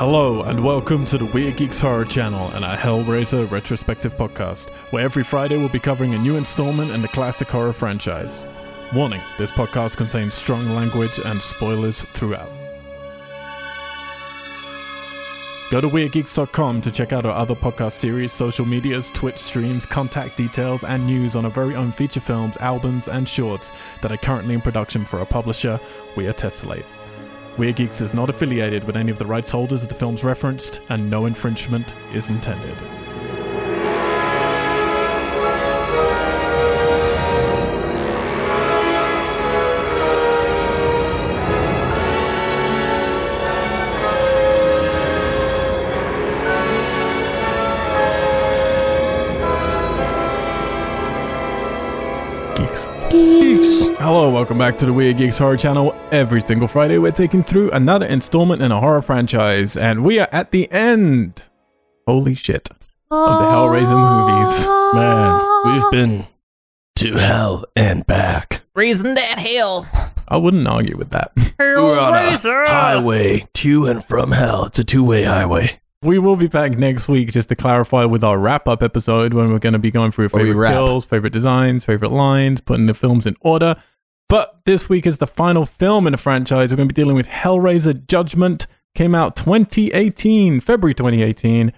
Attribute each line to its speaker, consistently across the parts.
Speaker 1: Hello and welcome to the Weird Geeks Horror Channel and our Hellraiser retrospective podcast, where every Friday we'll be covering a new installment in the classic horror franchise. Warning: This podcast contains strong language and spoilers throughout. Go to WeirdGeeks.com to check out our other podcast series, social medias, Twitch streams, contact details, and news on our very own feature films, albums, and shorts that are currently in production for our publisher, We Are Tessellate. Weird Geeks is not affiliated with any of the rights holders of the films referenced, and no infringement is intended. Geeks. Hello, welcome back to the Weird Geeks Horror Channel. Every single Friday, we're taking through another installment in a horror franchise, and we are at the end. Holy shit. Of the Hellraiser movies.
Speaker 2: Man, we've been to hell and back.
Speaker 3: Raising that hell.
Speaker 1: I wouldn't argue with that.
Speaker 2: We're on a highway to and from hell. It's a two-way highway.
Speaker 1: We will be back next week just to clarify with our wrap up episode when we're going to be going through
Speaker 4: Where we
Speaker 1: favorite
Speaker 4: wrap.
Speaker 1: kills, favorite designs, favorite lines, putting the films in order. But this week is the final film in the franchise. We're going to be dealing with Hellraiser Judgment. Came out 2018, February 2018.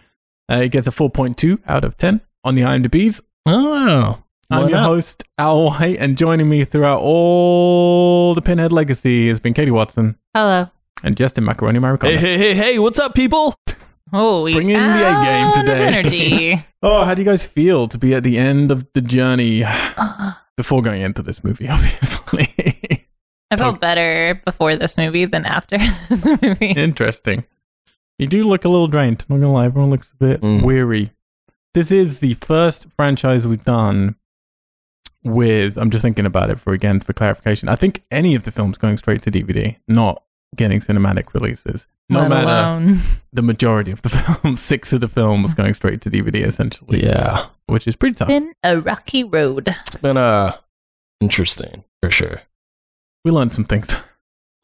Speaker 1: Uh, it gets a 4.2 out of 10 on the IMDb's.
Speaker 2: Oh,
Speaker 1: I'm
Speaker 2: Why
Speaker 1: your
Speaker 2: not?
Speaker 1: host, Owl Hate, and joining me throughout all the Pinhead legacy has been Katie Watson
Speaker 3: Hello.
Speaker 1: and Justin Macaroni Maricona.
Speaker 2: hey, hey, hey, hey! What's up, people?
Speaker 3: Oh, we
Speaker 1: Bring in the A game
Speaker 3: Oh, this
Speaker 1: today.
Speaker 3: energy.
Speaker 1: Oh, how do you guys feel to be at the end of the journey? before going into this movie, obviously.
Speaker 3: I felt better before this movie than after this movie.
Speaker 1: Interesting. You do look a little drained. I'm not gonna lie, everyone looks a bit
Speaker 2: Mm.
Speaker 1: weary. This is the first franchise we've done with. I'm just thinking about it for again for clarification. I think any of the films going straight to DVD, not getting cinematic releases. No
Speaker 3: let
Speaker 1: matter
Speaker 3: alone.
Speaker 1: the majority of the films, six of the films going straight to DVD essentially,
Speaker 2: Yeah,
Speaker 1: which is pretty tough.
Speaker 3: Been a rocky road.
Speaker 2: it's been uh interesting for sure.
Speaker 1: We learned some things.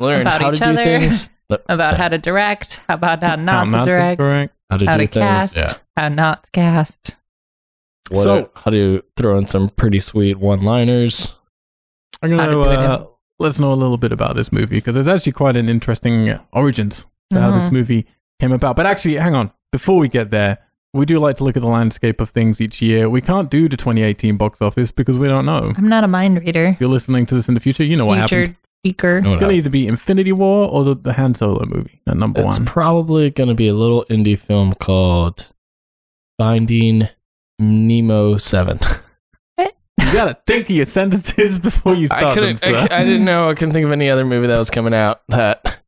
Speaker 2: Learn
Speaker 3: About
Speaker 2: how to
Speaker 3: each
Speaker 2: do
Speaker 3: other.
Speaker 2: things. No,
Speaker 3: About how to direct, how about how not
Speaker 1: How
Speaker 3: to
Speaker 1: to
Speaker 3: direct,
Speaker 1: direct.
Speaker 2: how to
Speaker 3: how to
Speaker 2: do things.
Speaker 3: cast,
Speaker 2: Yeah.
Speaker 3: how not to cast.
Speaker 2: What
Speaker 1: So-
Speaker 2: are- how to throw in some pretty sweet one-liners.
Speaker 1: I'm
Speaker 3: How to
Speaker 1: gonna
Speaker 3: do it in-
Speaker 1: uh, let's know a little bit about this movie because there's actually quite an interesting origins to how this
Speaker 3: Mhm.
Speaker 1: movie came about. But actually, hang on, before we get there, we do like to look at the landscape of things each year. We can't do the 2018 box office because we don't know.
Speaker 3: I'm not a mind reader.
Speaker 1: If you're listening to this in the future, you know what happened.
Speaker 3: Featured speaker.
Speaker 2: No,
Speaker 1: It's gonna either be Infinity War or the, the Han Solo movie at number
Speaker 2: It's
Speaker 1: one.
Speaker 2: probably going to be a little indie film called Finding Nemo 7.
Speaker 1: you gotta think of your sentences before you
Speaker 2: I
Speaker 1: start them,
Speaker 2: couldn't
Speaker 1: sir.
Speaker 2: I, I didn't know I couldn't think of any other movie that was coming out that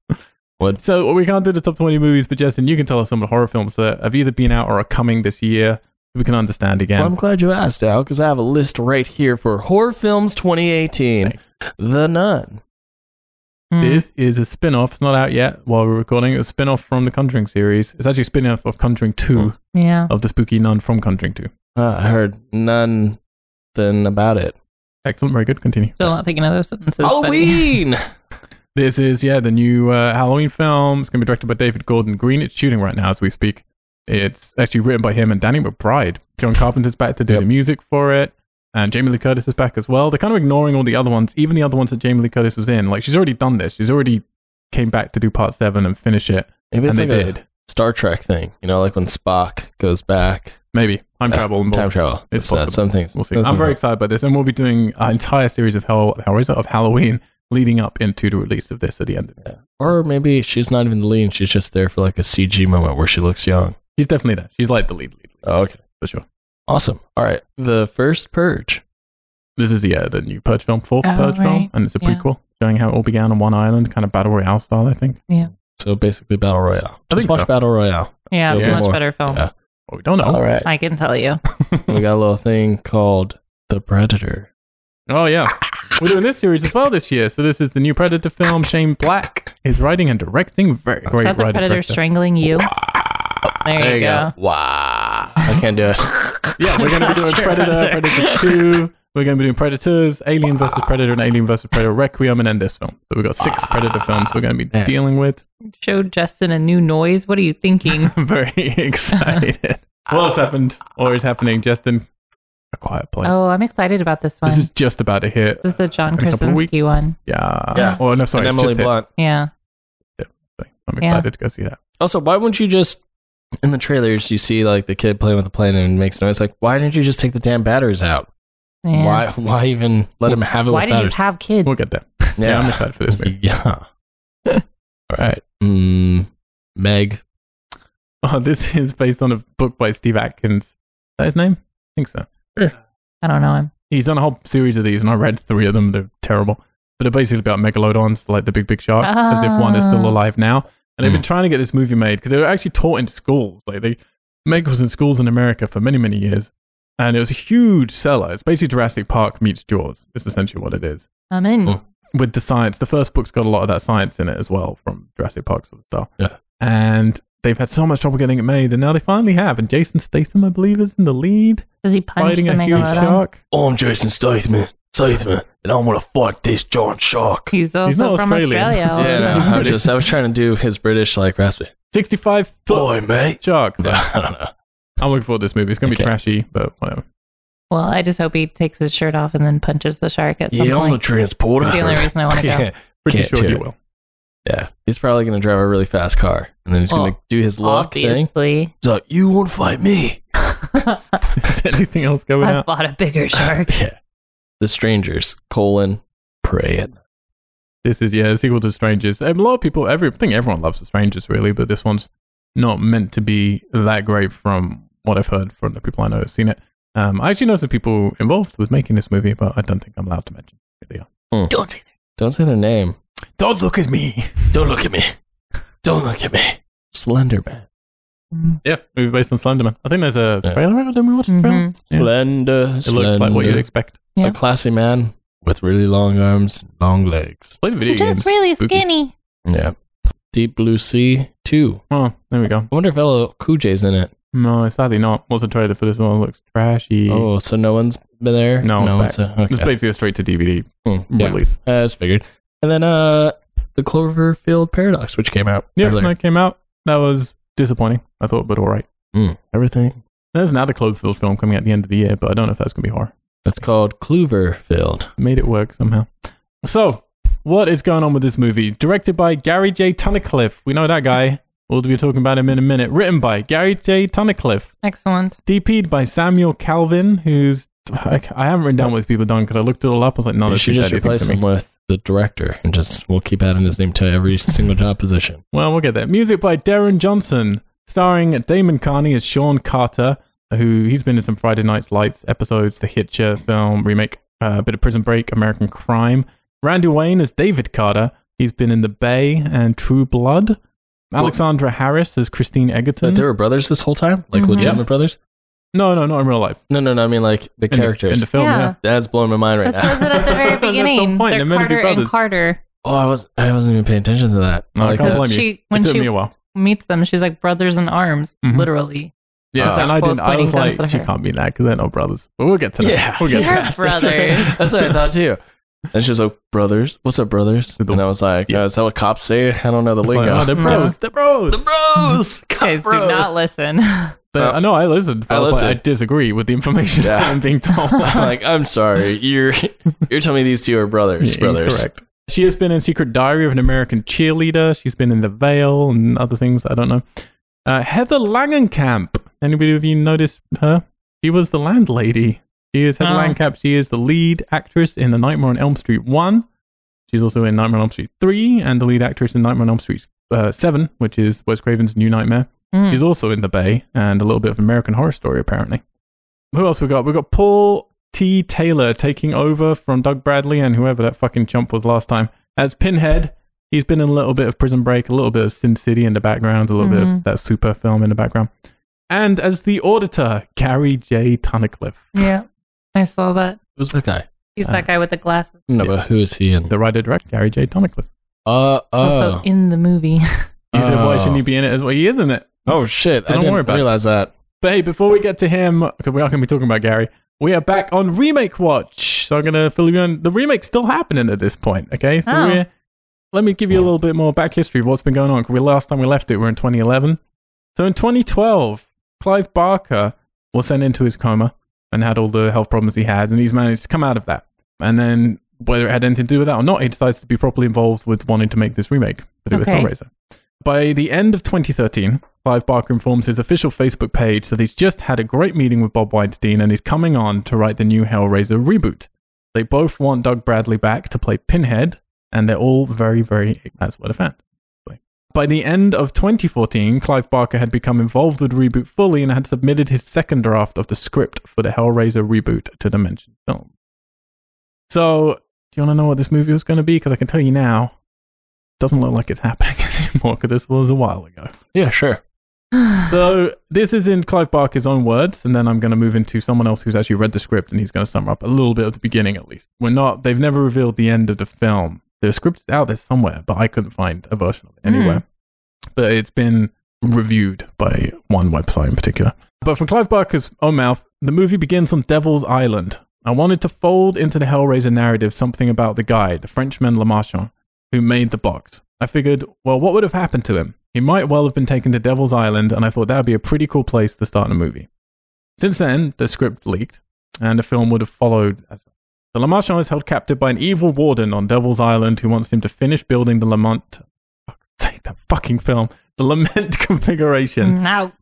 Speaker 2: would
Speaker 1: So we can't do the top 20 movies, but Justin, you can tell us some of the horror films that have either been out or are coming this year. We can understand again.
Speaker 2: Well, I'm glad you asked, Al, because I have a list right here for horror films 2018. The Nun.
Speaker 3: Mm.
Speaker 1: This is a spin off. It's not out yet while we're recording. It's a spin off from the Conjuring series. It's actually a spin off of Conjuring
Speaker 2: Hmm.
Speaker 1: 2
Speaker 3: Yeah.
Speaker 1: of the spooky nun from Conjuring 2.
Speaker 2: Ah, I heard nothing about it.
Speaker 1: Excellent. Very good. Continue.
Speaker 3: Still not thinking of those sentences. Buddy.
Speaker 2: Halloween.
Speaker 1: This is, yeah, the new uh, Halloween film. It's going to be directed by David Gordon Green. It's shooting right now as we speak. It's actually written by him and Danny McBride. John Carpenter's back to do
Speaker 2: Yep.
Speaker 1: the music for it. And Jamie Lee Curtis is back as well. They're kind of ignoring all the other ones, even the other ones that Jamie Lee Curtis was in. Like, she's already done this. She's already came back to do part seven and finish it.
Speaker 2: Maybe it's
Speaker 1: and
Speaker 2: like
Speaker 1: they
Speaker 2: a
Speaker 1: did.
Speaker 2: Star Trek thing, you know, like when Spock goes back.
Speaker 1: Maybe. Time
Speaker 2: Uh,
Speaker 1: travel involved.
Speaker 2: Time travel.
Speaker 1: It's
Speaker 2: It's uh,
Speaker 1: possible.
Speaker 2: some things.
Speaker 1: We'll see.
Speaker 2: Those
Speaker 1: I'm very
Speaker 2: are-
Speaker 1: excited about this, and we'll be doing an entire series of Hell, Hellraiser of Halloween leading up into the release of this at the end.
Speaker 2: Or maybe she's not even the lead. and She's just there for like a CG moment where she looks young.
Speaker 1: She's definitely there. She's like the lead, lead, lead
Speaker 2: Oh, okay.
Speaker 1: for sure.
Speaker 2: Awesome. All right. The first purge.
Speaker 1: This is yeah the new Purge film, fourth
Speaker 3: Oh,
Speaker 1: Purge film,
Speaker 3: right.
Speaker 1: and it's a
Speaker 3: Yeah.
Speaker 1: prequel showing how it all began on one island, kind of battle royale style. I think.
Speaker 2: So basically, battle royale.
Speaker 1: I think
Speaker 2: Just watch
Speaker 1: so.
Speaker 2: battle royale.
Speaker 3: Yeah, it's
Speaker 1: Yeah.
Speaker 3: a much
Speaker 2: More.
Speaker 3: better film.
Speaker 2: Yeah.
Speaker 1: Well, we don't know.
Speaker 2: All right.
Speaker 3: I can tell you.
Speaker 2: we got a little thing called the predator.
Speaker 1: Oh yeah, we're doing this series as well this year. So this is the new Predator film. Shane Black is writing and directing. Very great
Speaker 3: Got the
Speaker 1: writer.
Speaker 3: predator
Speaker 1: director.
Speaker 3: strangling you. There, you, go.
Speaker 2: Wow. I can't do it.
Speaker 1: Yeah, we're going to be doing
Speaker 3: Sure.
Speaker 1: Predator, Predator 2. We're going to be doing Predators, Alien versus Predator, and Alien versus Predator Requiem, and then this film. So we've got six Predator films we're going to be
Speaker 2: Man.
Speaker 1: dealing with.
Speaker 3: showed Justin a new noise. What are you thinking?
Speaker 1: I'm very excited. what else happened or is happening, Justin? A quiet place.
Speaker 3: oh, I'm excited about this one.
Speaker 1: this
Speaker 3: This
Speaker 1: is just about to hit.
Speaker 3: is the John
Speaker 1: in a couple of
Speaker 3: Krasinski
Speaker 1: weeks.
Speaker 3: one.
Speaker 1: Yeah.
Speaker 2: Yeah.
Speaker 1: Oh, no, sorry.
Speaker 2: and
Speaker 1: It's
Speaker 2: Emily
Speaker 1: just hit.
Speaker 2: Blunt.
Speaker 3: Yeah.
Speaker 1: I'm
Speaker 3: Yeah.
Speaker 1: excited to go see that.
Speaker 2: Also, why wouldn't you just in the trailers you see like the kid playing with the plane and it makes noise? Like, why didn't you just take the damn batteries out?
Speaker 3: yeah.
Speaker 2: Why? Why even let him have it?
Speaker 3: Why
Speaker 2: with
Speaker 3: did you
Speaker 2: batteries?
Speaker 3: have kids?
Speaker 1: We'll get there. Yeah. I'm excited for this
Speaker 3: Mm-hmm.
Speaker 1: movie.
Speaker 2: Yeah. All right. Mm, Meg.
Speaker 1: Oh, this is based on a book by Steve Atkins. Is that his name? I think so.
Speaker 3: I don't know him.
Speaker 1: He's done a whole series of these, and I read three of them. They're terrible. But they're basically about megalodons, like the big, big sharks, as if one is still
Speaker 3: Ah.
Speaker 1: alive now. And they've
Speaker 2: Hmm.
Speaker 1: been trying to get this movie made because they were actually taught in schools. Like, they, Meg was in schools in America for many, many years. And it was a huge seller. It's basically Jurassic Park meets Jaws. It's essentially what it is.
Speaker 3: I'm in.
Speaker 2: Oh.
Speaker 1: with the science. The first book's got a lot of that science in it as well from Jurassic Park sort of stuff.
Speaker 2: Yeah.
Speaker 1: And they've had so much trouble getting it made, and now they finally have. And Jason Statham, I believe, is in the lead,
Speaker 3: Does he punch
Speaker 1: fighting
Speaker 3: the
Speaker 1: a huge
Speaker 3: megalodon?
Speaker 1: shark.
Speaker 2: I'm Jason Statham. Statham, and I'm gonna fight this giant shark.
Speaker 3: He's also
Speaker 1: not
Speaker 3: from
Speaker 1: Australian.
Speaker 3: Australia. all of a
Speaker 2: Yeah,
Speaker 3: sudden.
Speaker 2: no, I was just I was trying to do his British like raspy.
Speaker 1: 65 foot
Speaker 2: Boy, mate.
Speaker 1: shark.
Speaker 2: I don't know.
Speaker 1: I'm looking forward to this movie. It's going to
Speaker 2: Okay.
Speaker 1: be trashy, but whatever.
Speaker 3: Well, I just hope he takes his shirt off and then punches the shark at some
Speaker 2: Yeah, I'm the
Speaker 3: point.
Speaker 2: transporter.
Speaker 3: That's the only reason I want to go.
Speaker 2: Yeah.
Speaker 1: Pretty
Speaker 2: Can't
Speaker 1: sure
Speaker 2: do
Speaker 1: you
Speaker 2: it.
Speaker 1: will.
Speaker 2: Yeah. He's probably going to drive a really fast car and then he's going to
Speaker 3: Oh,
Speaker 2: do his luck thing.
Speaker 3: Obviously.
Speaker 2: He's like, You won't fight me.
Speaker 3: I
Speaker 1: Is there anything else going out?
Speaker 3: bought a bigger shark.
Speaker 2: Yeah. The strangers, colon, praying.
Speaker 1: This is, yeah, the sequel to Strangers. Um, a lot of people, every, I think everyone loves The Strangers, really, but this one's not meant to be that great from what I've heard from the people I know who've seen it. Um, I actually know some people involved with making this movie, but I don't think I'm allowed to mention who they are.
Speaker 3: Don't say
Speaker 2: Don't say their name.
Speaker 1: Don't look at me.
Speaker 2: Don't look at me. Don't look at me. Slender Man.
Speaker 3: that.
Speaker 1: Yeah, movie based on Slenderman. I think there's a
Speaker 2: Yeah.
Speaker 1: trailer out. Didn't we watch the trailer?
Speaker 3: Mhm.
Speaker 1: Yeah.
Speaker 2: Slender.
Speaker 1: It looks like what you'd expect.
Speaker 3: Yeah.
Speaker 2: A classy man with really long arms, long legs.
Speaker 1: Play the video games.
Speaker 3: Just really
Speaker 1: spooky.
Speaker 3: skinny.
Speaker 2: Yeah. Deep Blue Sea 2.
Speaker 1: Oh, there we go.
Speaker 2: I wonder if LL Cool J's in it.
Speaker 1: No, sadly not. What's the trailer for this one? It looks trashy.
Speaker 2: Oh, so no one's been there?
Speaker 1: No one's back.
Speaker 2: uh, okay.
Speaker 1: It's basically a straight to DVD
Speaker 2: Hmm, yeah.
Speaker 1: release.
Speaker 2: As figured. And then uh the Cloverfield Paradox, which came out.
Speaker 1: Yeah,
Speaker 2: earlier.
Speaker 1: when that came out. That was disappointing, I thought, but all right.
Speaker 2: Mm, everything.
Speaker 1: There's another Cloverfield film coming out at the end of the year, but I don't know if that's going to be horror.
Speaker 2: It's called Cloverfield.
Speaker 1: Made it work somehow. So, what is going on with this movie? Directed by Gary J. Tunnicliffe. We know that guy. We'll be talking about him in a minute. Written by Gary J. Tunnicliffe.
Speaker 3: Excellent.
Speaker 1: DP'd by Samuel Calvin, who's. I, I haven't written down what these people have done because I looked it all up. I was like, no,
Speaker 2: you
Speaker 1: this
Speaker 2: should
Speaker 1: should
Speaker 2: just replace
Speaker 1: to
Speaker 2: him
Speaker 1: me.
Speaker 2: with the director, and just we'll keep adding his name to every single job position.
Speaker 1: Well, we'll get there. Music by Darren Johnson, starring Damon Carney as Sean Carter, who he's been in some Friday Night's Lights episodes, the Hitcher film remake, uh, a bit of Prison Break, American Crime. Randy Wayne as David Carter. He's been in The Bay and True Blood. Alexandra Harris as Christine
Speaker 2: But
Speaker 1: Egerton.
Speaker 2: they were brothers this whole time, like
Speaker 3: Mhm.
Speaker 2: legitimate
Speaker 1: Yep.
Speaker 2: brothers.
Speaker 1: no, no, not in real life.
Speaker 2: No, no, no. I mean like the
Speaker 1: In the-
Speaker 2: characters.
Speaker 1: in the film,
Speaker 3: Yeah.
Speaker 1: yeah.
Speaker 2: That's blowing my mind right
Speaker 3: That says
Speaker 2: now.
Speaker 3: it at the very
Speaker 1: That's the whole
Speaker 3: beginning.
Speaker 1: point.
Speaker 3: They're
Speaker 1: They're meant to be
Speaker 3: Carter and
Speaker 1: brothers.
Speaker 3: Carter.
Speaker 2: oh, I was I wasn't even paying attention to that.
Speaker 1: No, I
Speaker 2: like
Speaker 1: can't
Speaker 2: that.
Speaker 1: blame you.
Speaker 3: She
Speaker 1: It
Speaker 3: when
Speaker 1: took
Speaker 3: she
Speaker 1: me a while.
Speaker 3: meets them, she's like brothers in arms,
Speaker 1: Mhm.
Speaker 3: literally.
Speaker 1: Yeah,
Speaker 2: Uh,
Speaker 1: and I
Speaker 3: Well,
Speaker 1: didn't. I was
Speaker 3: pointing guns
Speaker 1: like,
Speaker 3: at
Speaker 1: she
Speaker 3: her.
Speaker 1: can't be that because they're not brothers. But we'll get to that.
Speaker 2: Yeah,
Speaker 1: we'll get
Speaker 3: They're
Speaker 1: to
Speaker 3: Yeah.
Speaker 1: that.
Speaker 3: brothers.
Speaker 2: That's what, that's what I thought too. And she was like, "Brothers, what's up, brothers?"
Speaker 1: The-
Speaker 2: And I was like,
Speaker 1: Yeah.
Speaker 2: "Oh, "Is that what cops say?" I don't know the
Speaker 1: It's like,
Speaker 2: lingo.
Speaker 1: oh, they're
Speaker 3: No.
Speaker 1: bros. They're bros.
Speaker 2: the bros, Cop
Speaker 3: Guys, do
Speaker 2: bros.
Speaker 3: not listen.
Speaker 1: They- I know I listened. but I,
Speaker 2: I
Speaker 1: was like,
Speaker 2: listened.
Speaker 1: I disagree with the information
Speaker 2: Yeah.
Speaker 1: that I'm being told.
Speaker 2: I'm like, I'm sorry. You're you're telling me these two are brothers, brothers.
Speaker 1: Correct. She has been in Secret Diary of an American Cheerleader. She's been in The Veil and other things. I don't know. Uh, Heather Langenkamp. Anybody of you notice her? She was the landlady. She is Heather
Speaker 3: Oh.
Speaker 1: Langenkamp. She is the lead actress in The Nightmare on Elm Street 1. She's also in Nightmare on Elm Street 3 and the lead actress in Nightmare on Elm Street uh, 7, which is Wes Craven's New Nightmare.
Speaker 3: Mm.
Speaker 1: He's also in The Bay and a little bit of American Horror Story, apparently. Who else we got? We got Paul T. Taylor taking over from Doug Bradley and whoever that fucking chump was last time as Pinhead. He's been in a little bit of Prison Break, a little bit of Sin City in the background, a little bit of
Speaker 3: Mhm.
Speaker 1: that super film in the background. And as the auditor, Gary J. Tunnicliffe,
Speaker 3: Yeah. I saw that.
Speaker 2: Who's that guy?
Speaker 3: He's
Speaker 1: Uh,
Speaker 3: that guy with the glasses.
Speaker 2: No,
Speaker 1: Yeah.
Speaker 2: but who is he in?
Speaker 1: the writer director, Gary J. Tunnicliffe.
Speaker 2: uh, oh,
Speaker 3: Also in the movie.
Speaker 1: You said, why
Speaker 2: Oh.
Speaker 1: shouldn't he be in it as well? He is in it.
Speaker 2: oh shit! I
Speaker 1: Don't
Speaker 2: didn't
Speaker 1: worry about it.
Speaker 2: realize that.
Speaker 1: But hey, before we get to him, because we are going to be talking about Gary, we are back on Remake Watch. So I'm going to fill you in. The remake's still happening at this point, okay? So
Speaker 3: Oh.
Speaker 1: we're let me give you a little bit more back history of what's been going on. 'cause we last time we left it, we were in 2011. So in 2012, Clive Barker was sent into his coma and had all the health problems he had, and he's managed to come out of that. And then whether it had anything to do with that or not, he decides to be properly involved with wanting to make this remake to do
Speaker 3: Okay.
Speaker 1: with Hellraiser. By the end of 2013, Clive Barker informs his official Facebook page that he's just had a great meeting with Bob Weinstein and he's coming on to write the new Hellraiser reboot. They both want Doug Bradley back to play Pinhead, and they're all very, very that's what a fan. By the end of 2014, Clive Barker had become involved with Reboot fully and had submitted his second draft of the script for the Hellraiser reboot to Dimension Film. So, do you want to know what this movie was going to be? Because I can tell you now, doesn't look like it's happening anymore because this was a while ago.
Speaker 2: Yeah, sure.
Speaker 1: So this is in Clive Barker's own words, and then I'm going to move into someone else who's actually read the script, and he's going to sum up a little bit of the beginning at least. We're not; they've never revealed the end of the film. The script is out there somewhere, but I couldn't find a version of it anywhere. But it's been reviewed by one website in particular. But from Clive Barker's own mouth, the movie begins on Devil's Island. I wanted to fold into the Hellraiser narrative something about the guy, the Frenchman Le Marchand, who made the box. I figured, well, what would have happened to him? He might well have been taken to Devil's Island, and I thought that would be a pretty cool place to start a movie. Since then, the script leaked, and the film would have followed. As the Lamarchand is held captive by an evil warden on Devil's Island who wants him to finish building the Lament. Fuck's sake, that fucking film. The Lament configuration.
Speaker 3: Mm, Now,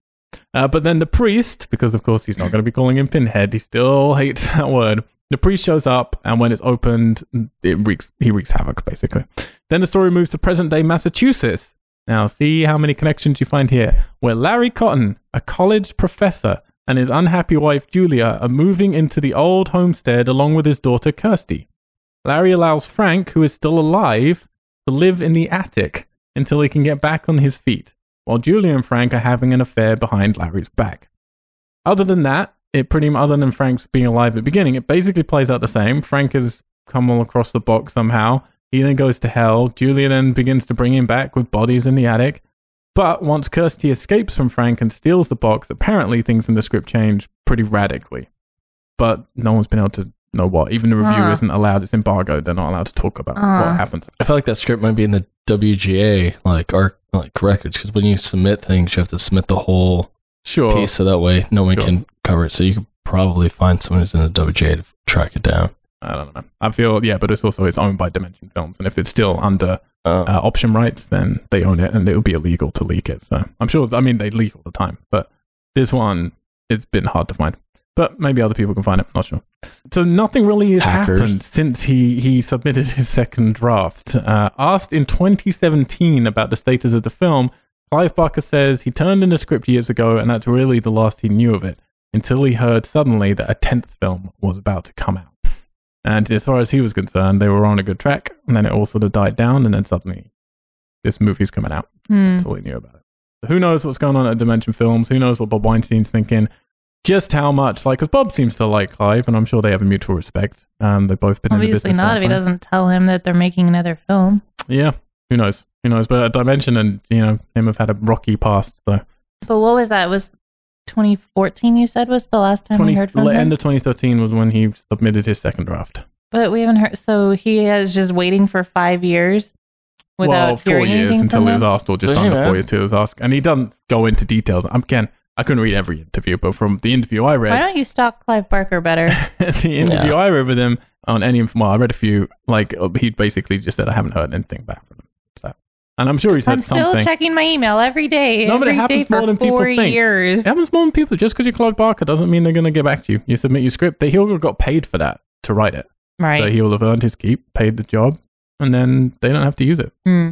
Speaker 1: Uh, but then the priest, because of course he's not going to be calling him Pinhead, he still hates that word. The priest shows up, and when it's opened, it wreaks he wreaks havoc basically. Then the story moves to present day Massachusetts. Now, see how many connections you find here, where Larry Cotton, a college professor, and his unhappy wife Julia are moving into the old homestead along with his daughter Kirsty. Larry allows Frank, who is still alive, to live in the attic until he can get back on his feet, while Julia and Frank are having an affair behind Larry's back. Other than that, it pretty other than Frank's being alive at the beginning, it basically plays out the same. Frank has come all across the box somehow. He then goes to hell. Julia then begins to bring him back with bodies in the attic. But once Kirsty escapes from Frank and steals the box, apparently things in the script change pretty radically. But no one's been able to know what. Even the review
Speaker 3: Huh.
Speaker 1: isn't allowed. It's embargoed. They're not allowed to talk about
Speaker 3: Uh.
Speaker 1: what happens.
Speaker 2: I feel like that script might be in the WGA like art like records because when you submit things, you have to submit the whole
Speaker 1: Sure.
Speaker 2: piece, so that way no one
Speaker 1: Sure.
Speaker 2: can cover it. So you could probably find someone who's in the WGA to track it down.
Speaker 1: I don't know. I feel yeah, but it's also it's owned by Dimension Films, and if it's still under
Speaker 2: Um,
Speaker 1: uh, option rights, then they own it, and it would be illegal to leak it. So I'm sure. I mean, they leak all the time, but this one it's been hard to find. But maybe other people can find it. Not sure. So nothing really has
Speaker 2: Hackers.
Speaker 1: happened since he he submitted his second draft. Uh, asked in 2017 about the status of the film, Clive Barker says he turned in the script years ago, and that's really the last he knew of it until he heard suddenly that a tenth film was about to come out. And as far as he was concerned, they were on a good track, and then it all sort of died down, and then suddenly this movie's coming out.
Speaker 3: hmm.
Speaker 1: That's all he knew about it. Who knows what's going on at Dimension Films? Who knows what Bob Weinstein's thinking? Just how much, like, because Bob seems to like Clive, and I'm sure they have a mutual respect. Um, they've both been in the
Speaker 3: obviously
Speaker 1: business.
Speaker 3: not
Speaker 1: a
Speaker 3: if he
Speaker 1: long time.
Speaker 3: doesn't tell him that they're making another film.
Speaker 1: Yeah, who knows? Who knows? But Dimension and you know him have had a rocky past. So
Speaker 3: But what was that? Was 2014 you said was the last time we
Speaker 1: 20,
Speaker 3: heard from him?
Speaker 1: end of 2013 was when he submitted his second draft.
Speaker 3: But we haven't heard. So he is just waiting for five years without
Speaker 1: well, four
Speaker 3: hearing
Speaker 1: years
Speaker 3: anything
Speaker 1: until
Speaker 3: from
Speaker 1: he was
Speaker 3: him?
Speaker 1: asked, or just
Speaker 2: But hey,
Speaker 1: under
Speaker 2: man.
Speaker 1: four years till he was asked. And he doesn't go into details. I'm again, I couldn't read every interview, but from the interview I
Speaker 3: Why
Speaker 1: read,
Speaker 3: don't you stalk Clive Barker better?
Speaker 1: the interview I read with him on any, inf- well, I read a few. Like uh, he basically just said, I haven't heard anything back from him. So, and I'm sure he's had
Speaker 3: I'm still
Speaker 1: something.
Speaker 3: checking my email every day.
Speaker 1: No, but it
Speaker 3: every
Speaker 1: happens
Speaker 3: day for
Speaker 1: more than people
Speaker 3: four
Speaker 1: think.
Speaker 3: years.
Speaker 1: it happens more than people. Just because you're Clive Barker doesn't mean they're going to get back to you. You submit your script. They he all got paid for that to write it,
Speaker 3: Right.
Speaker 1: so he will have earned his keep, paid the job, and then they don't have to use it.
Speaker 3: Hmm.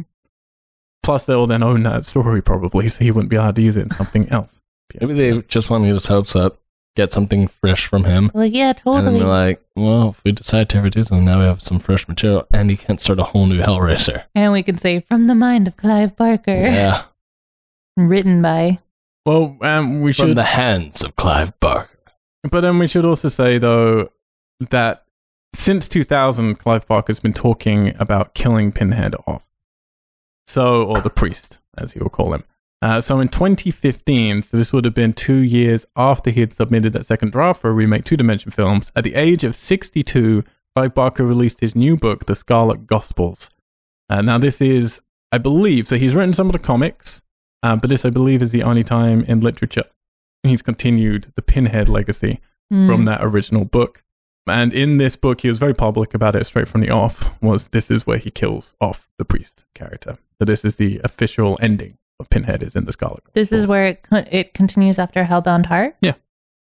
Speaker 1: Plus, they'll then own that story probably, so he wouldn't be allowed to use it in something else.
Speaker 2: Maybe they just want to get his hopes up, get something fresh from him.
Speaker 3: Like yeah,
Speaker 2: And then
Speaker 3: totally.
Speaker 2: they're like, well, if we decide to ever do something, now we have some fresh material and he can't start a whole new Hellraiser.
Speaker 3: and we can say from the mind of Clive Barker,
Speaker 2: Yeah.
Speaker 3: written by.
Speaker 1: Well, um, we
Speaker 2: From
Speaker 1: should
Speaker 2: the hands of Clive Barker.
Speaker 1: But then we should also say though that since 2000, Clive Barker's been talking about killing Pinhead off. So, or the priest, as he will call him. Uh, so in 2015, so this would have been two years after he had submitted that second draft for a remake, Two Dimension Films. At the age of 62, Clive Barker released his new book, The Scarlet Gospels. Uh, now, this is, I believe, so he's written some of the comics, uh, but this, I believe, is the only time in literature he's continued the Pinhead legacy
Speaker 3: Mm.
Speaker 1: from that original book. And in this book, he was very public about it straight from the off. Was this is where he kills off the priest character? So this is the official ending of Pinhead is in the Scarlet.
Speaker 3: This is
Speaker 1: Cross.
Speaker 3: where it con- it continues after Hellbound Heart.
Speaker 1: Yeah.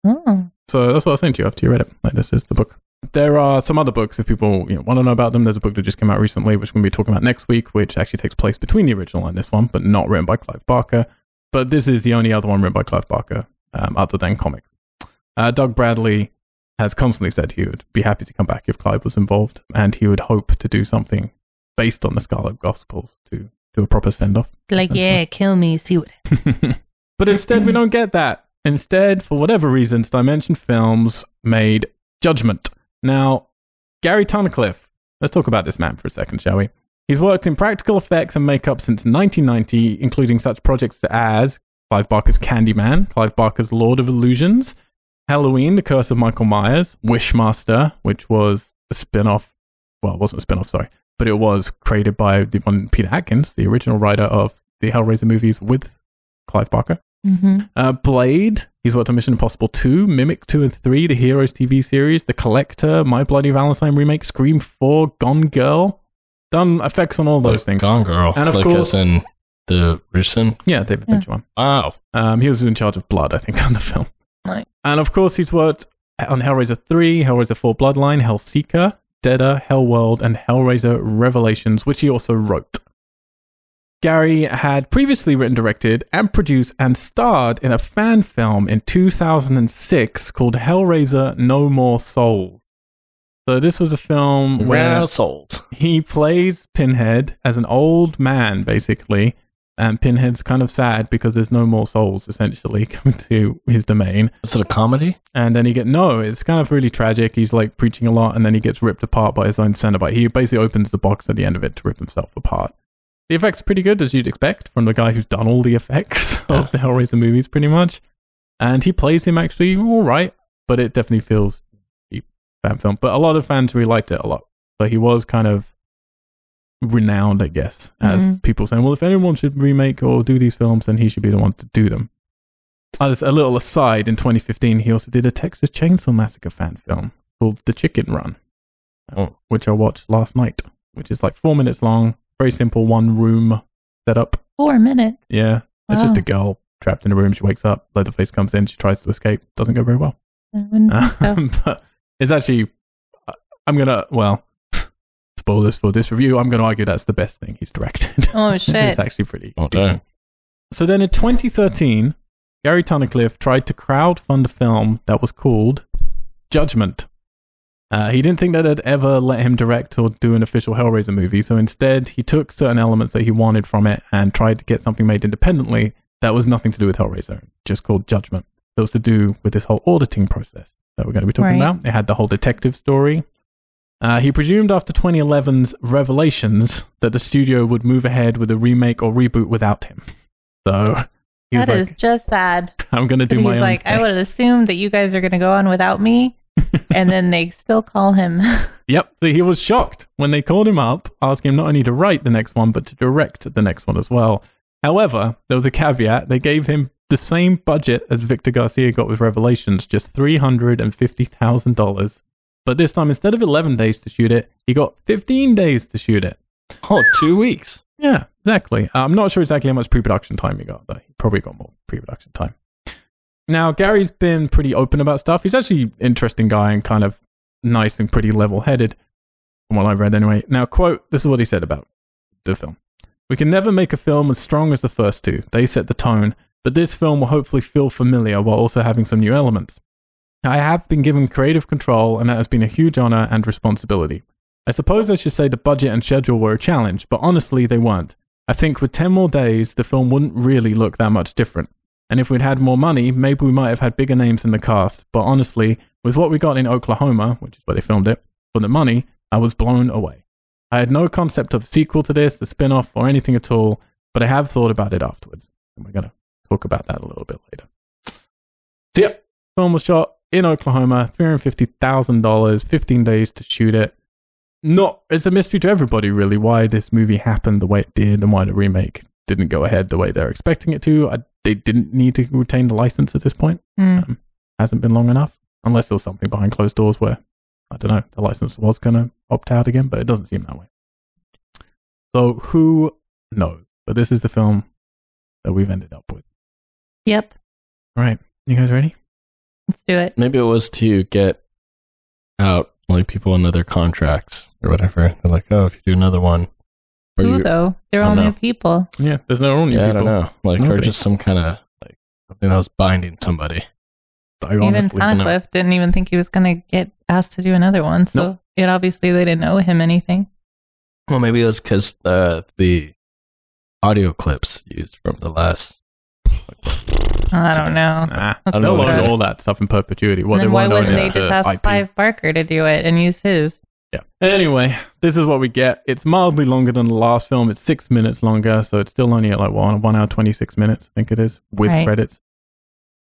Speaker 3: Oh.
Speaker 1: So that's what I was saying to you after you read it. Like this is the book. There are some other books if people you know, want to know about them. There's a book that just came out recently, which we're going to be talking about next week, which actually takes place between the original and this one, but not written by Clive Barker. But this is the only other one written by Clive Barker, um, other than comics. Uh, Doug Bradley has constantly said he would be happy to come back if Clive was involved, and he would hope to do something based on the Scarlet Gospels to do a proper send off.
Speaker 3: Like,
Speaker 1: Essentially.
Speaker 3: yeah, kill me, see what
Speaker 1: but instead, we don't get that. Instead, for whatever reasons, Dimension Films made Judgment. Now, Gary Tunnicliffe, let's talk about this man for a second, shall we? He's worked in practical effects and makeup since 1990, including such projects as Clive Barker's Candyman, Clive Barker's Lord of Illusions, Halloween, The Curse of Michael Myers, Wishmaster, which was a spin off. Well, it wasn't a spin off, sorry, but it was created by the one Peter Atkins, the original writer of the Hellraiser movies with Clive Barker.
Speaker 3: hmm
Speaker 1: Uh, Blade, he's worked on Mission Impossible 2, Mimic 2 and 3, the Heroes TV series, The Collector, My Bloody Valentine remake, Scream 4, Gone Girl. Done effects on all those
Speaker 2: Like
Speaker 1: things.
Speaker 2: Oh, Gone Girl.
Speaker 1: And of
Speaker 2: like
Speaker 1: course-
Speaker 2: as in the recent.
Speaker 1: Yeah, David
Speaker 3: Yeah.
Speaker 1: Fincher one.
Speaker 2: Wow.
Speaker 1: Um, he was in charge of blood, I think, on the film.
Speaker 3: Right.
Speaker 1: And of course, he's worked on Hellraiser 3, Hellraiser 4 Bloodline, Hellseeker, Deader, Hellworld, and Hellraiser Revelations, which he also wrote. Gary had previously written, directed, and produced and starred in a fan film in 2006 called Hellraiser No More Souls. So, this was a film where
Speaker 2: Wow, souls.
Speaker 1: he plays Pinhead as an old man, basically, and Pinhead's kind of sad because there's no more souls essentially coming to his domain.
Speaker 2: Is it a comedy?
Speaker 1: And then he get no, it's kind of really tragic. He's like preaching a lot, and then he gets ripped apart by his own centibite. He basically opens the box at the end of it to rip himself apart. The effects are pretty good, as you'd expect from the guy who's done all the effects of the Hellraiser movies, pretty much. And he plays him actually all right, but it definitely feels cheap fan film. But a lot of fans really liked it a lot. So he was kind of renowned, I guess, as
Speaker 3: Mhm.
Speaker 1: people saying, well, if anyone should remake or do these films, then he should be the one to do them. As a little aside, in 2015, he also did a Texas Chainsaw Massacre fan film called The Chicken Run,
Speaker 2: Oh.
Speaker 1: which I watched last night, which is like four minutes long, very simple one room setup.
Speaker 3: Four minutes.
Speaker 1: Yeah. It's just
Speaker 3: Wow.
Speaker 1: a girl trapped in a room. She wakes up, Leatherface comes in, she tries to escape, doesn't go very well.
Speaker 3: I wouldn't think so.
Speaker 1: Um, but it's actually, I- I'm going to, well, spoil this for this review. I'm going to argue that's the best thing he's directed.
Speaker 3: Oh shit.
Speaker 1: it's actually pretty.
Speaker 2: Oh,
Speaker 1: decent.
Speaker 2: damn.
Speaker 1: So then in 2013, Gary Tunnicliffe tried to crowdfund a film that was called Judgment. Uh, he didn't think that it'd ever let him direct or do an official Hellraiser movie, so instead he took certain elements that he wanted from it and tried to get something made independently that was nothing to do with Hellraiser, just called Judgment. It was to do with this whole auditing process that we're going to be talking
Speaker 3: Right.
Speaker 1: about. It had the whole detective story. Uh, he presumed after 2011's Revelations that the studio would move ahead with a remake or reboot without him. So he was
Speaker 3: That is
Speaker 1: like,
Speaker 3: just sad.
Speaker 1: "I'm going to do
Speaker 3: he's
Speaker 1: my own."
Speaker 3: like, I
Speaker 1: thing."
Speaker 3: would have assumed that you guys are going to go on without me. and then they still call him.
Speaker 1: Yep. So he was shocked when they called him up, asking him not only to write the next one, but to direct the next one as well. However, there was a caveat. They gave him the same budget as Victor Garcia got with Revelations, just $350,000. But this time, instead of 11 days to shoot it, he got 15 days to shoot it.
Speaker 2: Oh, two weeks.
Speaker 1: Yeah, exactly. Uh, I'm not sure exactly how much pre production time he got, though. He probably got more pre production time. Now, Gary's been pretty open about stuff. He's actually an interesting guy and kind of nice and pretty level headed, from what I've read anyway. Now, quote this is what he said about the film We can never make a film as strong as the first two, they set the tone, but this film will hopefully feel familiar while also having some new elements. I have been given creative control, and that has been a huge honor and responsibility. I suppose I should say the budget and schedule were a challenge, but honestly, they weren't. I think with 10 more days, the film wouldn't really look that much different. And if we'd had more money, maybe we might have had bigger names in the cast. But honestly, with what we got in Oklahoma, which is where they filmed it, for the money, I was blown away. I had no concept of a sequel to this, a spin off, or anything at all, but I have thought about it afterwards. And we're going to talk about that a little bit later. So, yep, film was shot in Oklahoma, $350,000, 15 days to shoot it. not it's a mystery to everybody really why this movie happened the way it did and why the remake didn't go ahead the way they're expecting it to. I, they didn't need to retain the license at this point.
Speaker 3: Mm.
Speaker 1: Hasn't been long enough, unless there was something behind closed doors where I don't know the license was going to opt out again, but it doesn't seem that way. So who knows? But this is the film that we've ended up with.
Speaker 3: Yep.
Speaker 1: All right, you guys ready?
Speaker 3: Let's do it.
Speaker 2: Maybe it was to get out like people in other contracts or whatever. They're like, oh, if you do another one, or
Speaker 3: Who
Speaker 2: you,
Speaker 3: though? They're
Speaker 2: I
Speaker 3: all
Speaker 2: don't
Speaker 3: new
Speaker 2: know.
Speaker 3: people.
Speaker 1: Yeah, there's no only
Speaker 2: yeah, I
Speaker 1: people.
Speaker 2: don't know, like or
Speaker 1: Nobody.
Speaker 2: just some kind of like something that was binding somebody.
Speaker 1: I
Speaker 3: Even
Speaker 1: honestly don't know.
Speaker 3: Tunnicliffe didn't even think he was going to get asked to do another one. So it obviously they didn't owe him anything.
Speaker 2: Well, maybe it was because uh, the audio clips used from the last.
Speaker 3: I don't know.
Speaker 1: Nah,
Speaker 2: don't
Speaker 1: they'll
Speaker 2: know
Speaker 1: own
Speaker 2: either.
Speaker 1: all that stuff in perpetuity. What
Speaker 3: And
Speaker 1: they
Speaker 3: then why
Speaker 1: won't own
Speaker 3: wouldn't
Speaker 1: is
Speaker 3: they just
Speaker 1: the
Speaker 3: ask
Speaker 1: IP.
Speaker 3: Clive Barker to do it and use his?
Speaker 1: Yeah. Anyway, this is what we get. It's mildly longer than the last film. It's six minutes longer, so it's still only at like one, one hour twenty six minutes. I think it is with
Speaker 3: Right.
Speaker 1: credits.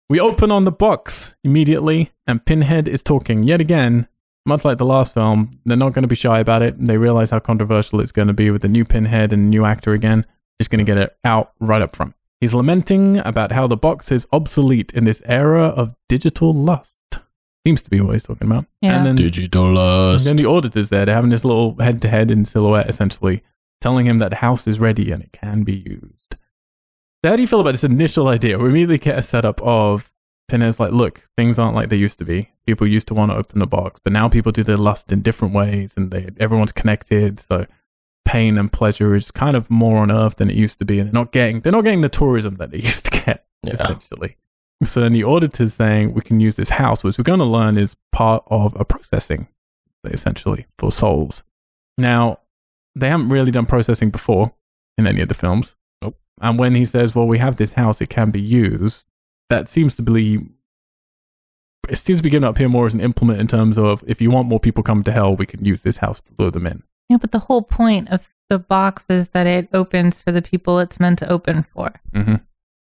Speaker 1: We open on the box immediately, and Pinhead is talking yet again. Much like the last film, they're not going to be shy about it. They realize how controversial it's going to be with the new Pinhead and new actor again. Just going to get it out right up front. He's lamenting about how the box is obsolete in this era of digital lust. Seems to be what he's talking about.
Speaker 3: Yeah.
Speaker 1: And then
Speaker 2: Digital
Speaker 1: and then
Speaker 2: lust.
Speaker 1: the auditor's there. They're having this little head to head in silhouette, essentially, telling him that the house is ready and it can be used. So how do you feel about this initial idea? We immediately get a setup of Pinhead's like, look, things aren't like they used to be. People used to want to open the box, but now people do their lust in different ways and they, everyone's connected. So pain and pleasure is kind of more on earth than it used to be. And they're not getting, they're not getting the tourism that they used to get
Speaker 2: Yeah.
Speaker 1: essentially. So then the auditor's saying we can use this house, which we're going to learn is part of a processing, essentially, for souls. Now, they haven't really done processing before in any of the films.
Speaker 2: Nope.
Speaker 1: And when he says, well, we have this house, it can be used, that seems to be. It seems to be given up here more as an implement in terms of if you want more people coming to hell, we can use this house to lure them in.
Speaker 3: Yeah, but the whole point of the box is that it opens for the people it's meant to open for.
Speaker 1: Mhm.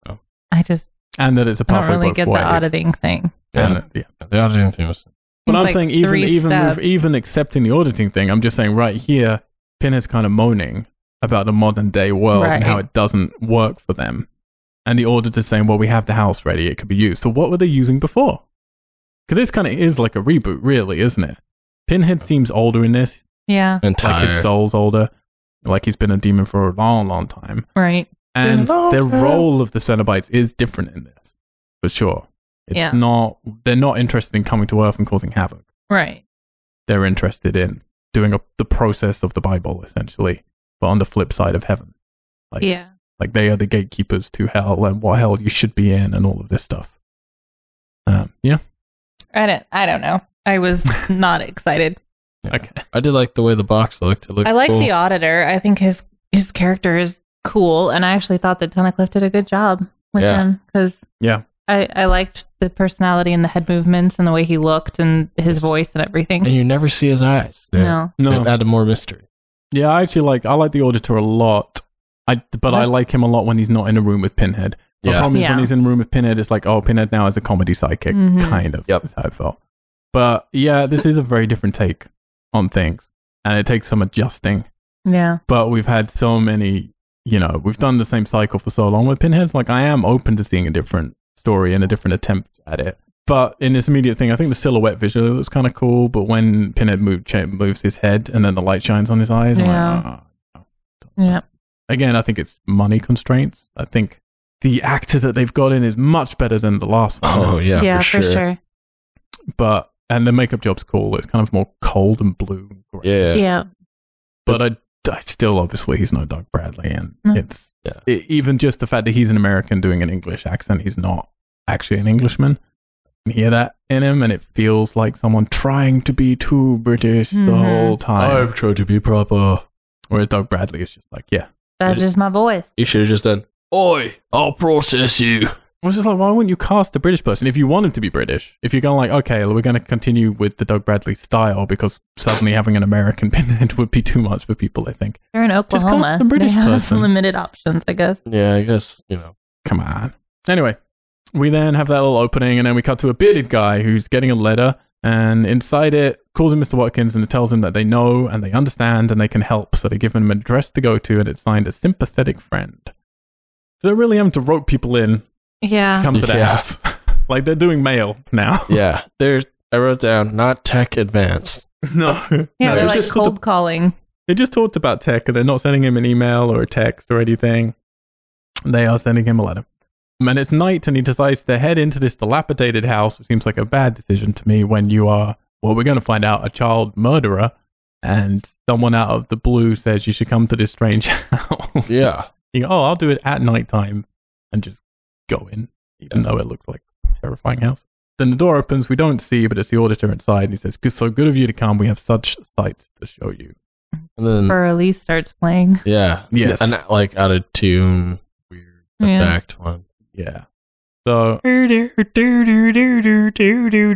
Speaker 2: Oh.
Speaker 3: I just
Speaker 1: And that it's a
Speaker 3: I don't
Speaker 1: pathway
Speaker 3: really
Speaker 1: both
Speaker 3: get
Speaker 1: ways.
Speaker 3: the auditing thing.
Speaker 1: And- yeah.
Speaker 2: The audio thing was
Speaker 1: But
Speaker 3: Seems
Speaker 1: I'm
Speaker 3: like
Speaker 1: saying even
Speaker 3: three
Speaker 1: even
Speaker 3: step.
Speaker 1: with, even accepting the auditing thing, I'm just saying right here, Pinhead's kind of moaning about the modern day world and how
Speaker 3: Right.
Speaker 1: it doesn't work for them. And the auditor's saying, "Well, we have the house ready; it could be used." So what were they using before? Because this kind of is like a reboot, really, isn't it? Pinhead seems older in this,
Speaker 3: Yeah,
Speaker 2: entire.
Speaker 1: like his soul's older, like he's been a demon for a long, long time.
Speaker 3: right.
Speaker 1: And
Speaker 2: a long
Speaker 1: the
Speaker 2: time.
Speaker 1: role of the Cenobites is different in this, for sure. It's
Speaker 3: Yeah.
Speaker 1: not they're not interested in coming to Earth and causing havoc
Speaker 3: Right.
Speaker 1: they're interested in doing a, the process of the Bible, essentially, but on the flip side of heaven. Like,
Speaker 3: yeah.
Speaker 1: like they are the gatekeepers to hell and what hell you should be in and all of this stuff. Um, yeah.
Speaker 3: I don't I don't know. I was not excited.
Speaker 2: Yeah.
Speaker 1: Okay.
Speaker 2: I did like the way the box looked. It looked.
Speaker 3: I like
Speaker 2: cool.
Speaker 3: the auditor. I think his his character is cool and I actually thought that Tunnicliffe did a good job with
Speaker 2: Yeah.
Speaker 3: him cuz
Speaker 1: Yeah.
Speaker 3: I, I liked the personality and the head movements and the way he looked and his
Speaker 2: Yes.
Speaker 3: voice and everything.
Speaker 2: and you never see his eyes. They-
Speaker 3: No.
Speaker 2: It added more mystery.
Speaker 1: Yeah, I actually like I like the auditor a lot. I but I
Speaker 3: There's-
Speaker 1: like him a lot when he's not in a room with Pinhead. The
Speaker 2: Yeah.
Speaker 1: problem is when
Speaker 3: Yeah.
Speaker 1: he's in a room with Pinhead, it's like, oh, Pinhead now is a comedy sidekick,
Speaker 3: Mhm.
Speaker 1: kind of.
Speaker 2: Yep.
Speaker 1: is how it felt. But yeah, this is a very different take on things, and it takes some adjusting.
Speaker 3: Yeah.
Speaker 1: but we've had so many you know we've done the same cycle for so long with pinheads like i am open to seeing a different story and a different attempt at it but in this immediate thing i think the silhouette visually looks kind of cool but when pinhead move, cha- moves his head and then the light shines on his eyes I'm
Speaker 3: Yeah.
Speaker 1: like, "Ah."
Speaker 3: Yeah.
Speaker 1: again i think it's money constraints i think the actor that they've got in is much better than the last one.
Speaker 2: Oh yeah.
Speaker 3: yeah, for sure.
Speaker 1: but and the makeup job's cool it's kind of more cold and blue and gray.
Speaker 2: Yeah.
Speaker 3: Yeah.
Speaker 1: but I, I still obviously he's no Doug Bradley, and
Speaker 3: No.
Speaker 1: it's
Speaker 2: Yeah.
Speaker 1: e- even just the fact that he's an American doing an English accent, he's not actually an Englishman. You hear that in him, and it feels like someone trying to be too British the
Speaker 3: Mhm.
Speaker 1: whole time.
Speaker 2: trying to be proper.
Speaker 1: Whereas Doug Bradley is just like, yeah,
Speaker 3: That's just my voice.
Speaker 2: You should have just done. Oi! I'll process you.
Speaker 1: I was just like, why wouldn't you cast a British person if you want him to be British? If you're going like, okay, we're going to continue with the Doug Bradley style because suddenly having an American pinhead would be too much for people. I think.
Speaker 3: They're in
Speaker 1: cast
Speaker 3: Oklahoma.
Speaker 1: a British
Speaker 3: they have
Speaker 1: person.
Speaker 3: limited options, I guess.
Speaker 2: Yeah, I guess you know.
Speaker 1: Come on. Anyway, we then have that little opening, and then we cut to a bearded guy who's getting a letter, and inside it, calls him Mr. Watkins and tells him that they know and they understand and they can help. So they give him an address to go to and it's signed a sympathetic friend. So they really am to rope people in to
Speaker 3: Yeah.
Speaker 1: come to their
Speaker 2: Yeah.
Speaker 1: house. like they're doing mail now.
Speaker 2: Yeah, there's. I wrote down not tech advanced.
Speaker 1: no.
Speaker 3: Yeah,
Speaker 1: no,
Speaker 3: they're
Speaker 1: they
Speaker 3: like
Speaker 1: just talked-
Speaker 3: cold calling.
Speaker 1: they just talked about tech and they're not sending him an email or a text or anything. They are sending him a letter. And it's night and he decides to head into this dilapidated house, which seems like a bad decision to me when you are, well, we're going to find out a child murderer and someone out of the blue says you should come to this strange house.
Speaker 2: Yeah,
Speaker 1: You go, oh, I'll do it at nighttime and just go in, even though it looks like a terrifying house. Then the door opens. We don't see, but it's the auditor inside. And he says, "Good- so good of you to come. We have such sights to show you.
Speaker 2: and then
Speaker 3: Or Elise starts playing.
Speaker 2: yeah,
Speaker 1: Yes.
Speaker 2: and that, like out of tune, weird
Speaker 3: Yeah.
Speaker 2: effect one.
Speaker 1: Yeah. So,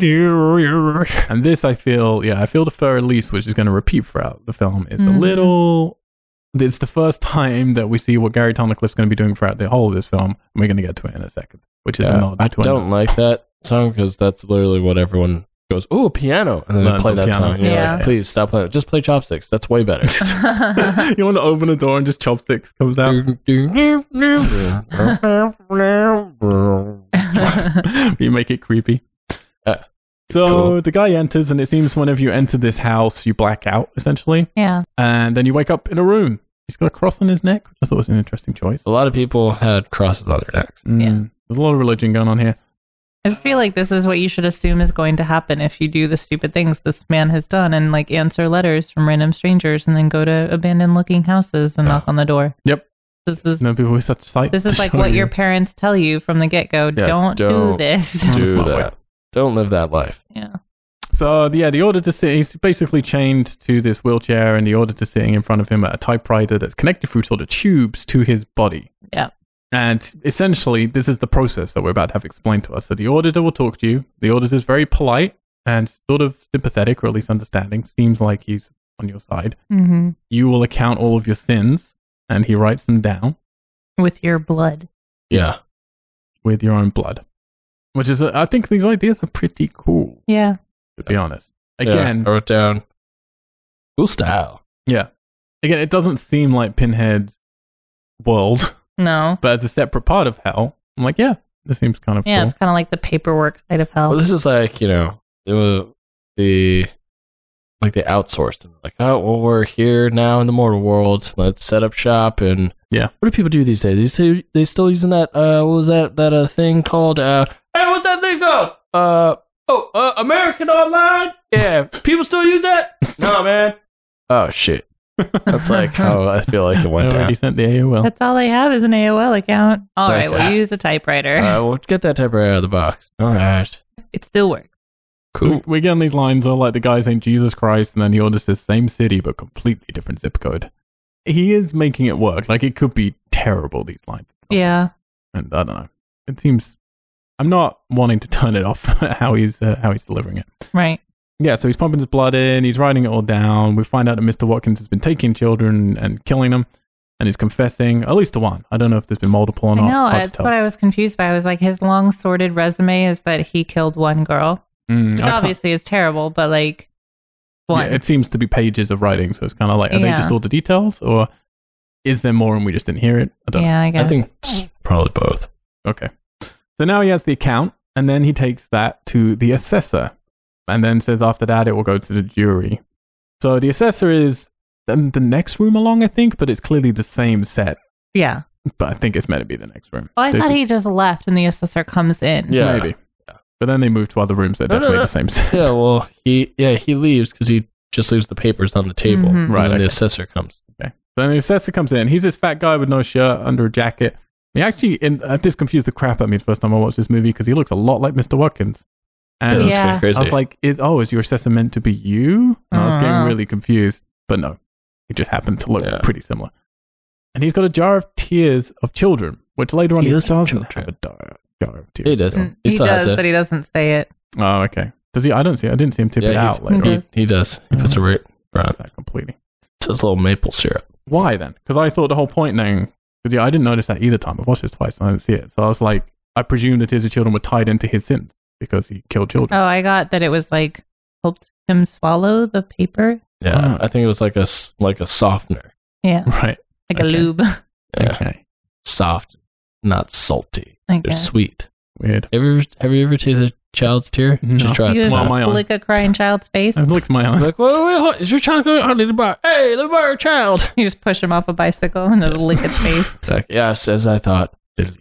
Speaker 2: Yeah,
Speaker 1: and this I feel, yeah, I feel the fur Elise, which is going to repeat throughout the film, is a
Speaker 3: Mhm.
Speaker 1: little. It's the first time that we see what Gary Tunnicliffe's going to be doing throughout the whole of this film. And we're going to get to it in a second, which is an odd
Speaker 2: I
Speaker 1: to
Speaker 2: don't like that song because that's literally what everyone goes. Oh, piano, and then they
Speaker 1: Learn
Speaker 2: play
Speaker 1: the
Speaker 2: that
Speaker 1: piano.
Speaker 2: song. Yeah,
Speaker 3: Yeah.
Speaker 2: Like, please stop playing. it. Just play chopsticks. That's way better.
Speaker 1: you want to open a door and just chopsticks comes out. you make it creepy.
Speaker 2: Uh,
Speaker 1: so
Speaker 2: cool.
Speaker 1: the guy enters, and it seems whenever you enter this house, you black out essentially,
Speaker 3: yeah.
Speaker 1: and then you wake up in a room. He's got a cross on his neck, which I thought was an interesting choice.
Speaker 2: A lot of people had crosses on their necks.
Speaker 1: Mm,
Speaker 3: Yeah.
Speaker 1: There's a lot of religion going on here.
Speaker 3: I just feel like this is what you should assume is going to happen if you do the stupid things this man has done and like answer letters from random strangers and then go to abandoned looking houses and knock on the door.
Speaker 1: Yep.
Speaker 3: This is
Speaker 1: No people with such sight.
Speaker 3: this is
Speaker 1: to
Speaker 3: like
Speaker 1: show
Speaker 3: what
Speaker 1: you.
Speaker 3: your parents tell you from the get go. don't, do
Speaker 2: don't.
Speaker 3: this.
Speaker 1: That's
Speaker 2: Do
Speaker 1: my
Speaker 2: that.
Speaker 1: way.
Speaker 2: Don't live that life.
Speaker 3: yeah.
Speaker 1: So uh, yeah, the auditor sitting, he's basically chained to this wheelchair, and the auditor sitting in front of him at a typewriter that's connected through sort of tubes to his body.
Speaker 3: Yeah.
Speaker 1: And essentially, this is the process that we're about to have explained to us. So the auditor will talk to you. The auditor is very polite and sort of sympathetic, or at least understanding. Seems like he's on your side.
Speaker 2: Mm.
Speaker 3: hmm
Speaker 1: You will account all of your sins, and he writes them down
Speaker 3: With your blood.
Speaker 2: Yeah.
Speaker 1: with your own blood, which is, uh, I think, these ideas are pretty cool.
Speaker 3: Yeah.
Speaker 1: To be honest,
Speaker 2: Yeah,
Speaker 1: again,
Speaker 2: I wrote down cool style.
Speaker 1: again, it doesn't seem like Pinhead's world,
Speaker 3: No.
Speaker 1: but as a separate part of Hell, I'm like, yeah, this seems kind of
Speaker 3: Yeah,
Speaker 1: cool.
Speaker 3: it's kind of like the paperwork side of
Speaker 2: Well,
Speaker 3: hell.
Speaker 2: this is like you know it was the like they outsourced and like oh well we're here now in the mortal world let's set up shop and
Speaker 1: Yeah.
Speaker 2: what do people do these days they still, they still using that uh what was that that uh thing called uh hey what's that thing called uh oh uh, American Online yeah people still use that no man oh shit that's like how I feel like it
Speaker 1: I
Speaker 2: went
Speaker 1: already
Speaker 2: down
Speaker 1: sent the AOL.
Speaker 3: That's all I have is an AOL account. All right,
Speaker 2: Okay.
Speaker 3: we'll use a typewriter.
Speaker 2: uh, we'll get that typewriter out of the box all right
Speaker 3: it still works.
Speaker 2: cool
Speaker 1: We're getting these lines all like the guy saying Jesus Christ, and then the order says same city but completely different zip code. He is making it work. Like it could be terrible. These lines.
Speaker 3: Yeah.
Speaker 1: and I don't know. It seems. I'm not wanting to turn it off. how he's uh, how he's delivering it.
Speaker 3: Right.
Speaker 1: Yeah, so he's pumping his blood in, he's writing it all down. We find out that Mr. Watkins has been taking children and killing them, and he's confessing, at least to one. I don't know if there's been multiple or
Speaker 3: I
Speaker 1: not.
Speaker 3: know.
Speaker 1: Hard to
Speaker 3: That's
Speaker 1: tell.
Speaker 3: what I was confused by. I was like, his long sordid resume is that he killed one girl,
Speaker 1: Mm, I
Speaker 3: which
Speaker 1: can't-
Speaker 3: obviously is terrible, but like,
Speaker 1: yeah,
Speaker 3: one.
Speaker 1: it seems to be pages of writing, so it's kind of like, are they
Speaker 3: Yeah.
Speaker 1: just all the details, or is there more and we just didn't hear it? I
Speaker 3: Yeah,
Speaker 1: don't
Speaker 3: I guess.
Speaker 2: I think it's probably both
Speaker 1: know. Okay. So now he has the account, and then he takes that to the assessor, and then says after that it will go to the jury. So the assessor is um, the next room along, I think, but it's clearly the same set.
Speaker 3: yeah.
Speaker 1: but I think it's meant to be the next room.
Speaker 3: Well, Oh, I
Speaker 1: There's
Speaker 3: thought
Speaker 1: a-
Speaker 3: he just left and the assessor comes in.
Speaker 2: Yeah.
Speaker 1: maybe, but then they move to other rooms. They're
Speaker 2: No, no,
Speaker 1: definitely
Speaker 2: no.
Speaker 1: the same. set.
Speaker 2: Yeah, well, he yeah he leaves because he just leaves the papers on the table.
Speaker 1: Right,
Speaker 3: Mhm.
Speaker 2: and then
Speaker 1: okay.
Speaker 2: the assessor comes.
Speaker 1: then the assessor comes in. He's this fat guy with no shirt under a jacket. He actually, and uh, this confused the crap out of me the first time I watched this movie because he looks a lot like Mr. Watkins.
Speaker 2: Yeah,
Speaker 1: And
Speaker 2: that's kind
Speaker 3: Yeah.
Speaker 2: of crazy.
Speaker 1: I was like, is, "Oh, is your assessor meant to be you?" And I was getting
Speaker 3: Uh-huh.
Speaker 1: really confused, but no, he just happened to look
Speaker 2: Yeah.
Speaker 1: pretty similar. And he's got a jar of tears of children, which later on he
Speaker 2: Tears
Speaker 1: doesn't
Speaker 2: of
Speaker 1: have
Speaker 2: children.
Speaker 1: a jar, jar of tears.
Speaker 2: he does.
Speaker 3: Mm,
Speaker 2: He
Speaker 3: He,
Speaker 2: still has
Speaker 3: does,
Speaker 2: it.
Speaker 3: but he doesn't say it.
Speaker 1: Oh, okay. Does he? I don't see. I didn't see him tip it
Speaker 2: yeah,
Speaker 1: out
Speaker 2: he's-
Speaker 1: later. Mm.
Speaker 3: he
Speaker 1: on.
Speaker 2: he, he does. He puts a root around.
Speaker 1: Missed that completely.
Speaker 2: It's his little maple syrup.
Speaker 1: Why then? Because I thought the whole point then, because yeah, I didn't notice that either time. I watched this twice and I didn't see it. So I was like, I presume the tears of children were tied into his sins because he killed children.
Speaker 3: Oh, I got that it was like helped him swallow the paper.
Speaker 2: Yeah,
Speaker 1: Wow.
Speaker 2: I think it was like a s- like a softener,
Speaker 3: Yeah,
Speaker 1: Right.
Speaker 3: like
Speaker 1: Okay.
Speaker 3: a lube.
Speaker 2: Yeah.
Speaker 1: Okay.
Speaker 2: soft, not salty.
Speaker 3: I
Speaker 2: They're
Speaker 3: guess.
Speaker 2: sweet.
Speaker 1: Weird.
Speaker 2: Have you ever, have you ever tasted a child's tear?
Speaker 1: No.
Speaker 2: Should try
Speaker 3: You
Speaker 2: it
Speaker 3: just
Speaker 1: Well,
Speaker 2: sometime.
Speaker 1: my own. Oh.
Speaker 3: lick a crying child's face.
Speaker 1: I've looked my eye.
Speaker 2: Like, wait, wait, hold- is your child going? I need to borrow. Hey, let me borrow your child.
Speaker 3: You just push him off a bicycle and it'll lick its face.
Speaker 2: Like, yes, as I thought. Delicious.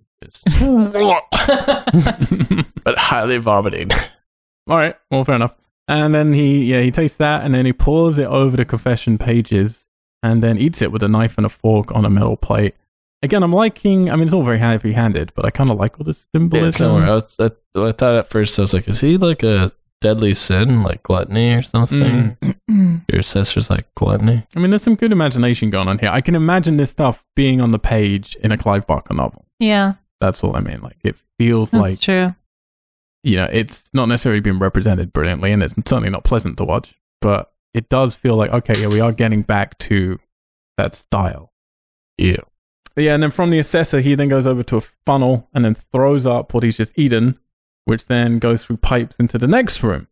Speaker 2: but highly vomiting.
Speaker 1: All right. Well, fair enough. And then he, yeah, he takes that and then he pours it over the confession pages and then eats it with a knife and a fork on a metal plate. Again, I'm liking, I mean, it's all very heavy handed, but I kind of like all the
Speaker 2: Yeah, it's
Speaker 1: symbolism.
Speaker 2: kinda weird. I, was, I, I thought at first I was like, is he like a deadly sin, like gluttony or something?
Speaker 1: Mm.
Speaker 2: Your sister's like gluttony.
Speaker 1: I mean, there's some good imagination going on here. I can imagine this stuff being on the page in a Clive Barker novel.
Speaker 3: yeah,
Speaker 1: That's all I mean. Like, it feels
Speaker 3: that's
Speaker 1: like,
Speaker 3: true.
Speaker 1: you know, it's not necessarily being represented brilliantly and it's certainly not pleasant to watch, but it does feel like, okay, yeah, we are getting back to that style.
Speaker 2: Ew.
Speaker 1: Yeah, and then from the assessor, he then goes over to a funnel and then throws up what he's just eaten, which then goes through pipes into the next room.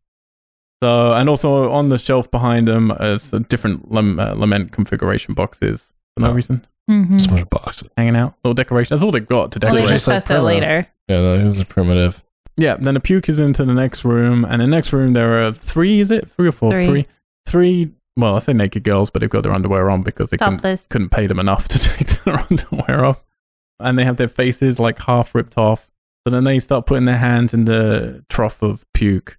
Speaker 1: So, and also on the shelf behind him is a different lem- uh, lament configuration boxes for no
Speaker 2: Oh.
Speaker 1: reason,
Speaker 3: hmm
Speaker 2: So much boxes.
Speaker 1: hanging out, little decoration. That's all they've got to
Speaker 3: Well, they
Speaker 1: decorate.
Speaker 2: Decoration.
Speaker 3: discuss
Speaker 2: It's like
Speaker 3: it
Speaker 2: promo.
Speaker 3: later.
Speaker 2: Yeah, no, this is primitive.
Speaker 1: yeah, then the puke is into the next room, and the next room there are three, is it three or four?
Speaker 3: Three.
Speaker 1: Three. Three- well, I say naked girls, but they've got their underwear on because they couldn't
Speaker 3: Topless.
Speaker 1: couldn't pay them enough to take their underwear off. And they have their faces like half ripped off. So then they start putting their hands in the trough of puke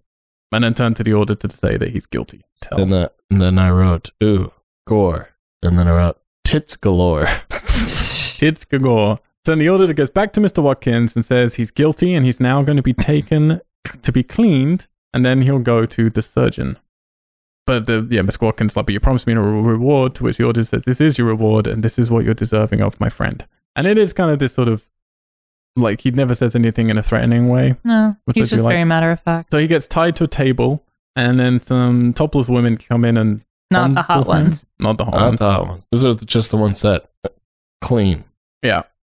Speaker 1: and then turn to the auditor to say that he's guilty. Tell.
Speaker 2: And, the, and then I wrote, ooh, gore. And then I wrote, tits galore.
Speaker 1: Kids Gagor. So then the auditor goes back to Mr. Watkins and says he's guilty and he's now going to be taken to be cleaned and then he'll go to the surgeon. But the, yeah, Mr. Watkins like, but you promised me a re- reward, to which the auditor says, this is your reward and this is what you're deserving of, my friend. And it is kind of this sort of, like, he never says anything in a threatening way.
Speaker 3: No,
Speaker 1: Which I
Speaker 3: he's
Speaker 1: do
Speaker 3: just
Speaker 1: like.
Speaker 3: very matter of fact.
Speaker 1: So he gets tied to a table and then some topless women come in and.
Speaker 3: Not the hot
Speaker 1: fondle him.
Speaker 3: ones.
Speaker 1: Not the hot
Speaker 2: I
Speaker 1: ones.
Speaker 2: thought ones. These are just the ones that uh, clean.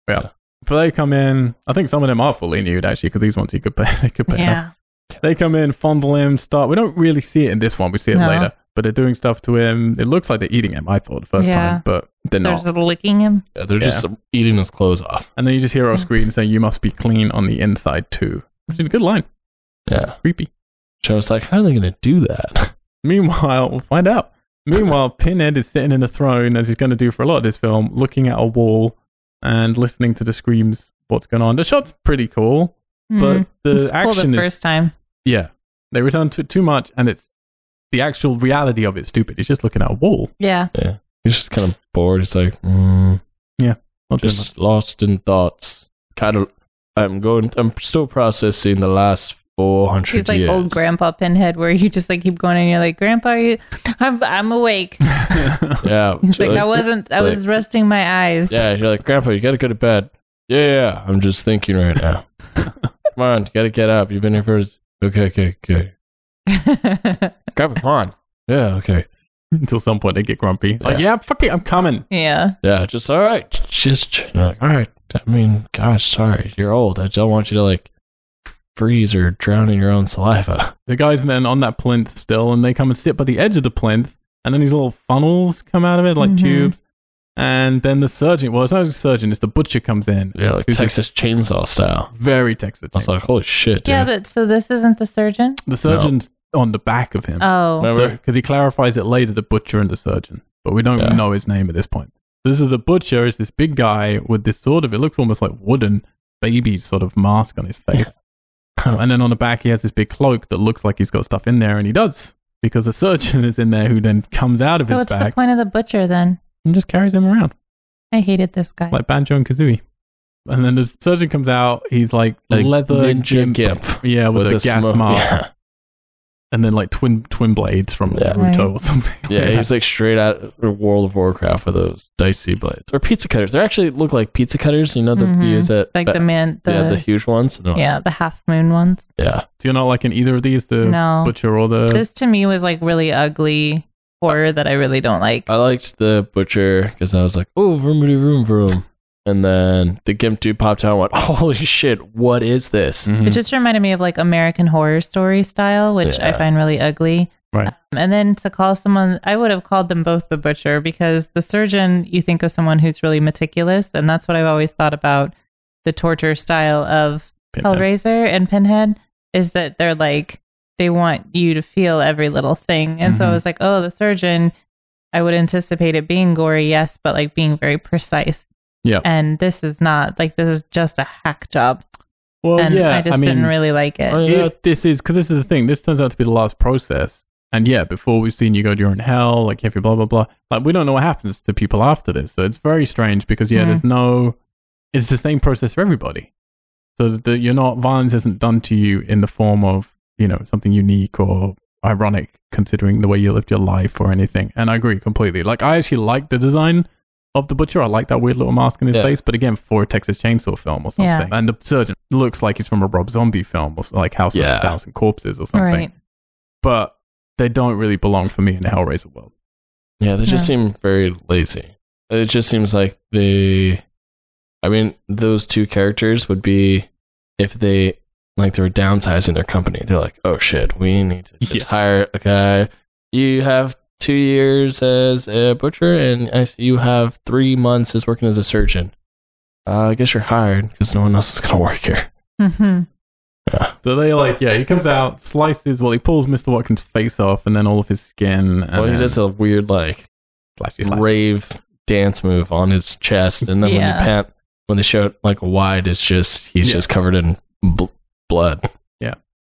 Speaker 1: But they come in. I think some of them are fully nude actually, because these ones you could pay. They could pay.
Speaker 3: Yeah.
Speaker 1: They come in, fondle him, start. We don't really see it in this one. We see it
Speaker 3: No.
Speaker 1: later. But they're doing stuff to him. It looks like they're eating him. I thought the first
Speaker 3: Yeah.
Speaker 1: time, but they're
Speaker 3: They're
Speaker 1: not.
Speaker 3: just licking him.
Speaker 2: Yeah, they're just eating his clothes off.
Speaker 1: and then you just hear off
Speaker 3: Yeah.
Speaker 1: screen saying, "You must be clean on the inside too," which is a good line.
Speaker 2: Yeah.
Speaker 1: Creepy.
Speaker 2: So I was like, how are they going to do that?
Speaker 1: Meanwhile, we'll find out. Meanwhile, Pinhead is sitting in a throne, as he's going to do for a lot of this film, looking at a wall and listening to the screams. of What's going on? The shot's pretty cool,
Speaker 3: Mhm.
Speaker 1: but the
Speaker 3: it's cool
Speaker 1: action
Speaker 3: the
Speaker 1: is
Speaker 3: first time.
Speaker 1: Yeah. They return to it too much and it's the actual reality of it stupid. He's just looking at a wall.
Speaker 3: Yeah.
Speaker 2: He's just kind of bored. He's like, mm,
Speaker 1: Not doing
Speaker 2: just lost in thoughts. Kind of, I'm going. I'm still processing the last four hundred.
Speaker 3: He's like
Speaker 2: years.
Speaker 3: old grandpa pinhead where you just like keep going and you're like, Grandpa, are you I'm I'm awake.
Speaker 1: much.
Speaker 2: Yeah,
Speaker 3: He's like,
Speaker 2: so-
Speaker 3: I wasn't I
Speaker 2: like-
Speaker 3: was resting my eyes.
Speaker 2: Yeah, you're like, Grandpa, you gotta go to bed. Yeah, yeah, I'm just thinking right now. come on, you gotta get up. You've been here for. Okay, okay, okay. Grandpa, come on. Yeah, okay.
Speaker 1: Until some point they get grumpy. Like, yeah, fuck it, I'm coming.
Speaker 3: yeah.
Speaker 2: Yeah, just all right. Just ch- you're like, all right. I mean, gosh, sorry, you're old. I don't want you to like freeze or drown in your own saliva.
Speaker 1: The guy's then on that plinth still and they come and sit by the edge of the plinth and then these little funnels come out of it like
Speaker 3: Mhm.
Speaker 1: tubes. And then the surgeon, well, it's not a surgeon, it's the butcher comes in.
Speaker 2: Yeah, like
Speaker 1: Who's this-
Speaker 2: Texas chainsaw style.
Speaker 1: Very Texas.
Speaker 2: I was like, holy shit, dude.
Speaker 3: Yeah, but so this isn't the surgeon?
Speaker 1: the surgeon's on the back of him.
Speaker 3: Oh.
Speaker 2: Remember?
Speaker 1: because he clarifies it later the butcher and the surgeon but we don't
Speaker 2: Yeah.
Speaker 1: know his name at this point this is the butcher is this big guy with this sort of it looks almost like wooden baby sort of mask on his face Oh, and then on the back he has this big cloak that looks like he's got stuff in there and he does because the surgeon is in there who then comes out of
Speaker 3: So
Speaker 1: his
Speaker 3: what's the
Speaker 1: back
Speaker 3: point of the butcher then?
Speaker 1: and just carries him around
Speaker 3: I hated this guy.
Speaker 1: like banjo and kazooie and then the surgeon comes out he's like,
Speaker 2: Like
Speaker 1: leather
Speaker 2: ninja
Speaker 1: gimp.
Speaker 2: gimp
Speaker 1: yeah with, a, gas
Speaker 2: smoke-
Speaker 1: mask
Speaker 2: Yeah.
Speaker 1: and then like twin twin blades from
Speaker 2: Yeah.
Speaker 1: Naruto
Speaker 3: Right.
Speaker 1: or something like
Speaker 2: Yeah,
Speaker 1: that.
Speaker 2: he's like straight out of World of Warcraft with those dicey blades or pizza cutters. They actually look like pizza cutters. You know the
Speaker 3: Mhm.
Speaker 2: views that
Speaker 3: like
Speaker 2: that-
Speaker 3: the man the
Speaker 2: yeah, the huge ones. No,
Speaker 3: yeah, the half moon ones.
Speaker 2: yeah,
Speaker 1: Do you not like in either of these the
Speaker 3: No.
Speaker 1: butcher or the
Speaker 3: this to me was like really ugly horror that I really don't like.
Speaker 2: I liked the butcher because I was like, oh, vroom vroom vroom vroom, and then the gimp dude popped out. and Went, holy shit, what is this?
Speaker 1: Mhm.
Speaker 3: It just reminded me of like American Horror Story style, which I
Speaker 2: Yeah.
Speaker 3: find really ugly. Um,
Speaker 1: Right.
Speaker 3: and then to call someone, I would have called them both the butcher because the surgeon, you think of someone who's really meticulous. And that's what I've always thought about the torture style of
Speaker 1: Pinhead.
Speaker 3: Hellraiser and Pinhead is that they're like, they want you to feel every little thing. And so I
Speaker 1: Mhm.
Speaker 3: was like, oh, the surgeon, I would anticipate it being gory, yes, but like being very precise.
Speaker 1: Yeah.
Speaker 3: And this is not like, this is just a hack job.
Speaker 1: Well,
Speaker 3: and
Speaker 1: yeah.
Speaker 3: I just
Speaker 1: mean,
Speaker 3: didn't really like it.
Speaker 2: Oh, yeah.
Speaker 1: if this is because this is the thing, this turns out to be the last process. And yeah, before we've seen you go to your own hell, like if you blah blah blah, like we don't know what happens to people after this, so it's very strange because yeah,
Speaker 3: Mhm.
Speaker 1: there's no, it's the same process for everybody. So that you're not violence isn't done to you in the form of you know something unique or ironic, considering the way you lived your life or anything. And I agree completely. Like I actually like the design of the butcher. I like that weird little mask in his
Speaker 2: Yeah.
Speaker 1: face, but again, for a Texas Chainsaw film or something.
Speaker 3: Yeah.
Speaker 1: And the surgeon looks like he's from a Rob Zombie film or s- like House of
Speaker 2: Yeah.
Speaker 1: a Thousand Corpses or something.
Speaker 3: Right.
Speaker 1: But they don't really belong for me in the Hellraiser world.
Speaker 2: Yeah, they just seem very lazy. It just seems like they. I mean, those two characters would be if they like they were downsizing their company. They're like, oh shit, we need to just
Speaker 1: Yeah.
Speaker 2: hire a guy. You have two years as a butcher, and I see you have three months as working as a surgeon. Uh, I guess you're hired because no one else is gonna work here.
Speaker 3: Mhm.
Speaker 1: So they like, yeah, he comes out, slices, well, he pulls Mr. Watkins' face off and then all of his skin. And
Speaker 2: well, he
Speaker 1: then
Speaker 2: does a weird like
Speaker 1: slashy, slashy.
Speaker 2: rave dance move on his chest, and then when
Speaker 3: Yeah.
Speaker 2: they pan, when they show it like wide, it's just he's
Speaker 1: Yeah.
Speaker 2: just covered in bl- blood.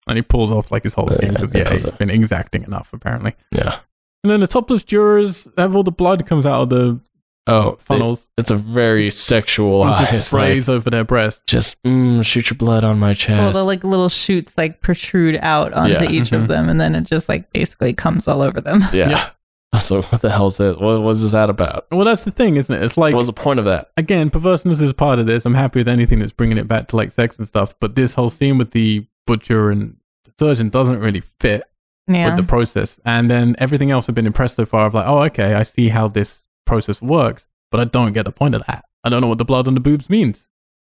Speaker 1: And he pulls off like his whole skin because,
Speaker 2: Yeah,
Speaker 1: yeah,
Speaker 2: pulls
Speaker 1: he's
Speaker 2: off.
Speaker 1: been exacting enough, apparently.
Speaker 2: Yeah.
Speaker 1: And then the topless jurors have all the blood comes out of the
Speaker 2: Oh, it-
Speaker 1: funnels
Speaker 2: it's a very sexual.
Speaker 1: and
Speaker 2: Just,
Speaker 1: just sprays over their breasts.
Speaker 2: just mm, shoot your blood on my chest.
Speaker 3: Well, the like little shoots like protrude out onto
Speaker 2: Yeah.
Speaker 3: each
Speaker 1: Mhm.
Speaker 3: of them, and then it just like basically comes all over them.
Speaker 2: yeah.
Speaker 1: yeah.
Speaker 2: So what the hell is that? What was that about?
Speaker 1: Well, that's the thing, isn't it? It's like
Speaker 2: what was the point of that?
Speaker 1: again, perverseness is part of this. I'm happy with anything that's bringing it back to like sex and stuff. But this whole scene with the butcher and the surgeon doesn't really fit
Speaker 3: Yeah,
Speaker 1: with the process. And then everything else I've been impressed so far of like, oh, okay, I see how this process works, but I don't get the point of that. I don't know what the blood on the boobs means.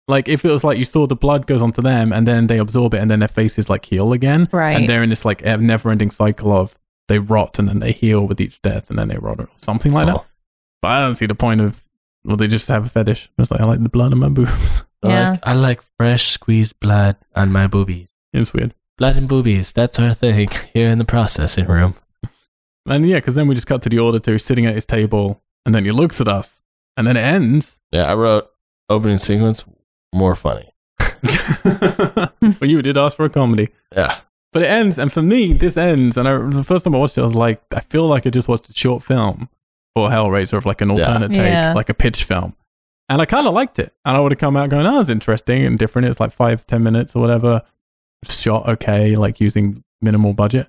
Speaker 1: Like, if it was like you saw the blood goes onto them and then they absorb it and then their faces like heal again.
Speaker 3: Right.
Speaker 1: And they're in this like never ending cycle of they rot and then they heal with each death and then they rot or something like that.
Speaker 2: Oh,
Speaker 1: But I don't see the point of. Well, they just have a fetish. It's like I like the blood on my boobs.
Speaker 2: I
Speaker 3: Yeah.
Speaker 2: Oh. like- I like fresh squeezed blood on my boobies.
Speaker 1: it's weird.
Speaker 2: Blood and boobies. That's our thing here in the processing room.
Speaker 1: And yeah, because then we just cut to the auditor who's sitting at his table, and then he looks at us, and then it ends.
Speaker 2: Yeah, I wrote opening sequence more funny.
Speaker 1: well, you did ask for a comedy,
Speaker 2: Yeah.
Speaker 1: but it ends. And for me, this ends. And I, the first time I watched it, I was like, I feel like I just watched a short film or Hellraiser of like an
Speaker 2: Yeah.
Speaker 1: alternate take,
Speaker 3: Yeah.
Speaker 1: like a pitch film. And I kind of liked it. And I would have come out going, "Oh, it's interesting and different." It's like five, ten minutes or whatever. Shot okay, like using minimal budget.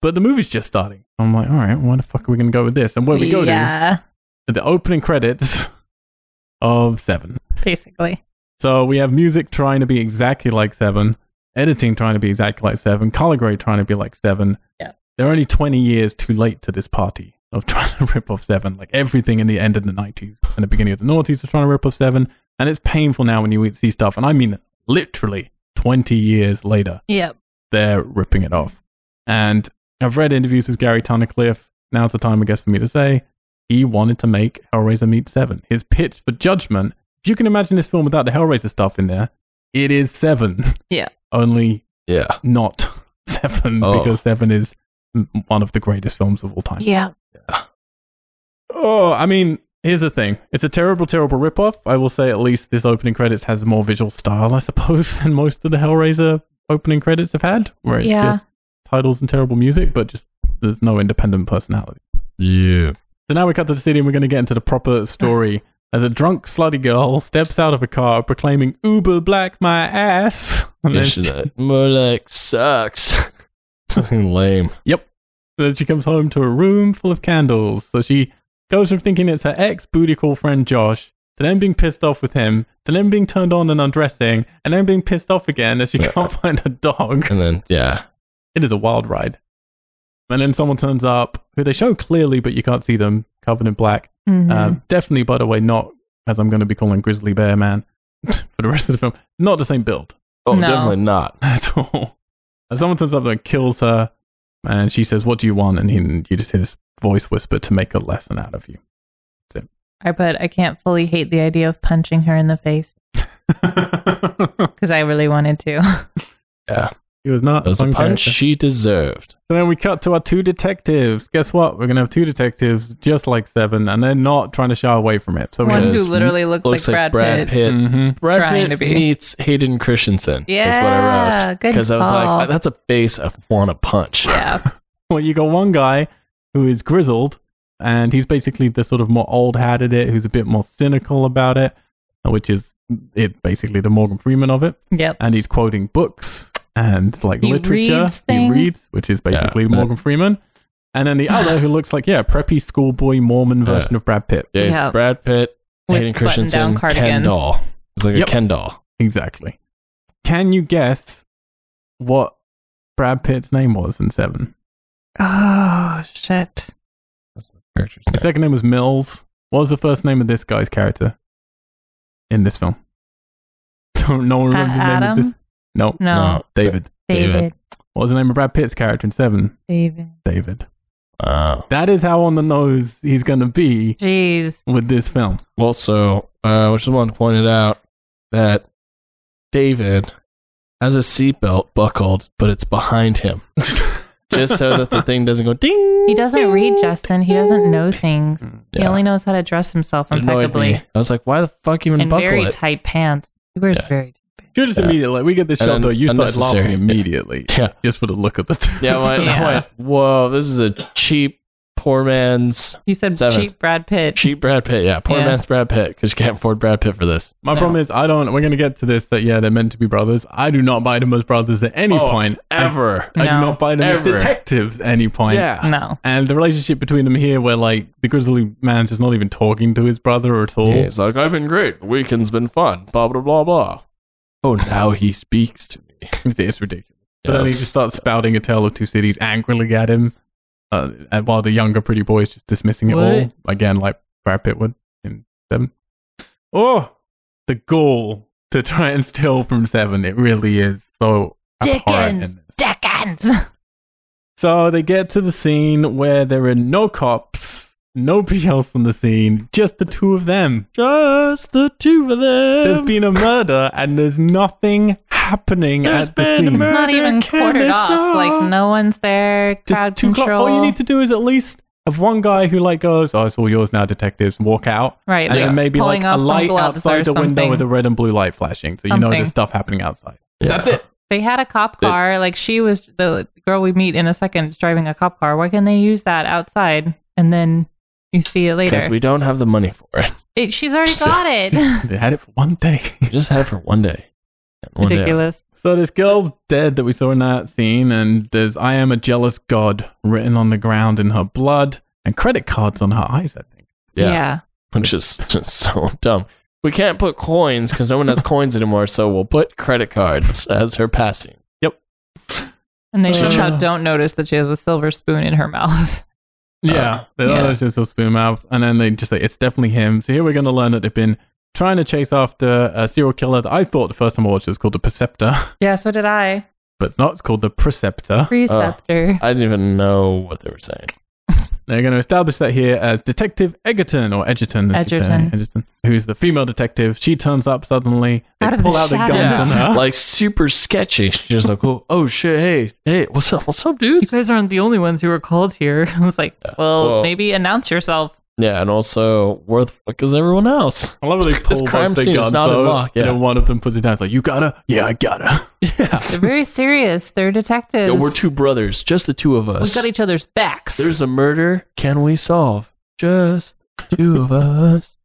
Speaker 1: But the movie's just starting. I'm like, all right, where the fuck are we going to go with this? And where we go
Speaker 3: yeah,
Speaker 1: to the opening credits of Seven.
Speaker 3: basically.
Speaker 1: So we have music trying to be exactly like Seven, editing trying to be exactly like Seven, color grade trying to be like Seven.
Speaker 3: Yeah.
Speaker 1: They're only 20 years too late to this party of trying to rip off Seven. Like everything in the end of the 90s and the beginning of the noughties was trying to rip off Seven. And it's painful now when you see stuff. And I mean literally 20 years later
Speaker 3: Yep.
Speaker 1: they're ripping it off. And I've read interviews with Gary Tunnicliffe. Now's the time, I guess, for me to say he wanted to make Hellraiser Meet Seven. His pitch for Judgment. If you can imagine this film without the Hellraiser stuff in there, it is Seven.
Speaker 3: Yeah.
Speaker 1: Only
Speaker 2: Yeah.
Speaker 1: not Seven
Speaker 2: Oh.
Speaker 1: because Seven is m- one of the greatest films of all time.
Speaker 3: Yeah.
Speaker 1: Oh, I mean, here's the thing. It's a terrible, terrible ripoff. I will say at least this opening credits has more visual style, I suppose, than most of the Hellraiser opening credits have had, where it's
Speaker 3: Yeah.
Speaker 1: just titles and terrible music, but just there's no independent personality.
Speaker 2: Yeah.
Speaker 1: So now we cut to the city and we're going to get into the proper story as a drunk, slutty girl steps out of a car proclaiming, Uber black my ass. And then
Speaker 2: It's
Speaker 1: she,
Speaker 2: just like, more like sucks. Something lame.
Speaker 1: then she comes home to a room full of candles. So she goes from thinking it's her ex booty call friend Josh to then being pissed off with him to then being turned on and undressing and then being pissed off again as she
Speaker 2: Yeah.
Speaker 1: can't find her dog.
Speaker 2: And then yeah.
Speaker 1: It is a wild ride. And then someone turns up who they show clearly, but you can't see them covered in black.
Speaker 3: Mhm.
Speaker 1: Um, definitely, by the way, not as I'm going to be calling Grizzly Bear Man for the rest of the film. Not the same build
Speaker 2: Oh,
Speaker 3: No.
Speaker 2: definitely not.
Speaker 1: at all. And someone turns up there and kills her. And she says, "What do you want?" And he, you just hear this voice whisper to make a lesson out of you.
Speaker 3: I put, I can't fully hate the idea of punching her in the face because I really wanted to.
Speaker 1: he was not
Speaker 2: It was a
Speaker 1: fun
Speaker 2: punch
Speaker 1: character.
Speaker 2: she deserved.
Speaker 1: So then we cut to our two detectives. Guess what? We're gonna have two detectives just like Seven, and they're not trying to shy away from it. So we
Speaker 3: One
Speaker 1: have,
Speaker 3: who
Speaker 2: Because
Speaker 3: literally looks,
Speaker 2: Looks
Speaker 3: like, Brad, Pitt.
Speaker 1: Mhm.
Speaker 2: Brad
Speaker 3: Trying
Speaker 2: Pitt
Speaker 3: to be.
Speaker 2: meets Hayden Christensen. is what I
Speaker 3: Yeah,
Speaker 2: wrote.
Speaker 3: good
Speaker 2: I was
Speaker 3: call.
Speaker 2: like, that's a face I want to punch.
Speaker 3: Yeah.
Speaker 1: Well, you got one guy who is grizzled, and he's basically the sort of more old hat at it, who's a bit more cynical about it, which is it basically the Morgan Freeman of it.
Speaker 3: Yep.
Speaker 1: And he's quoting books and like
Speaker 3: He
Speaker 1: literature.
Speaker 3: reads
Speaker 1: he
Speaker 3: things.
Speaker 1: reads, which is basically
Speaker 2: Yeah, but-
Speaker 1: Morgan Freeman. And then the other who looks like yeah, preppy schoolboy Mormon
Speaker 2: Yeah.
Speaker 1: version of Brad Pitt.
Speaker 2: Yeah, it's
Speaker 3: Yeah.
Speaker 2: Brad Pitt,
Speaker 3: With
Speaker 2: Hayden
Speaker 3: button-down
Speaker 2: Christensen, Ken
Speaker 3: cardigans.
Speaker 2: doll. It's like
Speaker 1: Yep.
Speaker 2: a Ken doll.
Speaker 1: Exactly. Can you guess what Brad Pitt's name was in Seven?
Speaker 3: Oh, shit.
Speaker 1: His second name was Mills. What was the first name of this guy's character in this film? Don't no one
Speaker 3: A-
Speaker 1: remembers his name of
Speaker 3: Adam?
Speaker 1: this. No,
Speaker 3: No.
Speaker 1: David.
Speaker 3: David.
Speaker 2: David.
Speaker 3: David.
Speaker 1: What was the name of Brad Pitt's character in Seven? David.
Speaker 2: Wow.
Speaker 1: That is how on the nose he's going to be
Speaker 3: Jeez.
Speaker 1: with this film.
Speaker 2: Also, uh, I just want to point it out that David has a seatbelt buckled, but it's behind him. just so that the thing doesn't go ding.
Speaker 3: He doesn't read, Justin. He doesn't know things. He
Speaker 2: Yeah.
Speaker 3: only knows how to dress himself
Speaker 2: It annoyed me.
Speaker 3: impeccably
Speaker 2: I was like, why the fuck even
Speaker 3: and
Speaker 2: buckle
Speaker 3: very
Speaker 2: it?
Speaker 3: tight pants. He wears
Speaker 2: Yeah.
Speaker 3: very tight pants.
Speaker 1: You're just
Speaker 2: Yeah.
Speaker 1: immediately like, we get this
Speaker 2: And
Speaker 1: shot though. You started
Speaker 2: unnecessary.
Speaker 1: laughing immediately
Speaker 2: Yeah.
Speaker 1: just for the look of the two.
Speaker 2: Yeah, I went, I
Speaker 3: Yeah.
Speaker 2: went, whoa, this is a cheap, poor man's,
Speaker 3: You said
Speaker 2: Seven.
Speaker 3: cheap Brad Pitt.
Speaker 2: cheap Brad Pitt. Yeah, poor
Speaker 3: Yeah.
Speaker 2: man's Brad Pitt because you can't afford Brad Pitt for this.
Speaker 1: My
Speaker 3: No.
Speaker 1: problem is I don't. We're gonna get to this. That yeah, they're meant to be brothers. I do not buy them as brothers at any
Speaker 2: Oh,
Speaker 1: point. I-
Speaker 2: Ever.
Speaker 1: I, do
Speaker 3: No.
Speaker 1: not buy them as
Speaker 2: Ever.
Speaker 1: detectives at any point.
Speaker 2: Yeah.
Speaker 3: No.
Speaker 1: And the relationship between them here, where like the grizzly man's just not even talking to his brother at all.
Speaker 2: He's like, I've been great. The weekend's been fun. Blah, blah, blah, blah. Oh, now he speaks to me.
Speaker 1: It's, it's ridiculous. But then he
Speaker 2: Yes.
Speaker 1: just starts spouting a tale of two cities angrily at him, uh, and while the younger pretty boy is just dismissing it
Speaker 2: What?
Speaker 1: all again, like Brad Pitt would in Seven. Oh, the gall to try and steal from Seven. It really is so abhorrent in
Speaker 3: Dickens.
Speaker 1: this.
Speaker 3: Dickens.
Speaker 1: So they get to the scene where there are no cops, nobody else on the scene, just the two of them.
Speaker 2: Just the two of them.
Speaker 1: There's been a murder and there's nothing happening
Speaker 2: There's
Speaker 1: at the
Speaker 2: been a
Speaker 1: scene.
Speaker 2: murder.
Speaker 3: Not even
Speaker 2: Can
Speaker 3: quartered
Speaker 2: this
Speaker 3: off.
Speaker 2: off.
Speaker 3: Like no one's there. Crowd
Speaker 1: Just two clo-
Speaker 3: control.
Speaker 1: All you need to do is at least have one guy who like goes, "Oh, it's all yours now, detectives," and walk out,
Speaker 3: right.
Speaker 1: and
Speaker 3: like,
Speaker 1: then maybe
Speaker 3: pulling
Speaker 1: like a
Speaker 3: off some
Speaker 1: light
Speaker 3: gloves or
Speaker 1: outside the window
Speaker 3: something.
Speaker 1: with a red and blue light flashing, so you know
Speaker 3: Something.
Speaker 1: there's stuff happening outside.
Speaker 2: Yeah.
Speaker 1: That's it.
Speaker 3: They had a cop
Speaker 2: They-
Speaker 3: car. like she was the girl we meet in a second is driving a cop car. Why can they use that outside and then you see it later?
Speaker 2: Because we don't have the money for it.
Speaker 3: It- she's already got it.
Speaker 1: They had it for one day.
Speaker 2: We just had it for one day. One day.
Speaker 3: Ridiculous.
Speaker 1: So this girl's dead that we saw in that scene, and there's "I am a jealous god" written on the ground in her blood, and credit cards on her eyes. I think.
Speaker 2: Yeah. Which is just so dumb. We can't put coins because no one has coins anymore. So we'll put credit cards as her passing.
Speaker 3: And they
Speaker 1: Uh.
Speaker 3: somehow don't notice that she has a silver spoon in her mouth.
Speaker 1: Yeah, Uh, they
Speaker 3: yeah.
Speaker 1: all just spoon mouth, and then they just say it's definitely him. So here we're going to learn that they've been trying to chase after a serial killer that I thought the first time I watched it was called the Perceptor,
Speaker 3: Yeah, so did I.
Speaker 1: but it's not it's called the Preceptor.
Speaker 3: Preceptor.
Speaker 2: I didn't even know what they were saying.
Speaker 1: They're going to establish that here as Detective Egerton or Edgerton. as you say,
Speaker 3: Edgerton.
Speaker 1: Edgerton, who's the female detective. She turns up suddenly. They
Speaker 3: Out of
Speaker 1: pull
Speaker 3: the
Speaker 1: out the
Speaker 3: shadows.
Speaker 1: guns on
Speaker 3: Yeah.
Speaker 1: her.
Speaker 2: like super sketchy. She's just like, oh, oh shit, hey, hey, what's up, what's up,
Speaker 3: you
Speaker 2: dudes?
Speaker 3: guys aren't the only ones who were called here. I was like, well,
Speaker 2: Well-
Speaker 3: maybe announce yourself.
Speaker 2: Yeah, and also, where the fuck is everyone else?
Speaker 1: I love how they
Speaker 2: This
Speaker 1: pull both
Speaker 2: crime
Speaker 1: their
Speaker 2: scene is
Speaker 1: guns
Speaker 2: not
Speaker 1: out,
Speaker 2: unlocked,
Speaker 1: and
Speaker 2: yeah.
Speaker 1: then one of them puts it down. It's like, you got her? Yeah, I got her.
Speaker 2: Yeah,
Speaker 3: They're very serious. They're detectives.
Speaker 2: Yo, we're two brothers, just the two of
Speaker 3: we
Speaker 2: us.
Speaker 3: got each other's backs.
Speaker 2: There's a murder. Can we solve? Just the two of us.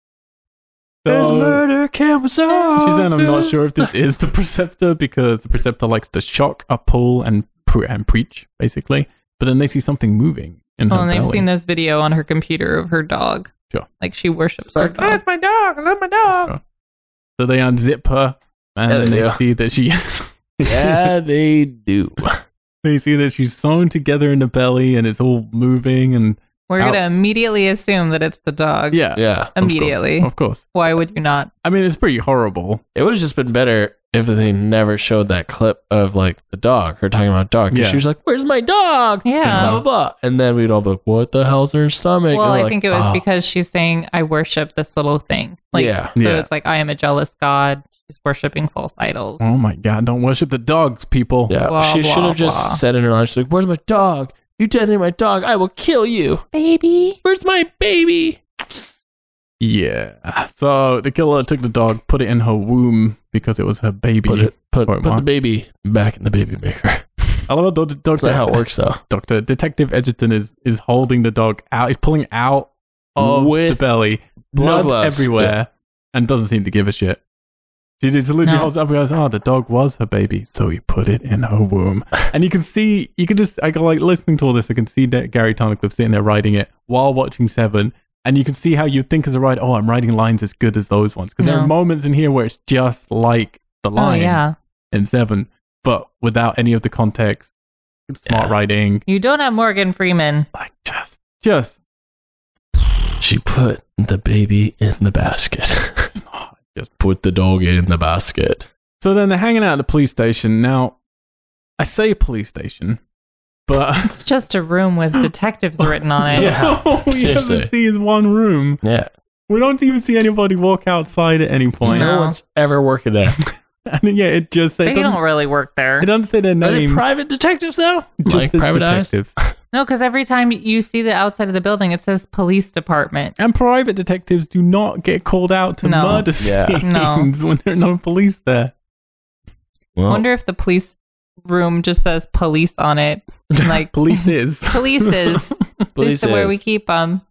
Speaker 2: There's a
Speaker 1: So-
Speaker 2: murder. Can we solve?
Speaker 1: She's saying, I'm not sure if this is the preceptor because the preceptor likes to shock, pull, and pre- and preach, basically. But then they see something moving in her
Speaker 3: Well, Oh, and they've
Speaker 1: belly.
Speaker 3: seen this video on her computer of her dog.
Speaker 1: Sure.
Speaker 3: Like she worships her
Speaker 2: Like,
Speaker 3: dog.
Speaker 2: my dog. I love my dog.
Speaker 1: so they unzip her, and
Speaker 2: Yeah,
Speaker 1: then
Speaker 2: they
Speaker 1: they
Speaker 2: do.
Speaker 1: see that she.
Speaker 2: Yeah, they do.
Speaker 1: they see that she's sewn together in the belly, and it's all moving, and
Speaker 3: We're
Speaker 2: Out.
Speaker 3: gonna immediately assume that it's the dog.
Speaker 1: Yeah.
Speaker 2: Yeah.
Speaker 1: of course,
Speaker 3: Immediately.
Speaker 1: Of course.
Speaker 3: Why would you not?
Speaker 1: I mean, it's pretty horrible.
Speaker 2: It would have just been better if they never showed that clip of like the dog, her talking about a dog. 'Cause
Speaker 1: Yeah. Uh-huh.
Speaker 2: She was like, Where's my dog? Blah,
Speaker 3: Yeah.
Speaker 2: blah, blah. And then we'd all be like, What the hell's her stomach?
Speaker 3: Well,
Speaker 2: And
Speaker 3: I
Speaker 2: like,
Speaker 3: think it was
Speaker 2: "Oh."
Speaker 3: because she's saying, I worship this little thing. Like,
Speaker 2: Yeah.
Speaker 3: so
Speaker 1: Yeah.
Speaker 3: it's like, I am a jealous God. She's worshiping false idols.
Speaker 1: Oh my god! Don't worship the dogs, people.
Speaker 2: Yeah.
Speaker 3: Blah,
Speaker 2: she
Speaker 3: blah,
Speaker 2: should have just
Speaker 3: blah.
Speaker 2: said in her life, she's like, Where's my dog? You detonate my dog, I will kill you.
Speaker 3: Baby.
Speaker 2: Where's my baby?
Speaker 1: Yeah. So the killer took the dog, put it in her womb because it was her baby.
Speaker 2: Put it put,
Speaker 1: Or it
Speaker 2: put the
Speaker 1: won't.
Speaker 2: baby back in the baby maker.
Speaker 1: I love how the
Speaker 2: That's not
Speaker 1: doctor,
Speaker 2: how it works though.
Speaker 1: doctor, Detective Edgerton is is holding the dog out. He's pulling out of
Speaker 2: With
Speaker 1: the belly,
Speaker 2: no
Speaker 1: blood
Speaker 2: gloves.
Speaker 1: everywhere, and doesn't seem to give a shit. She just literally
Speaker 3: No.
Speaker 1: holds it up and goes, "Oh, the dog was her baby, so he put it in her womb." and you can see, you can just, I go like listening to all this. I can see that Gary Tarnicliffe sitting there writing it while watching Seven, and you can see how you think as a writer, "Oh, I'm writing lines as good as those ones," because there are
Speaker 3: No.
Speaker 1: moments in here where it's just like the lines
Speaker 3: Oh, yeah.
Speaker 1: in Seven, but without any of the context. Good Smart
Speaker 2: Yeah.
Speaker 1: writing,
Speaker 3: You don't have Morgan Freeman.
Speaker 1: like just, just,
Speaker 2: She put the baby in the basket. just put the dog in the basket.
Speaker 1: So then they're hanging out at the police station. Now, I say police station, but
Speaker 3: It's just a room with detectives written on it.
Speaker 2: Yeah.
Speaker 1: all we
Speaker 2: Seriously.
Speaker 1: ever see is one room.
Speaker 2: Yeah.
Speaker 1: We don't even see anybody walk outside at any point.
Speaker 3: No.
Speaker 2: No one's ever working there.
Speaker 1: And yeah, it just says,
Speaker 3: They
Speaker 1: it doesn't,
Speaker 3: don't really work there.
Speaker 1: it doesn't say their
Speaker 2: Are they
Speaker 1: names.
Speaker 2: private detectives now?
Speaker 1: It just
Speaker 2: like
Speaker 1: says
Speaker 2: private eyes?
Speaker 1: detectives.
Speaker 3: No, because every time you see the outside of the building, it says police department.
Speaker 1: And private detectives do not get called out to
Speaker 3: No.
Speaker 1: murder
Speaker 2: Yeah.
Speaker 1: scenes
Speaker 3: No.
Speaker 1: when there are no police there.
Speaker 2: Well,
Speaker 3: Wonder if the police room just says police on it. Like
Speaker 1: Police is.
Speaker 3: police is. This is where we keep them.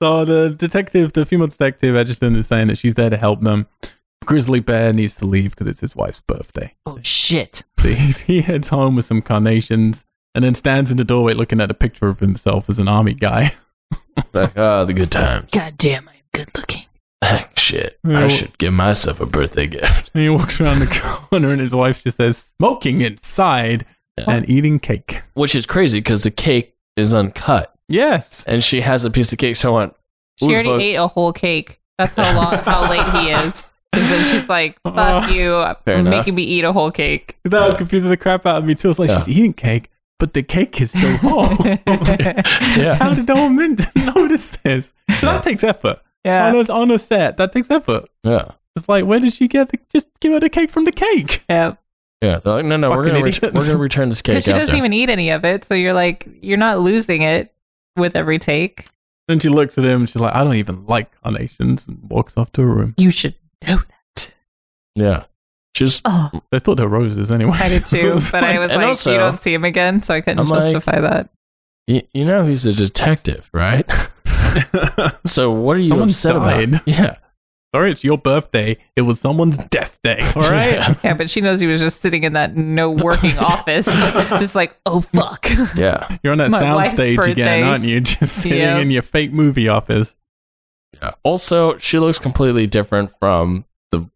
Speaker 1: So the detective, the female detective, Edgerton, is saying that she's there to help them. Grizzly Bear needs to leave because it's his wife's birthday.
Speaker 3: Oh shit!
Speaker 1: So he's- he heads home with some carnations and then stands in the doorway looking at a picture of himself as an army guy.
Speaker 2: like, oh, the good times.
Speaker 3: God damn, I'm good looking.
Speaker 2: Shit.
Speaker 1: Yeah,
Speaker 2: I
Speaker 1: well-
Speaker 2: should give myself a birthday gift.
Speaker 1: And he walks around the corner and his wife just says, smoking inside
Speaker 2: Yeah.
Speaker 1: and eating cake.
Speaker 2: Which is crazy because the cake is uncut
Speaker 1: Yes.
Speaker 2: and she has a piece of cake. So I went,
Speaker 3: She
Speaker 2: Ooh,
Speaker 3: already
Speaker 2: fuck.
Speaker 3: ate a whole cake. That's how long, how late he is. And then she's like, "Fuck
Speaker 1: Uh,
Speaker 3: you,
Speaker 2: fair
Speaker 3: for
Speaker 2: enough.
Speaker 3: making me eat a whole cake."
Speaker 1: That was confusing the crap out of me too. It's like,
Speaker 2: Yeah.
Speaker 1: she's eating cake, but the cake is still whole.
Speaker 3: yeah.
Speaker 1: How did no one men- notice this? So that takes effort. On, a, on a set, that takes effort.
Speaker 2: Yeah.
Speaker 1: It's like, where did she get the, just give her the cake from the cake?
Speaker 3: Yeah,
Speaker 2: Yeah. They're like, no, no, we're
Speaker 1: Fucking
Speaker 2: going ret- we're
Speaker 1: idiots.
Speaker 2: gonna return this cake
Speaker 3: because she
Speaker 2: out
Speaker 3: doesn't
Speaker 2: there.
Speaker 3: even eat any of it, so you're like, you're not losing it with every take.
Speaker 1: Then she looks at him and she's like, I don't even like carnations and walks off to her room.
Speaker 3: You should know that.
Speaker 2: yeah. She's
Speaker 3: Oh,
Speaker 1: They thought they were roses anyway.
Speaker 3: I did
Speaker 1: so it
Speaker 3: too,
Speaker 1: was
Speaker 3: but I was
Speaker 2: And
Speaker 3: like,
Speaker 2: also-
Speaker 3: you don't see him again, so I couldn't
Speaker 2: I'm like-
Speaker 3: justify that.
Speaker 2: Y- you know he's a detective, right? so what are you
Speaker 1: Someone
Speaker 2: upset
Speaker 1: died.
Speaker 2: about? Yeah,
Speaker 1: Sorry, it's your birthday. It was someone's death day. All right.
Speaker 2: yeah,
Speaker 3: Yeah, but she knows he was just sitting in that no working office, just like, oh fuck.
Speaker 2: yeah.
Speaker 1: You're on that
Speaker 3: It's my wife's
Speaker 1: soundstage
Speaker 3: birthday.
Speaker 1: again, aren't you? Just sitting
Speaker 3: Yeah.
Speaker 1: in your fake movie office.
Speaker 2: yeah. Also, she looks completely different from the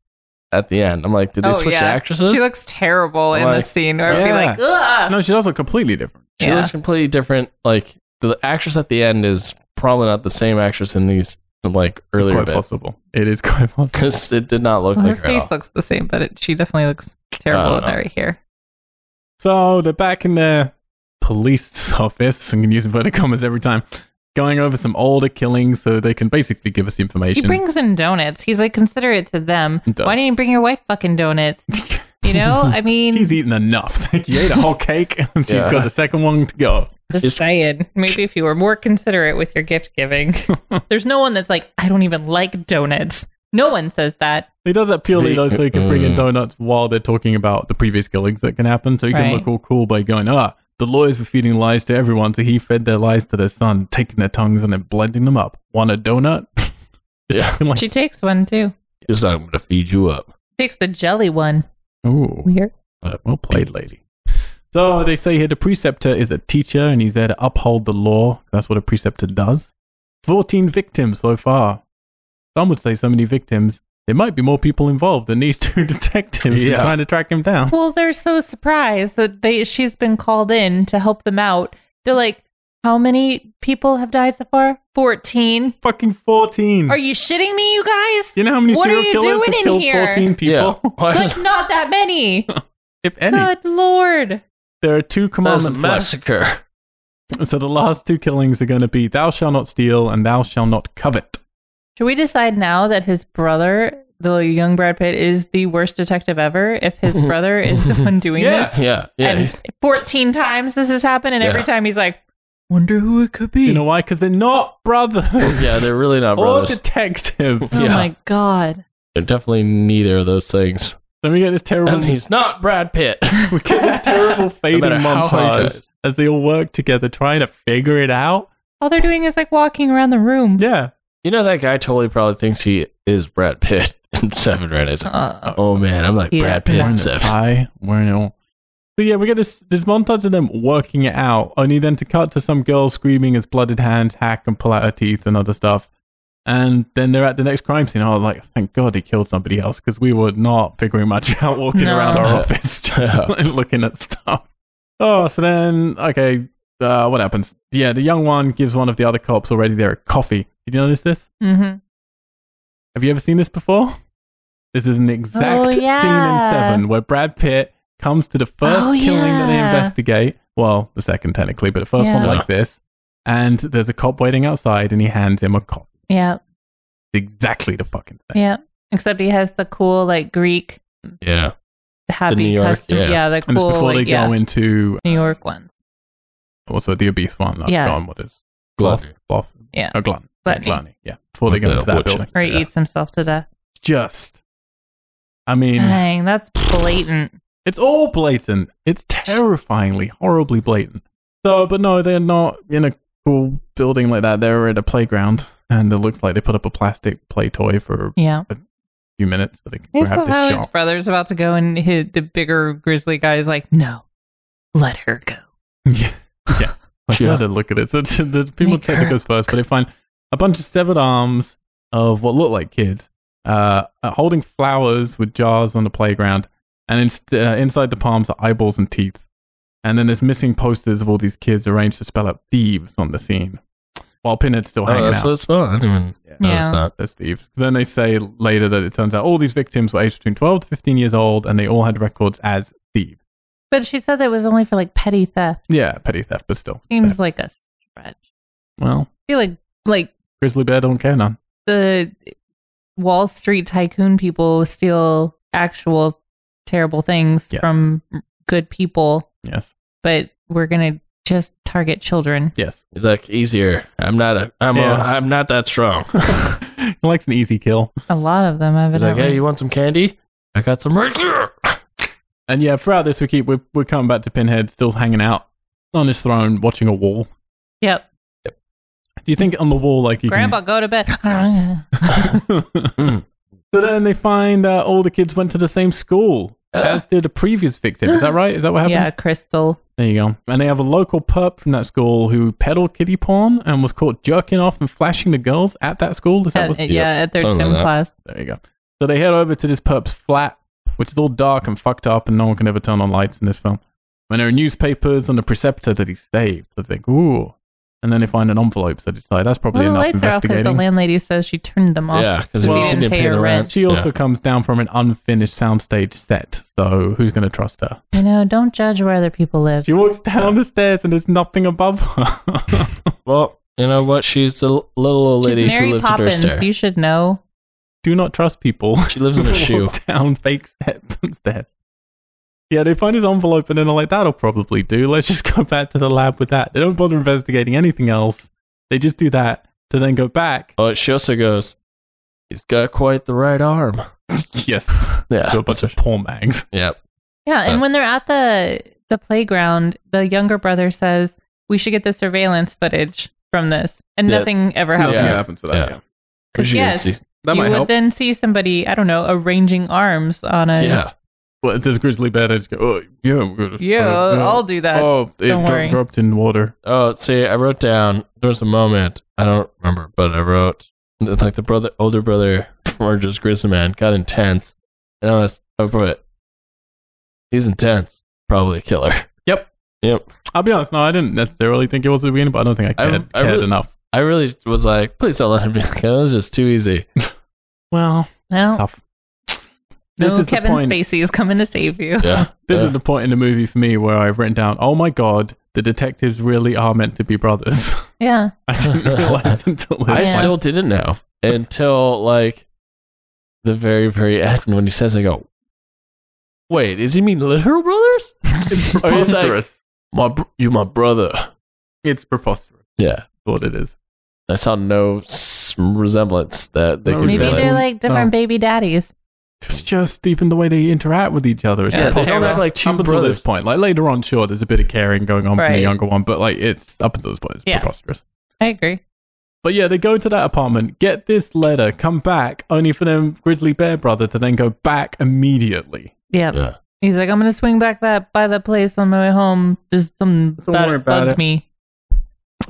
Speaker 2: at the end. I'm like, did they
Speaker 3: oh
Speaker 2: switch
Speaker 3: yeah,
Speaker 2: actresses?
Speaker 3: she looks terrible in
Speaker 2: Like-
Speaker 3: the scene. Or I'd be
Speaker 1: Yeah.
Speaker 3: like,
Speaker 2: Uh,
Speaker 3: ugh.
Speaker 1: No, she's also completely different.
Speaker 2: She
Speaker 3: Yeah.
Speaker 2: looks completely different. Like the actress at the end is probably not the same actress in these like
Speaker 1: It's
Speaker 2: earlier
Speaker 1: quite
Speaker 2: bits
Speaker 1: possible. It is quite possible.
Speaker 2: because it did not look
Speaker 3: Well, her
Speaker 2: like oh. her. at
Speaker 3: face
Speaker 2: all.
Speaker 3: looks the same, but it, she definitely looks terrible
Speaker 2: don't
Speaker 3: in that
Speaker 2: know.
Speaker 3: right here.
Speaker 1: So they're back in their police office. I'm going to use inverted commas every time. Going over some older killings so they can basically give us the
Speaker 3: He
Speaker 1: information.
Speaker 3: brings in donuts. He's like considerate to them.
Speaker 1: Duh.
Speaker 3: Why didn't you bring your wife fucking donuts? You know, I mean,
Speaker 1: She's eaten enough. she ate a whole cake and she's
Speaker 2: Yeah.
Speaker 1: got the second one to go.
Speaker 3: just
Speaker 2: it's-
Speaker 3: saying. Maybe if you were more considerate with your gift giving. There's no one that's like, I don't even like donuts. No one says that.
Speaker 1: He does that purely
Speaker 2: The-
Speaker 1: though, so he can bring in
Speaker 2: Mm.
Speaker 1: donuts while they're talking about the previous killings that can happen. So he can
Speaker 3: Right.
Speaker 1: look all cool by going, ah, the lawyers were feeding lies to everyone, so he fed their lies to their son, taking their tongues and then blending them up. Want a donut? Just
Speaker 2: Yeah.
Speaker 1: talking like,
Speaker 3: She takes one too.
Speaker 2: He's like, I'm gonna feed you up.
Speaker 3: Takes the jelly one.
Speaker 1: ooh,
Speaker 3: Weird.
Speaker 1: well played, lady. So they say here the preceptor is a teacher and he's there to uphold the law. That's what a preceptor does. 14 victims so far. Some would say so many victims. There might be more people involved than these two detectives
Speaker 2: Yeah.
Speaker 1: trying to track him down.
Speaker 3: Well, they're so surprised that they she's been called in to help them out. They're like, How many people have died so far? 14.
Speaker 1: Fucking 14.
Speaker 3: Are you shitting me, you guys?
Speaker 1: Hmm. you know how many
Speaker 3: What are
Speaker 1: serial
Speaker 3: you
Speaker 1: killers
Speaker 3: doing
Speaker 1: have
Speaker 3: in
Speaker 1: killed
Speaker 3: here?
Speaker 1: 14 people?
Speaker 2: Yeah.
Speaker 3: Like, not that many.
Speaker 1: if any.
Speaker 3: Good lord.
Speaker 1: There are two
Speaker 2: That's a
Speaker 1: commandments left.
Speaker 2: massacre.
Speaker 1: So the last two killings are going to be thou shalt not steal and thou shalt not covet.
Speaker 3: Should we decide now that his brother, the young Brad Pitt, is the worst detective ever? If his brother is the one doing
Speaker 1: Yeah.
Speaker 3: this?
Speaker 2: Yeah, yeah.
Speaker 3: And 14 times this has happened, and every
Speaker 2: Yeah.
Speaker 3: time he's like, wonder who it could be.
Speaker 1: You know why? Because they're not brothers.
Speaker 2: yeah, they're really not
Speaker 1: or
Speaker 2: brothers.
Speaker 1: detectives.
Speaker 3: oh
Speaker 2: Yeah.
Speaker 3: my god.
Speaker 2: They're definitely neither of those things.
Speaker 1: Then we get this terrible,
Speaker 2: And he's not Brad Pitt.
Speaker 1: we get this terrible fading
Speaker 2: matter how hard he
Speaker 1: montage
Speaker 2: tries.
Speaker 1: as they all work together trying to figure it out.
Speaker 3: All they're doing is like walking around the room.
Speaker 1: Yeah,
Speaker 2: You know that guy totally probably thinks he is Brad Pitt in Seven Right? It's like,
Speaker 3: Uh,
Speaker 2: oh man, I'm like
Speaker 3: He is
Speaker 2: Brad Pitt
Speaker 1: wearing
Speaker 2: in
Speaker 1: a
Speaker 2: Seven.
Speaker 1: tie, wearing it all. So yeah, we get this this montage of them working it out, only then to cut to some girl screaming as blooded hands hack and pull out her teeth and other stuff. And then they're at the next crime scene. Oh, like thank God he killed somebody else because we were not figuring much out walking
Speaker 3: No.
Speaker 1: around our office just looking at stuff. Oh, so then okay, uh, what happens? Yeah, the young one gives one of the other cops already there a coffee. Did you notice this?
Speaker 3: hmm
Speaker 1: Have you ever seen this before? This is an exact
Speaker 3: Oh,
Speaker 1: scene in
Speaker 3: yeah.
Speaker 1: Seven where Brad Pitt comes to the first
Speaker 3: Oh,
Speaker 1: killing that they
Speaker 3: yeah.
Speaker 1: investigate. Well, the second technically, but the first one
Speaker 3: Yeah.
Speaker 1: like this. And there's a cop waiting outside, and he hands him a coffee.
Speaker 3: Yeah.
Speaker 1: It's exactly the fucking thing.
Speaker 3: Yeah. Except he has the cool, like, Greek
Speaker 2: Yeah. New
Speaker 3: happy
Speaker 2: York,
Speaker 3: custom.
Speaker 2: yeah.
Speaker 3: Yeah. the
Speaker 1: And it's
Speaker 3: cool,
Speaker 1: before they
Speaker 3: like, yeah,
Speaker 1: go into
Speaker 3: New York ones.
Speaker 1: also the obese one. That's
Speaker 3: Yes.
Speaker 1: gone. What is
Speaker 2: Glug.
Speaker 1: Gloth?
Speaker 3: Yeah.
Speaker 1: Oh, Glun.
Speaker 3: Gluttony.
Speaker 1: Gluttony. Yeah. Before they
Speaker 2: With
Speaker 1: go
Speaker 2: the
Speaker 1: into that
Speaker 2: watch.
Speaker 1: building.
Speaker 3: Or he
Speaker 2: Yeah.
Speaker 3: eats himself to death.
Speaker 1: Just, I mean,
Speaker 3: Dang, that's blatant.
Speaker 1: It's all blatant. It's terrifyingly, horribly blatant. So, but no, they're not in a cool building like that. They're at a playground, and it looks like they put up a plastic play toy for a
Speaker 3: Yeah.
Speaker 1: few minutes that they
Speaker 3: I
Speaker 1: can
Speaker 3: love
Speaker 1: grab
Speaker 3: how
Speaker 1: this
Speaker 3: his
Speaker 1: job.
Speaker 3: brother's about to go and his, the bigger grizzly guy is like, no, let her go.
Speaker 1: yeah, yeah. Like,
Speaker 2: Yeah.
Speaker 1: yeah. look at it. So the people
Speaker 3: Make
Speaker 1: take the
Speaker 3: her-
Speaker 1: goes first, but they find a bunch of severed arms of what look like kids uh, uh, holding flowers with jars on the playground, and inst- uh, inside the palms are eyeballs and teeth. And then there's missing posters of all these kids arranged to spell out thieves on the scene, while Pinhead's still
Speaker 2: Oh,
Speaker 1: hanging
Speaker 2: that's
Speaker 1: out.
Speaker 2: what it's about. I didn't even
Speaker 1: Yeah.
Speaker 2: no,
Speaker 3: Yeah.
Speaker 2: it's not.
Speaker 1: That's thieves. Then they say later that it turns out all these victims were aged between 12 to 15 years old, and they all had records as thieves.
Speaker 3: But she said that it was only for like petty theft.
Speaker 1: Yeah, petty theft, but still.
Speaker 3: Seems like a stretch.
Speaker 1: Well,
Speaker 3: I feel like like
Speaker 1: Grizzly Bear don't care none.
Speaker 3: the Wall Street tycoon people steal actual terrible things
Speaker 1: Yes.
Speaker 3: from good people,
Speaker 1: Yes.
Speaker 3: but we're gonna just target children.
Speaker 1: Yes.
Speaker 2: It's like easier. I'm not a I'm
Speaker 1: Yeah.
Speaker 2: a, I'm not that strong.
Speaker 1: he likes an easy kill.
Speaker 3: A lot of them,
Speaker 2: He's like,
Speaker 3: evidently.
Speaker 2: hey, you want some candy? I got some right here.
Speaker 1: And yeah, throughout this, we keep we're, we're coming back to Pinhead, still hanging out on his throne, watching a wall.
Speaker 3: yep.
Speaker 1: Do you think on the wall, like you
Speaker 3: Grandpa, go to bed.
Speaker 1: Can... so then they find uh, all the kids went to the same school as did a previous victim. Is that right? Is that what happened?
Speaker 3: yeah, Crystal.
Speaker 1: There you go. And they have a local perp from that school who peddled kiddie porn and was caught jerking off and flashing the girls at that school. Is that
Speaker 3: At,
Speaker 1: what's...
Speaker 3: yeah, at their
Speaker 2: Something
Speaker 3: gym
Speaker 2: like that.
Speaker 3: class.
Speaker 1: There you go. So they head over to this pub's flat, which is all dark and fucked up, and no one can ever turn on lights in this film. And there are newspapers and a preceptor that he saved. So they think, ooh. And then they find an envelope, so they decide that's probably
Speaker 3: Well, the
Speaker 1: enough
Speaker 3: lights are off because the
Speaker 1: investigating.
Speaker 3: landlady says she turned them off.
Speaker 2: yeah, because
Speaker 1: Well-
Speaker 2: he didn't pay, the rent.
Speaker 1: she also comes down from an unfinished soundstage set, so who's going to trust her?
Speaker 3: You know, don't judge where other people live.
Speaker 1: She walks down the stairs and there's nothing above her.
Speaker 2: Yeah. Well, you know what? She's a little old lady
Speaker 3: She's Mary
Speaker 2: who lived
Speaker 3: Poppins.
Speaker 2: at her stair.
Speaker 3: You should know.
Speaker 1: Do not trust people.
Speaker 2: She lives in a shoe.
Speaker 1: Walk down fake step- stairs. Yeah, they find his envelope and then they're like, that'll probably do. Let's just go back to the lab with that. They don't bother investigating anything else. They just do that to then go back.
Speaker 2: But she also goes, he's got quite the right arm.
Speaker 1: Oh, yes.
Speaker 2: Yeah.
Speaker 1: to a bunch of porn mags.
Speaker 2: Yeah.
Speaker 3: Yeah, and
Speaker 2: Yes.
Speaker 3: when they're at the the playground, the younger brother says we should get the surveillance footage from this, and
Speaker 2: Yeah.
Speaker 3: nothing ever
Speaker 2: Nothing Yeah.
Speaker 3: happens.
Speaker 2: happens. to that, Yeah.
Speaker 3: Because
Speaker 2: She
Speaker 3: yes,
Speaker 2: is-
Speaker 1: That
Speaker 3: you
Speaker 1: might
Speaker 3: would
Speaker 1: help.
Speaker 3: then see somebody I don't know arranging arms on a
Speaker 2: Yeah.
Speaker 1: But does Grizzly Bear just go, oh, yeah, we're gonna-
Speaker 3: Yeah,
Speaker 1: uh,
Speaker 3: I'll,
Speaker 1: yeah.
Speaker 3: I'll do that.
Speaker 1: Oh, it
Speaker 3: Don't
Speaker 1: dro-
Speaker 3: worry.
Speaker 1: dropped in water.
Speaker 2: Oh, see, I wrote down. There was a moment I don't remember, but I wrote that, like the brother, older brother from Orange's Grizzly Man got intense, and I oh, was, I put, he's intense, probably a killer.
Speaker 1: Yep.
Speaker 2: Yep.
Speaker 1: I'll be honest. No, I didn't necessarily think it was at the beginning, but I don't think I
Speaker 2: I-
Speaker 1: cared,
Speaker 2: I
Speaker 1: cared
Speaker 2: really-
Speaker 1: enough.
Speaker 2: I really was like, please don't let him be like, that was just too easy.
Speaker 1: Well,
Speaker 3: Well,
Speaker 1: tough. This
Speaker 3: no
Speaker 1: is
Speaker 3: Kevin
Speaker 1: the point.
Speaker 3: Spacey is coming to save you.
Speaker 2: Yeah.
Speaker 1: This
Speaker 2: Yeah.
Speaker 1: is the point in the movie for me where I've written down, "Oh my god, the detectives really are meant to be brothers."
Speaker 3: Yeah.
Speaker 1: I didn't realize until this
Speaker 2: I
Speaker 1: point.
Speaker 2: still didn't know until like the very, very end when he says, I go, wait, does he mean literal brothers?
Speaker 1: it's
Speaker 2: Or he's like-
Speaker 1: preposterous.
Speaker 2: My, br- you my brother.
Speaker 1: it's preposterous.
Speaker 2: Yeah.
Speaker 1: What it is.
Speaker 2: I saw no s- resemblance that they
Speaker 1: No
Speaker 2: could
Speaker 3: Maybe
Speaker 1: Really?
Speaker 2: relate.
Speaker 3: they're like different
Speaker 1: No.
Speaker 3: baby daddies.
Speaker 1: It's just even the way they interact with each other. Is
Speaker 3: Yeah,
Speaker 2: they
Speaker 1: preposterous.
Speaker 2: don't
Speaker 3: terrible.
Speaker 2: act like two
Speaker 1: up until
Speaker 2: brothers.
Speaker 1: this point, like later on, sure, there's a bit of caring going on from the
Speaker 3: Right.
Speaker 1: younger one, but like it's up until this point, it's
Speaker 3: Yeah.
Speaker 1: preposterous.
Speaker 3: I agree.
Speaker 1: But yeah, they go to that apartment, get this letter, come back, only for them grizzly bear brother to then go back immediately.
Speaker 3: Yeah.
Speaker 2: Yeah.
Speaker 3: He's like, I'm gonna swing back that by that place on my way home. Just something
Speaker 1: Don't
Speaker 3: about
Speaker 1: worry
Speaker 3: it
Speaker 1: about
Speaker 3: bugged
Speaker 1: it.
Speaker 3: me.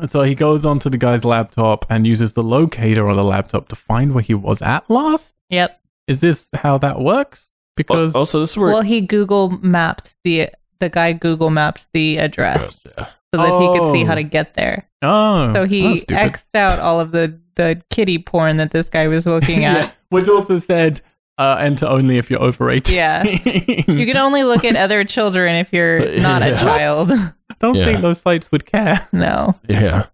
Speaker 1: And so he goes onto the guy's laptop and uses the locator on the laptop to find where he was at last.
Speaker 3: Yep.
Speaker 1: Is this how that works? Because
Speaker 2: also, this is where
Speaker 3: well, he Google mapped the the guy Google mapped the address
Speaker 2: Yeah.
Speaker 3: so that he could see
Speaker 1: Oh.
Speaker 3: how to get there.
Speaker 1: oh,
Speaker 3: So
Speaker 1: that's
Speaker 3: he
Speaker 1: stupid.
Speaker 3: xed out all of the the kitty porn that this guy was looking
Speaker 1: Yeah,
Speaker 3: at.
Speaker 1: which also said uh, enter only if you're over 18.
Speaker 3: yeah. You can only look at other children if you're not a
Speaker 2: Yeah.
Speaker 3: child.
Speaker 1: don't
Speaker 2: Yeah.
Speaker 1: think those sites would care.
Speaker 3: No.
Speaker 2: Yeah.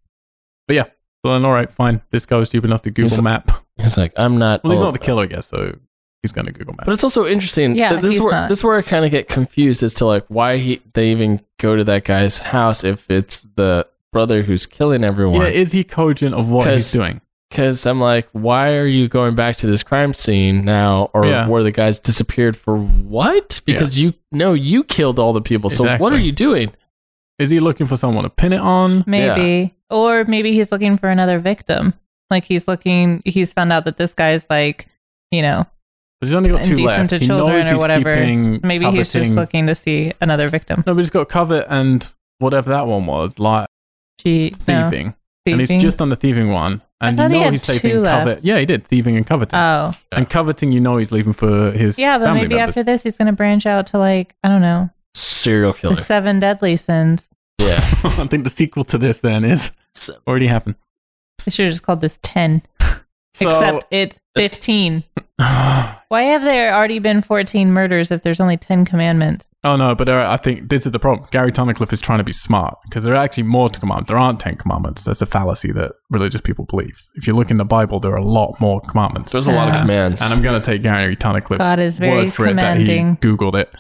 Speaker 1: So then, all right, fine. This guy was stupid enough to Google
Speaker 2: He's-
Speaker 1: Map.
Speaker 2: He's like, I'm not.
Speaker 1: Well, he's
Speaker 2: old
Speaker 1: not the killer, I guess, so he's going to Google Map.
Speaker 2: But it's also interesting.
Speaker 3: Yeah,
Speaker 2: th- this is
Speaker 3: he's
Speaker 2: where
Speaker 3: not.
Speaker 2: this is where I kind of get confused as to like why he they even go to that guy's house if it's the brother who's killing
Speaker 1: yeah,
Speaker 2: everyone.
Speaker 1: is he cogent of what he's
Speaker 2: 'Cause-
Speaker 1: doing?
Speaker 2: Because I'm like, why are you going back to this crime scene now, or
Speaker 1: Yeah.
Speaker 2: where the guys disappeared for what? Because you know you killed all the people. So what are
Speaker 1: Exactly.
Speaker 2: you doing?
Speaker 1: Is he looking for someone to pin it on?
Speaker 3: Maybe. Or maybe he's looking for another victim. Like he's looking he's found out that this guy's like, you know,
Speaker 1: But he's only got two
Speaker 3: Indecent
Speaker 1: left.
Speaker 3: to
Speaker 1: he
Speaker 3: children
Speaker 1: knows
Speaker 3: or
Speaker 1: he's
Speaker 3: whatever.
Speaker 1: keeping
Speaker 3: maybe he's just
Speaker 1: coveting-
Speaker 3: looking to see another victim.
Speaker 1: No, but he's got covet and whatever that one was, like
Speaker 3: She no,
Speaker 1: thieving. And he's just on the thieving one. And you
Speaker 3: thought he
Speaker 1: know
Speaker 3: had
Speaker 1: he's
Speaker 3: two
Speaker 1: saving
Speaker 3: left.
Speaker 1: covet. Yeah, he did. Thieving and coveting.
Speaker 3: Oh.
Speaker 1: and coveting, you know he's leaving for his
Speaker 3: Yeah, but
Speaker 1: family
Speaker 3: maybe
Speaker 1: members.
Speaker 3: after this he's gonna branch out to like, I don't know,
Speaker 2: Serial
Speaker 3: the
Speaker 2: killer.
Speaker 3: seven deadly sins.
Speaker 2: yeah.
Speaker 1: I think the sequel to this then is
Speaker 2: So-
Speaker 1: already happened.
Speaker 3: They should have just called this ten. Except it's fifteen.
Speaker 1: oh
Speaker 3: Why have there already been fourteen murders if there's only ten commandments?
Speaker 1: oh, no, but there are, I think this is the problem. Gary Tunnicliffe is trying to be smart because there are actually more to command. There aren't ten commandments. That's a fallacy that religious people believe. If you look in the Bible, there are a lot more commandments.
Speaker 2: There's a lot of
Speaker 3: Uh,
Speaker 2: commands.
Speaker 1: And I'm going to take Gary Tunnicliffe's
Speaker 3: God is very
Speaker 1: word for it
Speaker 3: commanding.
Speaker 1: that he googled it,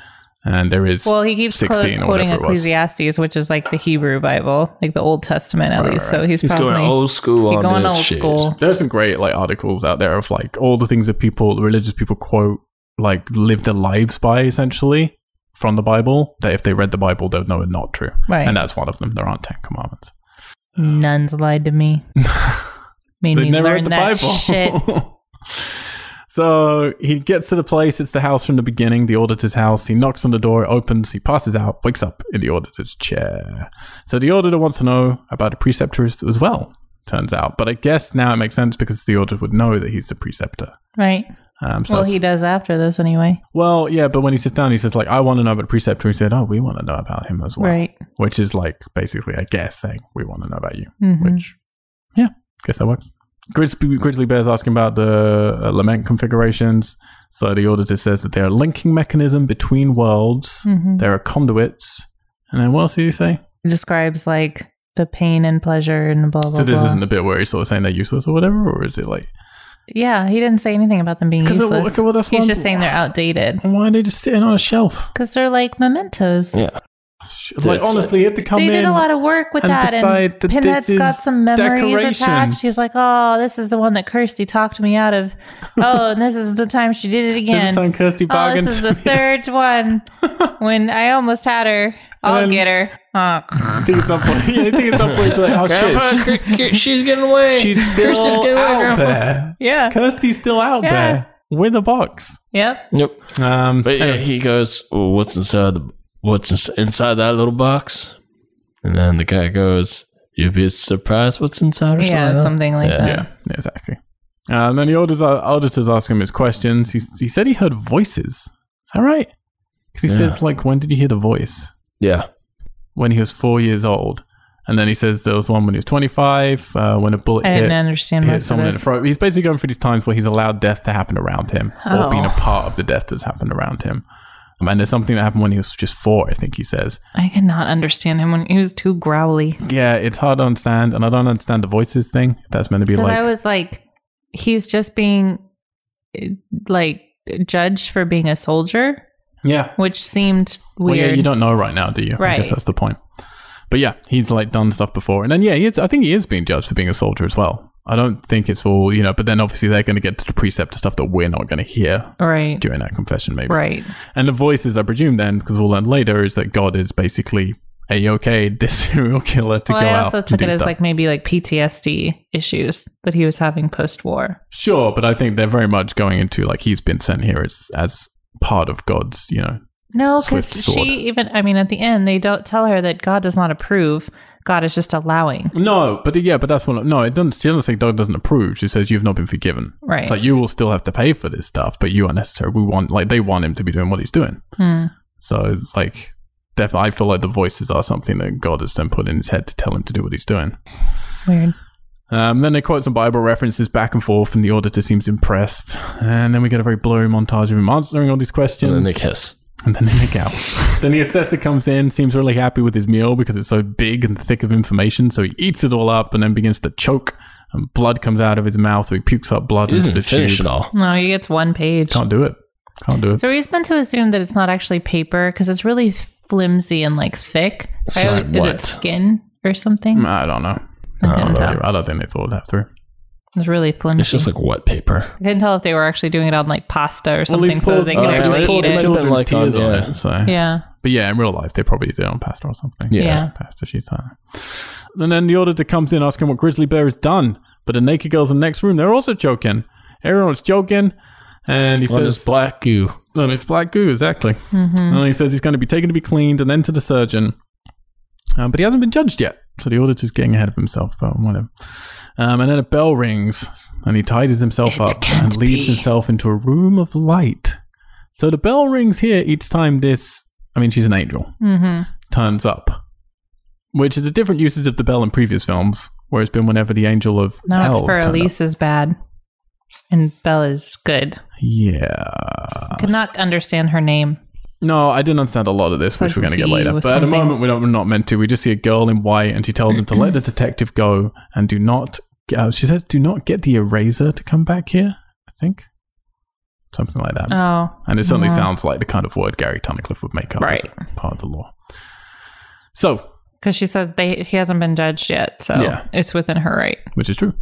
Speaker 1: and there is
Speaker 3: Well, he keeps quote-
Speaker 1: 16 or
Speaker 3: quoting
Speaker 1: whatever it was.
Speaker 3: Ecclesiastes, which is like the Hebrew Bible, like the Old Testament at
Speaker 1: Right,
Speaker 3: least.
Speaker 1: right,
Speaker 3: So
Speaker 1: right.
Speaker 3: he's,
Speaker 2: he's
Speaker 3: probably
Speaker 2: going old school
Speaker 3: he's
Speaker 2: on
Speaker 3: going
Speaker 2: this
Speaker 3: old
Speaker 2: shit.
Speaker 3: school.
Speaker 1: there's some great like articles out there of like all the things that people, religious people, quote like live their lives by essentially from the Bible. That if they read the Bible, they'd know it's not true.
Speaker 3: Right.
Speaker 1: And that's one of them. There aren't ten commandments.
Speaker 3: Nuns lied to me. Made me
Speaker 1: They've never
Speaker 3: learn
Speaker 1: read the
Speaker 3: that
Speaker 1: Bible.
Speaker 3: shit.
Speaker 1: so he gets to the place. It's the house from the beginning, the auditor's house. He knocks on the door, it opens, he passes out, wakes up in the auditor's chair. So the auditor wants to know about the preceptor as as well, turns out. But I guess now it makes sense because the auditor would know that he's the preceptor.
Speaker 3: Right.
Speaker 1: Um, so
Speaker 3: Well,
Speaker 1: that's-
Speaker 3: he does after this anyway.
Speaker 1: well, yeah, but when he sits down, he says, like, I want to know about the preceptor. He said, oh, we want to know about him as well.
Speaker 3: Right.
Speaker 1: Which is like, basically, I guess, saying, we want to know about you
Speaker 3: Mhm.
Speaker 1: which yeah guess that works grizzly, grizzly bears asking about the uh, lament configurations so the auditor says that they're a linking mechanism between worlds
Speaker 3: Mhm.
Speaker 1: there are conduits and then what else do you say
Speaker 3: It describes like the pain and pleasure and blah blah.
Speaker 1: so this
Speaker 3: blah.
Speaker 1: isn't the bit where he's sort of saying they're useless or whatever or is it like
Speaker 3: yeah, he didn't say anything about them being
Speaker 1: 'Cause it-
Speaker 3: useless.
Speaker 1: okay, well, that's
Speaker 3: he's
Speaker 1: one-
Speaker 3: just saying they're outdated
Speaker 1: why are they just sitting on a shelf
Speaker 3: because they're like mementos.
Speaker 2: Yeah.
Speaker 1: like
Speaker 2: It's-
Speaker 1: honestly you have to come
Speaker 3: they
Speaker 1: in
Speaker 3: did a lot of work with
Speaker 1: and
Speaker 3: that,
Speaker 1: decide
Speaker 3: and
Speaker 1: that
Speaker 3: Pinhead's
Speaker 1: this
Speaker 3: got
Speaker 1: is
Speaker 3: some memories
Speaker 1: decoration.
Speaker 3: attached. She's like, "Oh, this is the one that Kirsty talked me out of. Oh, and this is the time she did it
Speaker 1: this is
Speaker 3: again.
Speaker 1: time Kirsty
Speaker 3: Oh,
Speaker 1: bargained
Speaker 3: this is
Speaker 1: to
Speaker 3: the third one when I almost had her. I'll
Speaker 1: then-
Speaker 3: get her. Oh.
Speaker 1: I think at some point, yeah, I think at some point, you're like, oh shit,
Speaker 2: she's getting away.
Speaker 1: she's
Speaker 2: Kirsty's
Speaker 1: still
Speaker 2: getting away,
Speaker 1: out
Speaker 2: Grandpa.
Speaker 1: there.
Speaker 3: Yeah.
Speaker 1: Kirsty's still out
Speaker 3: Yeah.
Speaker 1: there with a box.
Speaker 3: Yep.
Speaker 2: Nope.
Speaker 1: Um,
Speaker 2: But yeah,
Speaker 1: anyway.
Speaker 2: he goes, "Well, "What's inside the what's ins- inside that little box?" And then the guy goes, "You'd be surprised what's inside." Or
Speaker 3: Yeah,
Speaker 2: something.
Speaker 3: something like
Speaker 2: Yeah.
Speaker 3: that.
Speaker 1: Yeah, yeah, exactly. Uh, and then the auditors, auditors ask him his questions. He, he said he heard voices. Is that right? 'Cause he
Speaker 2: Yeah.
Speaker 1: says, like, when did you hear the voice?
Speaker 2: Yeah,
Speaker 1: when he was four years old, and then he says there was one when he was 25 uh, when a bullet
Speaker 3: I didn't
Speaker 1: hit,
Speaker 3: understand
Speaker 1: hit
Speaker 3: most of
Speaker 1: someone in the
Speaker 3: this.
Speaker 1: throat. He's basically going through these times where he's allowed death to happen around him or been a
Speaker 3: Oh.
Speaker 1: part of the death that's happened around him. Um, And there's something that happened when he was just four, I think he says.
Speaker 3: I could not understand him when he was too growly.
Speaker 1: Yeah, it's hard to understand, and I don't understand the voices thing. That's meant to be
Speaker 3: Because
Speaker 1: like
Speaker 3: I was like, he's just being eh, like judged for being a soldier,
Speaker 1: yeah,
Speaker 3: which seemed
Speaker 1: Well,
Speaker 3: weird.
Speaker 1: yeah, you don't know right now, do you? I guess
Speaker 3: Right.
Speaker 1: that's the point. But yeah, he's like done stuff before, and then yeah, he is, I think he is being judged for being a soldier as well. I don't think it's all you know, but then obviously they're going to get to the precept of stuff that we're not going to hear
Speaker 3: right.
Speaker 1: during that confession, maybe.
Speaker 3: Right.
Speaker 1: And the voices, I presume, then because we'll learn later, is that God is basically a okay this serial killer to
Speaker 3: well,
Speaker 1: go
Speaker 3: I
Speaker 1: out
Speaker 3: also
Speaker 1: and
Speaker 3: took
Speaker 1: do
Speaker 3: it as
Speaker 1: stuff.
Speaker 3: like maybe like PTSD issues that he was having post war.
Speaker 1: sure, but I think they're very much going into like he's been sent here as as part of God's, you know,
Speaker 3: No,
Speaker 1: Swift
Speaker 3: because
Speaker 1: sword.
Speaker 3: she even, I mean, at the end, they don't tell her that God does not approve. God is just allowing.
Speaker 1: No, but yeah, but that's what. No, it doesn't. She doesn't say God doesn't approve. She says you've not been forgiven.
Speaker 3: Right.
Speaker 1: It's like you will still have to pay for this stuff, but you are necessary. We want like they want him to be doing what he's doing.
Speaker 3: Hmm.
Speaker 1: So like, definitely, I feel like the voices are something that God has then put in his head to tell him to do what he's doing.
Speaker 3: Weird.
Speaker 1: Um, then they quote some Bible references back and forth, and the auditor seems impressed. And then we get a very blurry montage of him answering all these questions.
Speaker 2: And then they kiss.
Speaker 1: And then they make out. then the assessor comes in, seems really happy with his meal because it's so big and thick of information. So he eats it all up and then begins to choke, and blood comes out of his mouth. So he pukes up blood
Speaker 2: He
Speaker 1: into
Speaker 2: doesn't
Speaker 1: the
Speaker 2: finish
Speaker 1: tube.
Speaker 2: it all.
Speaker 3: No, he gets one page.
Speaker 1: Can't do it. Can't do it.
Speaker 3: So are you meant to assume that it's not actually paper because it's really flimsy and like thick?
Speaker 2: It's just
Speaker 3: always- is
Speaker 2: what?
Speaker 3: it skin or something?
Speaker 1: I don't know.
Speaker 3: I couldn't
Speaker 1: I don't
Speaker 3: tell.
Speaker 1: think- I don't think they thought that through.
Speaker 3: It's really flimsy.
Speaker 2: It's just like wet paper.
Speaker 3: I couldn't tell if they were actually doing it on like pasta or
Speaker 1: Well, he's
Speaker 3: something so they could
Speaker 2: uh,
Speaker 3: actually
Speaker 2: he's
Speaker 3: eat
Speaker 2: poured
Speaker 3: it.
Speaker 2: lemon-
Speaker 1: children's
Speaker 2: like on-
Speaker 1: tears on
Speaker 2: yeah.
Speaker 1: it. So
Speaker 3: Yeah.
Speaker 1: But yeah, in real life, they probably did it on pasta or something.
Speaker 2: Yeah.
Speaker 3: Yeah.
Speaker 1: Pasta sheets. I don't know. And then the auditor comes in asking what Grizzly Bear has done. But the naked girls in the next room, they're also choking. Everyone's joking. And he
Speaker 2: One
Speaker 1: says,
Speaker 2: is black goo.
Speaker 1: And it's black goo, exactly.
Speaker 3: Mm-hmm.
Speaker 1: And he says he's going to be taken to be cleaned and then to the surgeon. Um, but he hasn't been judged yet. So the auditor's getting ahead of himself, but whatever. Um, and then a bell rings and he tidies himself
Speaker 3: It
Speaker 1: up
Speaker 3: can't
Speaker 1: and leads
Speaker 3: be.
Speaker 1: himself into a room of light. So the bell rings here each time this, I mean, she's an angel,
Speaker 3: hmm
Speaker 1: turns up, which is a different usage of the bell in previous films, where it's been whenever the angel of
Speaker 3: No,
Speaker 1: hell
Speaker 3: it's for
Speaker 1: turned up.
Speaker 3: Elise is bad. And Bella's good.
Speaker 1: Yeah.
Speaker 3: Could not understand her name.
Speaker 1: No, I didn't understand a lot of this,
Speaker 3: like
Speaker 1: which we're going to get
Speaker 3: V
Speaker 1: later. But
Speaker 3: was
Speaker 1: at the
Speaker 3: something.
Speaker 1: moment, we don't, we're not meant to. We just see a girl in white, and she tells him to let the detective go and do not. Uh, she says, "Do not get the eraser to come back here." I think something like that.
Speaker 3: Oh.
Speaker 1: and it certainly
Speaker 3: yeah.
Speaker 1: sounds like the kind of word Gary Tunnicliffe would make up as
Speaker 3: Right.
Speaker 1: a part of the law. So,
Speaker 3: Because she says they he hasn't been judged yet, so
Speaker 1: Yeah.
Speaker 3: it's within her right.
Speaker 1: which is true.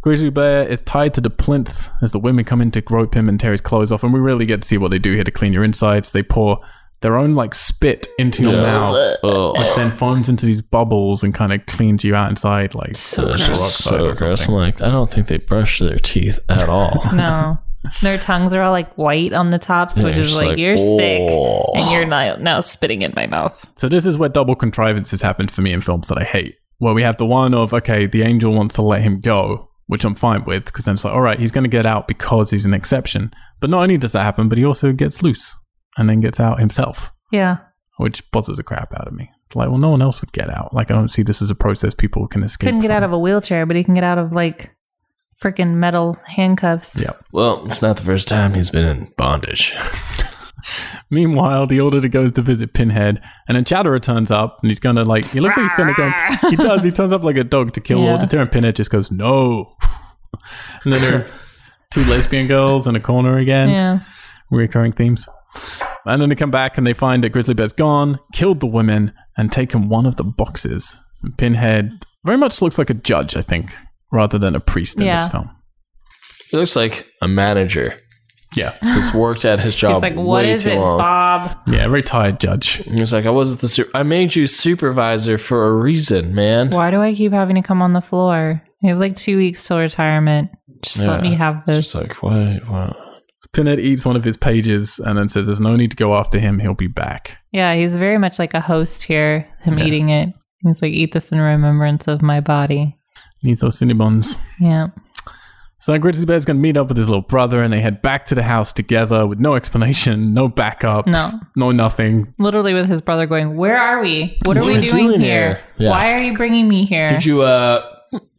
Speaker 1: Grizzly Bear is tied to the plinth as the women come in to grope him and tear his clothes off, and we really get to see what they do here to clean your insides. They pour their own like spit into your mouth. which
Speaker 2: Oh,
Speaker 1: then foams into these bubbles and kind of cleans you out inside like
Speaker 2: it's
Speaker 1: peroxide
Speaker 2: just so
Speaker 1: or something.
Speaker 2: gross. I'm like, I don't think they brush their teeth at all.
Speaker 3: No. Their tongues are all like white on the tops,
Speaker 2: Yeah,
Speaker 3: which
Speaker 2: you're
Speaker 3: is
Speaker 2: just
Speaker 3: like,
Speaker 2: like,
Speaker 3: you're sick
Speaker 2: "Oh."
Speaker 3: and you're now, now spitting in my mouth.
Speaker 1: So this is where double contrivances happen for me in films that I hate. Where we have the one of okay, the angel wants to let him go, which I'm fine with because then it's like all right, he's going to get out because he's an exception. But not only does that happen, but he also gets loose and then gets out himself,
Speaker 3: Yeah.
Speaker 1: which bothers the crap out of me. It's like, well, no one else would get out. Like I don't see this as a process people can escape.
Speaker 3: Couldn't get
Speaker 1: from.
Speaker 3: out of a wheelchair, but he can get out of like freaking metal handcuffs.
Speaker 1: Yeah.
Speaker 2: Well, it's not the first time he's been in bondage.
Speaker 1: Meanwhile, the auditor goes to visit Pinhead, and then Chatterer turns up, and he's gonna like he looks like he's gonna go. He does. He turns up like a dog to kill
Speaker 3: Yeah.
Speaker 1: auditor, and Pinhead just goes no. and then there are two lesbian girls in a corner again,
Speaker 3: Yeah.
Speaker 1: recurring themes. And then they come back and they find that Grizzly Bear's gone, killed the women, and taken one of the boxes. And Pinhead very much looks like a judge, I think, rather than a priest in
Speaker 3: Yeah.
Speaker 1: this film.
Speaker 2: He looks like a manager
Speaker 1: Yeah,
Speaker 2: who's worked at his job.
Speaker 3: He's like, what
Speaker 2: way
Speaker 3: is
Speaker 2: too
Speaker 3: it,
Speaker 2: long."
Speaker 3: Bob?
Speaker 1: yeah, very tired judge.
Speaker 2: He was like, I wasn't the super. I made you supervisor for a reason, man.
Speaker 3: Why do I keep having to come on the floor? You have like two weeks till retirement. Just let
Speaker 2: Yeah.
Speaker 3: me have
Speaker 2: It's
Speaker 3: this.
Speaker 2: just like, what? what?
Speaker 1: Pinhead eats one of his pages and then says, "There's no need to go after him. He'll be back."
Speaker 3: yeah, he's very much like a host here, him
Speaker 1: Yeah.
Speaker 3: eating it. He's like, eat this in remembrance of my body.
Speaker 1: Needs those cinnabons.
Speaker 3: Yeah.
Speaker 1: So now Grizzly Bear's going to meet up with his little brother, and they head back to the house together with no explanation, no backup,
Speaker 3: No.
Speaker 1: no nothing.
Speaker 3: Literally with his brother going, Where are we? What are
Speaker 2: What
Speaker 3: we
Speaker 2: are we
Speaker 3: doing
Speaker 2: doing
Speaker 3: here?
Speaker 2: here?" Yeah.
Speaker 3: Why are you bringing me here?
Speaker 2: Did you uh?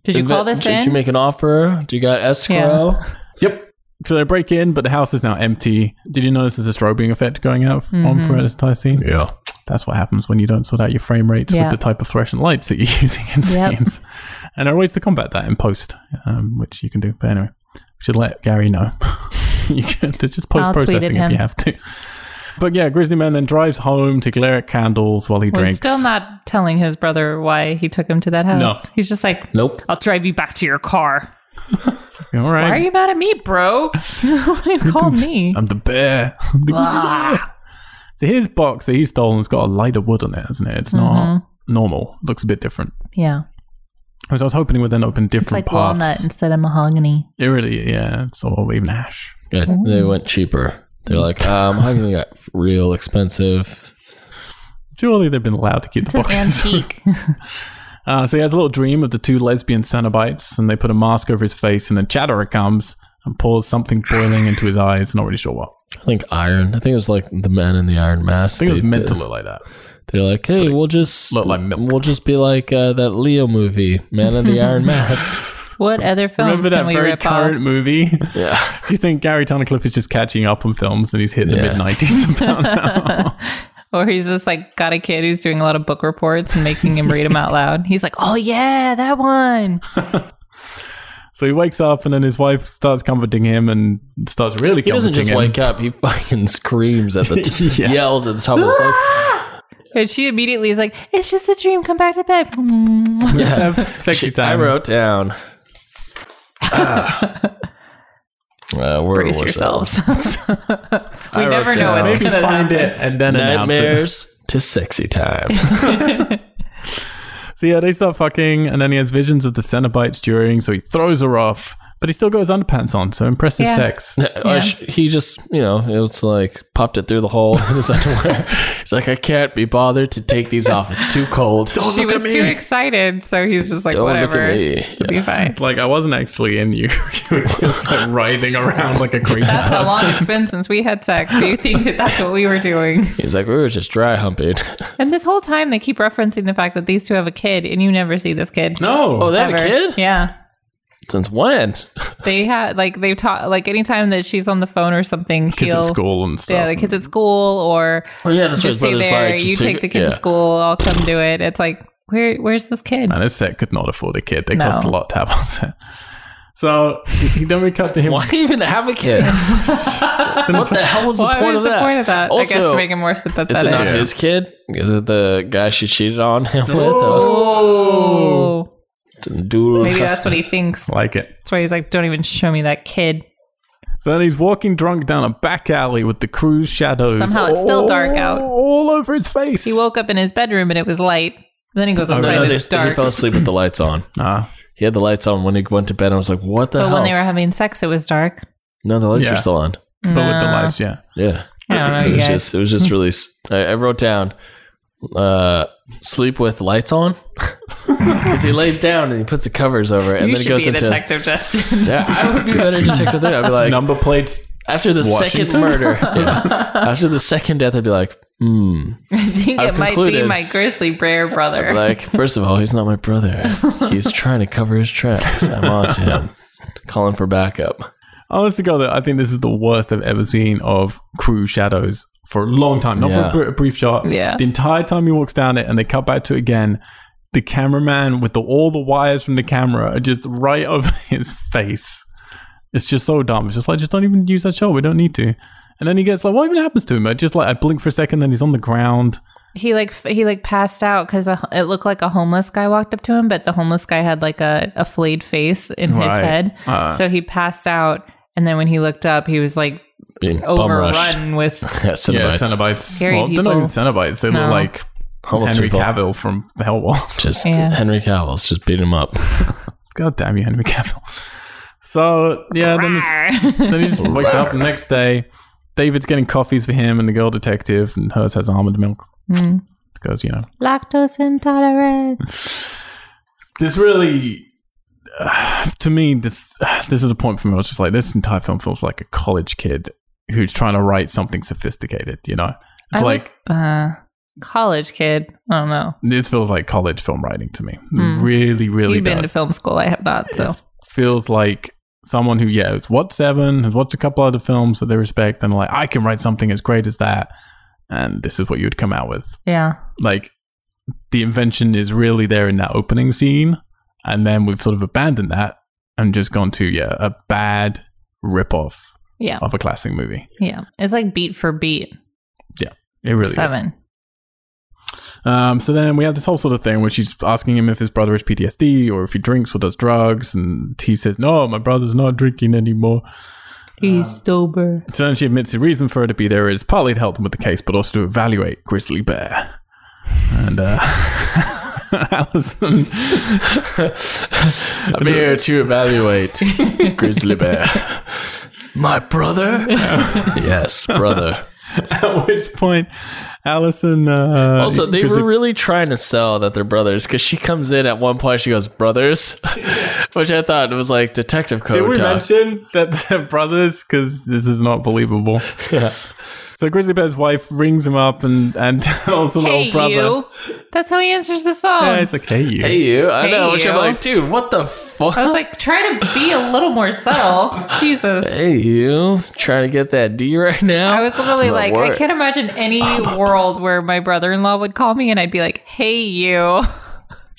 Speaker 3: Did you call
Speaker 2: inve-
Speaker 3: this
Speaker 2: did,
Speaker 3: in?
Speaker 2: you make an offer? Do you got escrow?
Speaker 1: Yep. So they break in, but the house is now empty. Did you notice there's a strobing effect going out on for this entire scene?
Speaker 2: Yeah.
Speaker 1: That's what happens when you don't sort out your frame rates
Speaker 3: Yeah.
Speaker 1: with the type of fluorescent lights that you're using in
Speaker 3: Yep.
Speaker 1: scenes. And there are ways to combat that in post, um, which you can do. But anyway, we should let Gary know. you can there's just post
Speaker 3: I'll tweet at
Speaker 1: processing if
Speaker 3: him.
Speaker 1: you have to. But yeah, Grizzly Man then drives home to glare at candles while he
Speaker 3: Well,
Speaker 1: drinks.
Speaker 3: he's still not telling his brother why he took him to that house.
Speaker 1: No.
Speaker 3: He's just like,
Speaker 2: Nope.
Speaker 3: I'll drive you back to your car.
Speaker 1: All
Speaker 3: Why are
Speaker 1: right.
Speaker 3: you mad at me, bro? Why you call me?
Speaker 1: I'm the bear. I'm the-
Speaker 3: Ah.
Speaker 1: So his box that he stole has got a lighter wood on it, hasn't it? It's not
Speaker 3: Mm-hmm.
Speaker 1: normal. It looks a bit different.
Speaker 3: Yeah.
Speaker 1: Because I was hoping it would then open different
Speaker 3: It's like
Speaker 1: paths.
Speaker 3: walnut instead of mahogany.
Speaker 1: It really, yeah. So even ash.
Speaker 2: Yeah, they went cheaper. They're like, um, how can we got real expensive?
Speaker 1: Surely they've been allowed to keep
Speaker 3: It's
Speaker 1: the
Speaker 3: an
Speaker 1: boxes.
Speaker 3: antique.
Speaker 1: Uh, so he has a little dream of the two lesbian Cenobites, and they put a mask over his face, and then Chatterer comes and pours something boiling into his eyes. Not really sure what.
Speaker 2: I think iron. I think it was like the men in the iron mask.
Speaker 1: I think it was
Speaker 2: They-
Speaker 1: meant to look like that.
Speaker 2: They're like, hey, we'll just
Speaker 1: look like milk.
Speaker 2: We'll just be like uh, that Leo movie, Man in the Iron Mask.
Speaker 3: what other films
Speaker 1: Remember
Speaker 3: can
Speaker 1: that
Speaker 3: we
Speaker 1: very
Speaker 3: rip
Speaker 1: current
Speaker 3: off?
Speaker 1: movie? Do
Speaker 2: yeah,
Speaker 1: you think Gary Tunnicliffe is just catching up on films and he's hit the
Speaker 2: Yeah.
Speaker 1: mid nineties about now?
Speaker 3: Or he's just like got a kid who's doing a lot of book reports and making him read them out loud. He's like, "Oh yeah, that one."
Speaker 1: so he wakes up and then his wife starts comforting him and starts really
Speaker 2: he
Speaker 1: comforting
Speaker 2: doesn't just
Speaker 1: him.
Speaker 2: wake up; he fucking screams at the t-
Speaker 1: Yeah.
Speaker 2: yells at the top of his voice.
Speaker 3: And she immediately is like, "It's just a dream. Come back to bed."
Speaker 1: Let's have sexy
Speaker 2: Shit, I
Speaker 1: time.
Speaker 2: wrote down. Ah. uh, where
Speaker 3: Brace
Speaker 2: was that?
Speaker 3: yourselves. we
Speaker 2: I wrote
Speaker 3: never know
Speaker 2: down.
Speaker 3: what's
Speaker 1: Maybe
Speaker 3: going to
Speaker 1: find
Speaker 3: happen.
Speaker 1: it and then announce it.
Speaker 2: Nightmares to sexy time.
Speaker 1: So yeah, they start fucking, and then he has visions of the Cenobites during, so he throws her off, but he still got his underpants on, so impressive
Speaker 3: Yeah.
Speaker 1: sex.
Speaker 2: Or Oh, sh he just, you know, it was like popped it through the hole in his underwear. He's like, I can't be bothered to take these off. It's too cold. Don't
Speaker 3: She was too excited, so he's just like,
Speaker 2: Don't look at
Speaker 3: "Whatever,
Speaker 2: me.
Speaker 3: it'll be fine."
Speaker 1: Like I wasn't actually in you. you were just like writhing around like a crazy
Speaker 3: That's how
Speaker 1: person.
Speaker 3: long it's been since we had sex. Do you think that that's what we were doing?
Speaker 2: He's like, we were just dry humping.
Speaker 3: And this whole time, they keep referencing the fact that these two have a kid, and you never see this kid.
Speaker 1: No.
Speaker 2: Oh, they have a
Speaker 3: Ever.
Speaker 2: kid?
Speaker 3: Yeah.
Speaker 2: Since when?
Speaker 3: They had, like, they've taught, like, anytime that she's on the phone or something,
Speaker 1: kids
Speaker 3: he'll.
Speaker 1: at school and stuff.
Speaker 3: Yeah, the kids at school, or
Speaker 2: Oh, yeah, that's
Speaker 3: just stay there. you take, the kid to school. I'll come do it. It's like, where, where's this kid?
Speaker 1: And this set could not afford a kid. They
Speaker 3: No.
Speaker 1: cost a lot to have on set. So then we cut to him.
Speaker 2: Why even have a kid? what the hell was the
Speaker 3: What
Speaker 2: point
Speaker 3: was
Speaker 2: of
Speaker 3: the
Speaker 2: that?
Speaker 3: point of that?
Speaker 2: Also,
Speaker 3: I guess to make him more
Speaker 2: is it
Speaker 3: sympathetic.
Speaker 2: not
Speaker 1: Yeah.
Speaker 2: his kid? Is it the guy she cheated on him
Speaker 1: Oh.
Speaker 3: oh,
Speaker 2: with? Dude,
Speaker 3: maybe that's what he thinks.
Speaker 1: Like it.
Speaker 3: That's why he's like, don't even show me that kid.
Speaker 1: So then he's walking drunk down a back alley with the crew's shadows.
Speaker 3: Somehow it's still dark out.
Speaker 1: All over his face.
Speaker 3: He woke up in his bedroom and it was light. Then he goes
Speaker 1: no,
Speaker 3: outside
Speaker 2: Oh, No,
Speaker 3: and
Speaker 2: they-
Speaker 3: it's dark.
Speaker 2: he fell asleep with the lights on.
Speaker 1: Ah.
Speaker 2: He had the lights on when he went to bed. I was like, what the
Speaker 3: But
Speaker 2: hell?
Speaker 3: when they were having sex, it was dark.
Speaker 2: no, the lights
Speaker 1: Yeah.
Speaker 2: are still on.
Speaker 1: but with the
Speaker 3: Nah.
Speaker 1: lights, yeah.
Speaker 2: Yeah.
Speaker 3: I don't know,
Speaker 2: it
Speaker 3: you
Speaker 2: was
Speaker 3: guys.
Speaker 2: just it was just really s- I, I wrote down uh sleep with lights on because he lays down and he puts the covers over it and
Speaker 3: you
Speaker 2: then he
Speaker 3: should
Speaker 2: goes
Speaker 3: be a
Speaker 2: into
Speaker 3: detective, Justin.
Speaker 2: yeah i would be a better detective there i'd be like
Speaker 1: Number plates
Speaker 2: after the
Speaker 1: Washington?
Speaker 2: second murder yeah. after the second death i'd be like hmm
Speaker 3: I think
Speaker 2: I've
Speaker 3: it might be
Speaker 2: concluded-
Speaker 3: my grizzly bear
Speaker 2: I'd
Speaker 3: brother.
Speaker 2: be like first of all he's not my brother he's trying to cover his tracks i'm on to him calling for backup
Speaker 1: Honest to God, though, I think this is the worst I've ever seen of crew shadows for a long time. Not
Speaker 2: Yeah.
Speaker 1: for a, br- a brief shot.
Speaker 3: Yeah.
Speaker 1: The entire time he walks down it and they cut back to it again, the cameraman with the, all the wires from the camera are just right over his face. It's just so dumb. It's just like, just don't even use that shot. We don't need to. And then he gets like, what even happens to him? I just like, I blink for a second, then he's on the ground.
Speaker 3: he like f- he like passed out because it looked like a homeless guy walked up to him, but the homeless guy had like a, a flayed face in his
Speaker 1: Right.
Speaker 3: head,
Speaker 1: Uh.
Speaker 3: so he passed out. And then when he looked up, he was like
Speaker 2: being bum rushed
Speaker 3: overrun with
Speaker 2: yeah, Cenobites.
Speaker 1: Yeah, Cenobites.
Speaker 3: Scary
Speaker 1: well, they're not even
Speaker 3: people.
Speaker 1: Cenobites. They
Speaker 3: No.
Speaker 1: look like
Speaker 2: Homeless
Speaker 1: Henry
Speaker 2: people.
Speaker 1: Cavill from Hellwall.
Speaker 2: just
Speaker 3: Yeah.
Speaker 2: henry cavill's just beat him up
Speaker 1: God damn you, Henry Cavill. So yeah, then, it's, then he just wakes up. The next day, David's getting coffees for him and the girl detective, and hers has almond milk
Speaker 3: Mm.
Speaker 1: because you know
Speaker 3: lactose intolerant.
Speaker 1: this really. uh, to me, this uh, this is a point for me. I was just like, this entire film feels like a college kid who's trying to write something sophisticated. You know, it's
Speaker 3: I
Speaker 1: like
Speaker 3: would- uh, college kid. I don't know.
Speaker 1: this feels like college film writing to me.
Speaker 3: Hmm.
Speaker 1: Really, really
Speaker 3: You've been to
Speaker 1: does.
Speaker 3: film school. I have not. So
Speaker 1: It feels like someone who, yeah, has watched Seven, has watched a couple other films that they respect, and like, I can write something as great as that, and this is what you would come out with.
Speaker 3: yeah,
Speaker 1: Like, the invention is really there in that opening scene, and then we've sort of abandoned that and just gone to yeah, a bad ripoff
Speaker 3: yeah,
Speaker 1: of a classic movie.
Speaker 3: yeah. It's like beat for beat.
Speaker 1: It really is.
Speaker 3: seven.
Speaker 1: Um, so then we have this whole sort of thing where she's asking him if his brother has PTSD or if he drinks or does drugs, and he says, "No, my brother's not drinking anymore."
Speaker 3: He's sober.
Speaker 1: So then she admits the reason for her to be there is partly to help them with the case, but also to evaluate Grizzly Bear. And uh, Allison,
Speaker 2: I'm here to evaluate grizzly bear. My brother? yes, brother.
Speaker 1: at which point, Allison. Uh,
Speaker 2: Also, they
Speaker 1: Grizzly-
Speaker 2: were really trying to sell that they're brothers because she comes in at one point. She goes, "Brothers," which I thought was like detective
Speaker 1: Did
Speaker 2: code
Speaker 1: we
Speaker 2: talk.
Speaker 1: mention that they're brothers? Because this is not believable.
Speaker 2: Yeah.
Speaker 1: So Grizzly Bear's wife rings him up and, and tells the
Speaker 3: Hey,
Speaker 1: little Oh, brother.
Speaker 3: you. That's how he answers the phone.
Speaker 1: Yeah, it's like, hey, you.
Speaker 2: Hey you, I
Speaker 3: Hey,
Speaker 2: know. Which I'm
Speaker 3: you.
Speaker 2: like, dude, what the fuck?
Speaker 3: I was like, try to be a little more subtle. Jesus.
Speaker 2: hey you, trying to get that D right now?
Speaker 3: I was literally
Speaker 2: I'm
Speaker 3: like,
Speaker 2: at
Speaker 3: I
Speaker 2: work.
Speaker 3: can't imagine any world where my brother in law would call me and I'd be like, hey, you.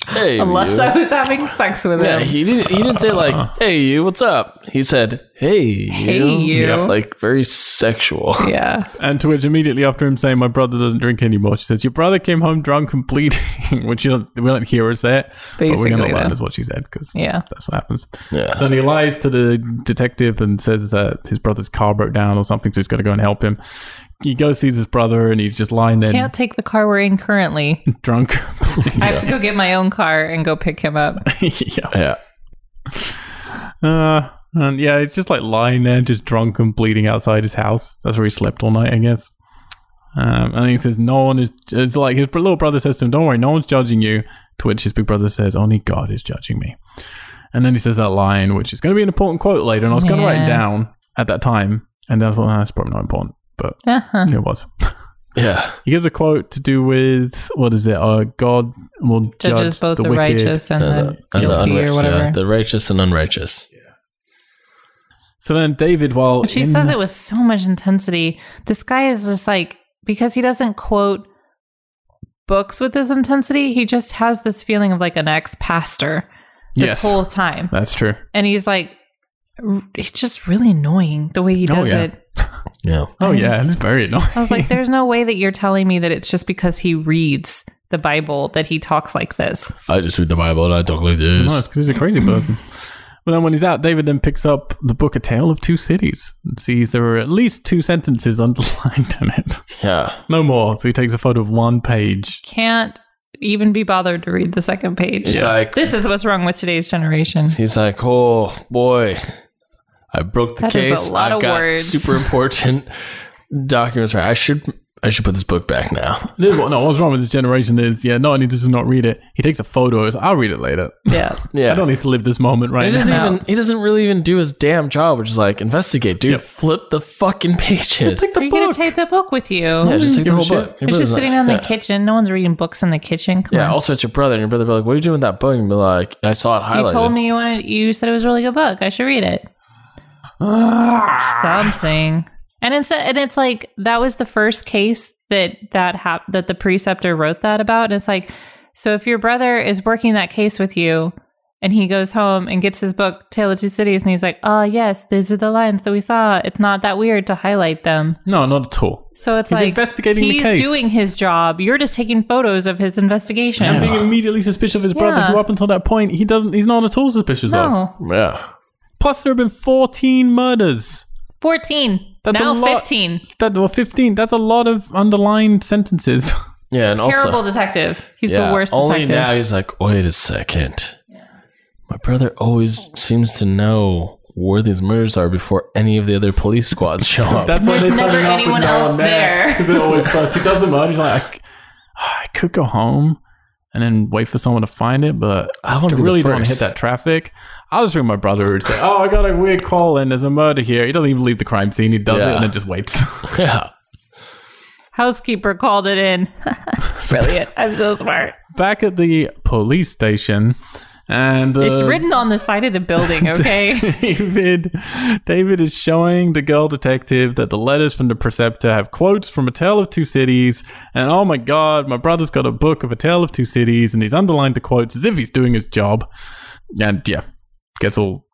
Speaker 2: Hey,
Speaker 3: Unless
Speaker 2: you.
Speaker 3: I was having sex with
Speaker 2: Yeah,
Speaker 3: him.
Speaker 2: he didn't. He didn't say like, "Hey, you, what's up?" He said, "Hey, you,",
Speaker 3: Hey, you.
Speaker 1: Yeah.
Speaker 2: like very sexual.
Speaker 3: Yeah.
Speaker 1: And to which immediately after him saying, "My brother doesn't drink anymore," she says, "Your brother came home drunk and bleeding," which you don't, we don't hear her say it, but we're
Speaker 3: Basically,
Speaker 1: gonna learn
Speaker 3: though.
Speaker 1: is what she said because
Speaker 3: Yeah.
Speaker 1: that's what happens.
Speaker 2: Yeah,
Speaker 1: So then he lies to the detective and says that his brother's car broke down or something, so he's got to go and help him. He goes sees his brother and he's just lying there
Speaker 3: Can't take the car we're in currently.
Speaker 1: drunk.
Speaker 3: I have to go get my own car and go pick him up.
Speaker 1: yeah,
Speaker 2: yeah.
Speaker 1: uh, and yeah, it's just like lying there, just drunk and bleeding outside his house. That's where he slept all night, I guess. Um, and he says, "No one is." It's like his little brother says to him, "Don't worry, no one's judging you." To which his big brother says, "Only God is judging me." And then he says that line, which is going to be an important quote later, and I was going to write it
Speaker 3: Yeah.
Speaker 1: down at that time, and then I thought, "Nah, it's probably not important," but
Speaker 3: Uh-huh.
Speaker 1: it was.
Speaker 2: Yeah.
Speaker 1: He gives a quote to do with what is it? Uh, God will judge
Speaker 3: Judges both
Speaker 1: the,
Speaker 3: the,
Speaker 1: wicked.
Speaker 3: righteous and
Speaker 2: Uh,
Speaker 3: the
Speaker 2: and the
Speaker 3: guilty
Speaker 2: unrighteous-
Speaker 3: or whatever.
Speaker 2: yeah, the righteous and unrighteous.
Speaker 1: So then David, while
Speaker 3: But she
Speaker 1: in-
Speaker 3: says it with so much intensity. This guy is just like because he doesn't quote books with this intensity, he just has this feeling of like an ex pastor this
Speaker 1: yes,
Speaker 3: whole time.
Speaker 1: that's true.
Speaker 3: And he's like r- it's just really annoying the way he
Speaker 1: Oh,
Speaker 3: does
Speaker 1: yeah.
Speaker 3: it.
Speaker 2: Yeah.
Speaker 1: Oh
Speaker 3: I
Speaker 1: yeah,
Speaker 3: just-
Speaker 1: it's very annoying.
Speaker 3: I was like there's no way that you're telling me that it's just because he reads the Bible that he talks like this.
Speaker 2: I just read the Bible and I talk like this.
Speaker 1: No, it's 'cause he's a crazy person. But then when he's out, David then picks up the book A Tale of Two Cities and sees there are at least two sentences underlined in it.
Speaker 2: Yeah.
Speaker 1: No more. So he takes a photo of one page.
Speaker 3: Can't even be bothered to read the second page.
Speaker 2: He's like,
Speaker 3: This is what's wrong with today's generation.
Speaker 2: he's like, oh boy, I broke the
Speaker 3: That is a
Speaker 2: case.
Speaker 3: lot
Speaker 2: I've
Speaker 3: of
Speaker 2: got
Speaker 3: words."
Speaker 2: super important documents. Right, I should, I should put this book back now.
Speaker 1: This is what, no, what's wrong with this generation is, yeah, not only does he not read it, he takes a photo. It's, I'll read it later.
Speaker 3: Yeah.
Speaker 2: Yeah.
Speaker 1: I don't need to live this moment
Speaker 2: he
Speaker 1: right now.
Speaker 2: doesn't
Speaker 3: No.
Speaker 2: even. He doesn't really even do his damn job, which is like investigate, dude.
Speaker 1: Yep.
Speaker 2: Flip the fucking pages.
Speaker 1: Take the
Speaker 3: You're going
Speaker 1: book.
Speaker 3: to take the book with you.
Speaker 2: yeah, just take the
Speaker 1: give a
Speaker 2: whole
Speaker 1: shit.
Speaker 2: book.
Speaker 3: It's just sitting on the
Speaker 2: yeah.
Speaker 3: kitchen. No one's reading books in the kitchen. Come
Speaker 2: Yeah.
Speaker 3: on.
Speaker 2: Also, it's your brother, and your brother be like, "What are you doing with that book?" And be like, "I saw it highlighted."
Speaker 3: you told me you wanted. You said it was a really good book. I should read it.
Speaker 1: Ah.
Speaker 3: Something. And instead, and it's like that was the first case that that hap- that the preceptor wrote that about. And it's like, so if your brother is working that case with you, and he goes home and gets his book Tale of Two Cities, and he's like, oh yes, these are the lines that we saw. It's not that weird to highlight them.
Speaker 1: No, not at all.
Speaker 3: So it's
Speaker 1: He's
Speaker 3: like
Speaker 1: investigating the
Speaker 3: he's
Speaker 1: case.
Speaker 3: doing his job. You're just taking photos of his investigation.
Speaker 1: And being immediately suspicious of his brother,
Speaker 3: Yeah.
Speaker 1: who up until that point, he doesn't, he's not at all suspicious of.
Speaker 3: no.
Speaker 2: Yeah.
Speaker 1: Plus, there have been 14 murders.
Speaker 3: 14.
Speaker 1: That's a
Speaker 3: now
Speaker 1: lot.
Speaker 3: 15.
Speaker 1: That well, fifteen. That's a lot of underlined sentences.
Speaker 2: Yeah, and also
Speaker 3: Terrible detective. He's
Speaker 2: yeah,
Speaker 3: the worst
Speaker 2: Only
Speaker 3: detective.
Speaker 2: now he's like, wait a second. My brother always seems to know where these murders are before any of the other police squads show up.
Speaker 1: That's why
Speaker 3: There's
Speaker 1: they're
Speaker 3: never
Speaker 1: turning up
Speaker 3: anyone
Speaker 1: with no
Speaker 3: else
Speaker 1: one there.
Speaker 3: there.
Speaker 1: "Ah, Because it always first he does the murder. He's like, I, c- I could go home and then wait for someone to find it. But
Speaker 2: I
Speaker 1: I,
Speaker 2: wanna be the
Speaker 1: really don't want to hit
Speaker 2: first.
Speaker 1: that traffic. I was ring my brother who'd say, "Oh, I got a weird call and there's a murder here." He doesn't even leave the crime scene. He does it
Speaker 2: Yeah.
Speaker 1: and then just waits.
Speaker 2: Yeah.
Speaker 3: Housekeeper called it in. Brilliant. I'm so smart.
Speaker 1: Back at the police station, and
Speaker 3: It's
Speaker 1: uh,
Speaker 3: written on the side of the building, okay?
Speaker 1: David, David is showing the girl detective that the letters from the preceptor have quotes from A Tale of Two Cities, and oh my god, my brother's got a book of A Tale of Two Cities, and he's underlined the quotes as if he's doing his job, and yeah, gets all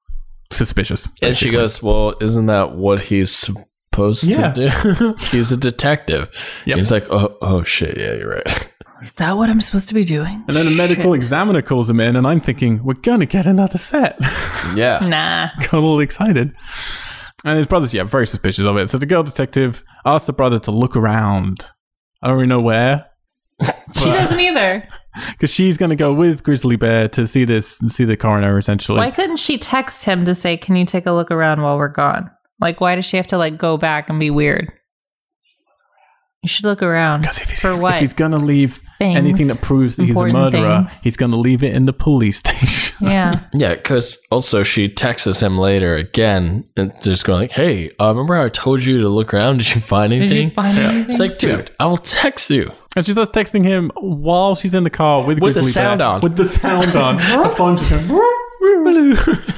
Speaker 1: suspicious.
Speaker 2: And she
Speaker 1: basically.
Speaker 2: goes, Well, isn't that what he's supposed
Speaker 1: Yeah.
Speaker 2: to do? he's a detective.
Speaker 1: Yep.
Speaker 2: He's like, oh, oh, shit. Yeah, you're right.
Speaker 3: Is that what I'm supposed to be doing?
Speaker 1: and then a medical examiner calls him in, and I'm thinking, we're gonna get another set.
Speaker 2: Yeah.
Speaker 3: Nah.
Speaker 1: got all excited. And his brother's, yeah, very suspicious of it. So the girl detective asks the brother to look around. I don't really know where,
Speaker 3: She doesn't either.
Speaker 1: because she's going to go with Grizzly Bear to see this and see the coroner essentially.
Speaker 3: Why couldn't she text him to say, Can you take a look around while we're gone? Like, why does she have to, like, go back and be weird? You should look around.
Speaker 1: Because if he's,
Speaker 3: For
Speaker 1: if
Speaker 3: what?
Speaker 1: he's going to leave
Speaker 3: Things.
Speaker 1: anything that proves that he's a
Speaker 3: Important
Speaker 1: murderer,
Speaker 3: things.
Speaker 1: he's going to leave it in the police station.
Speaker 3: Yeah.
Speaker 2: Yeah. Because also she texts him later again and just going, like, Hey, uh, remember how I told you to look around? Did you find
Speaker 3: Did
Speaker 2: anything?
Speaker 3: you find anything?
Speaker 2: it's like, dude, I will text you.
Speaker 1: And she starts texting him while she's in the car with,
Speaker 2: With the
Speaker 1: Grizzly
Speaker 2: sound
Speaker 1: Bear.
Speaker 2: on.
Speaker 1: With the sound on. the phone's just going.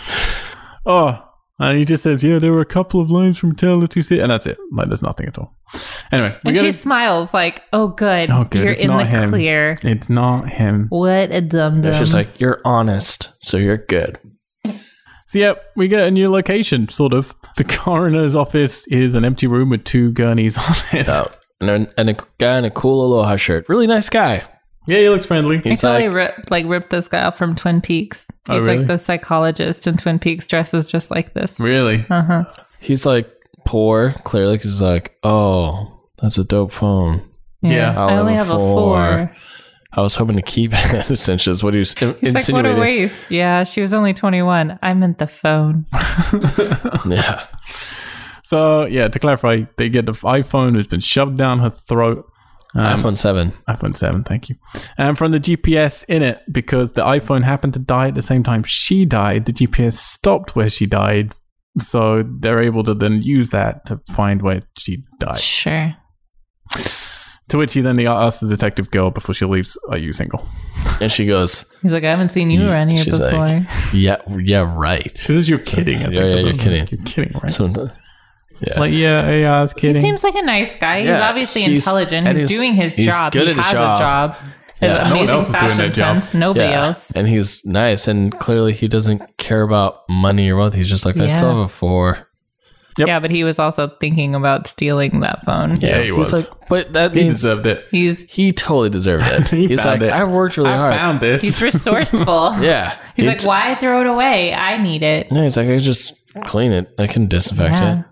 Speaker 1: oh, and he just says, "Yeah, there were a couple of lines from Taylor to see," and that's it. Like, there's nothing at all. Anyway, we
Speaker 3: and
Speaker 1: gotta-
Speaker 3: she smiles, like, Oh, good.
Speaker 1: Oh, good.
Speaker 3: You're
Speaker 1: It's
Speaker 3: in the
Speaker 1: not him.
Speaker 3: clear.
Speaker 1: it's not him.
Speaker 3: What a dum dum.
Speaker 2: It's just like, You're honest. So you're good.
Speaker 1: So yeah, we get a new location, sort of. The coroner's office is an empty room with two gurneys on it.
Speaker 2: Oh, and, a- and a guy in a cool Aloha shirt. Really nice guy.
Speaker 1: Yeah, he looks friendly.
Speaker 3: I
Speaker 2: He's
Speaker 3: totally
Speaker 2: like,
Speaker 3: rip, like ripped this guy off from Twin Peaks.
Speaker 1: Oh,
Speaker 3: He's
Speaker 1: really?
Speaker 3: like the psychologist in Twin Peaks dresses just like this.
Speaker 1: Really?
Speaker 3: Uh huh.
Speaker 2: he's like poor, clearly, 'cause he's like, oh, that's a dope phone.
Speaker 1: Yeah.
Speaker 2: Oh,
Speaker 3: I only have a four.
Speaker 2: I was hoping to keep it, essentially, is what he was in-
Speaker 3: He's like, what a
Speaker 2: insinuating.
Speaker 3: waste. Yeah, she was only 21. I meant the phone.
Speaker 2: yeah.
Speaker 1: So yeah, to clarify, they get the iPhone has been shoved down her throat. Um,
Speaker 2: iPhone 7.
Speaker 1: iPhone 7, thank you. And from the GPS in it, because the iPhone happened to die at the same time she died, the GPS stopped where she died. So they're able to then use that to find where she died.
Speaker 3: Sure.
Speaker 1: To which he then asks the detective girl before she leaves, Are you single?
Speaker 2: And she goes,
Speaker 3: He's like, I haven't seen you
Speaker 2: He's-
Speaker 3: around here
Speaker 2: she's
Speaker 3: before.
Speaker 2: like- yeah, yeah, right.
Speaker 1: She says, You're kidding. I think
Speaker 2: Yeah, yeah,
Speaker 1: or
Speaker 2: you're
Speaker 1: something.
Speaker 2: kidding.
Speaker 1: You're kidding, right?
Speaker 2: Sometimes. Yeah.
Speaker 1: like, yeah, yeah, I was
Speaker 3: he
Speaker 1: kidding.
Speaker 3: seems like a nice guy. he's
Speaker 2: Yeah,
Speaker 3: obviously
Speaker 2: he's-
Speaker 3: intelligent.
Speaker 2: and
Speaker 3: He's,
Speaker 2: he's-
Speaker 3: doing his
Speaker 2: he's
Speaker 3: job.
Speaker 2: good
Speaker 3: he
Speaker 2: at his
Speaker 3: has
Speaker 2: job.
Speaker 3: a job. He has
Speaker 1: No
Speaker 2: Yeah.
Speaker 1: one
Speaker 3: Amazing
Speaker 1: else is doing
Speaker 3: fashion
Speaker 1: their job.
Speaker 3: sense. Nobody
Speaker 2: yeah.
Speaker 3: else.
Speaker 2: And he's nice. And clearly, he doesn't care about money or wealth. He's just like, I
Speaker 3: Yeah.
Speaker 2: still have a four.
Speaker 1: Yep.
Speaker 3: Yeah, but he was also thinking about stealing that phone.
Speaker 1: Yeah, he
Speaker 2: he's
Speaker 1: was.
Speaker 2: Like, but that
Speaker 1: he
Speaker 2: means
Speaker 1: deserved it.
Speaker 3: He's
Speaker 2: he totally deserved it.
Speaker 1: He
Speaker 2: he's
Speaker 1: found
Speaker 2: like,
Speaker 1: it.
Speaker 2: I worked really
Speaker 1: I
Speaker 2: hard.
Speaker 1: found this.
Speaker 3: he's resourceful.
Speaker 2: yeah.
Speaker 3: He's
Speaker 2: He
Speaker 3: like,
Speaker 2: t-
Speaker 3: why throw it away? I need it.
Speaker 2: No, he's like, I could just clean it. I can disinfect
Speaker 3: Yeah.
Speaker 2: it.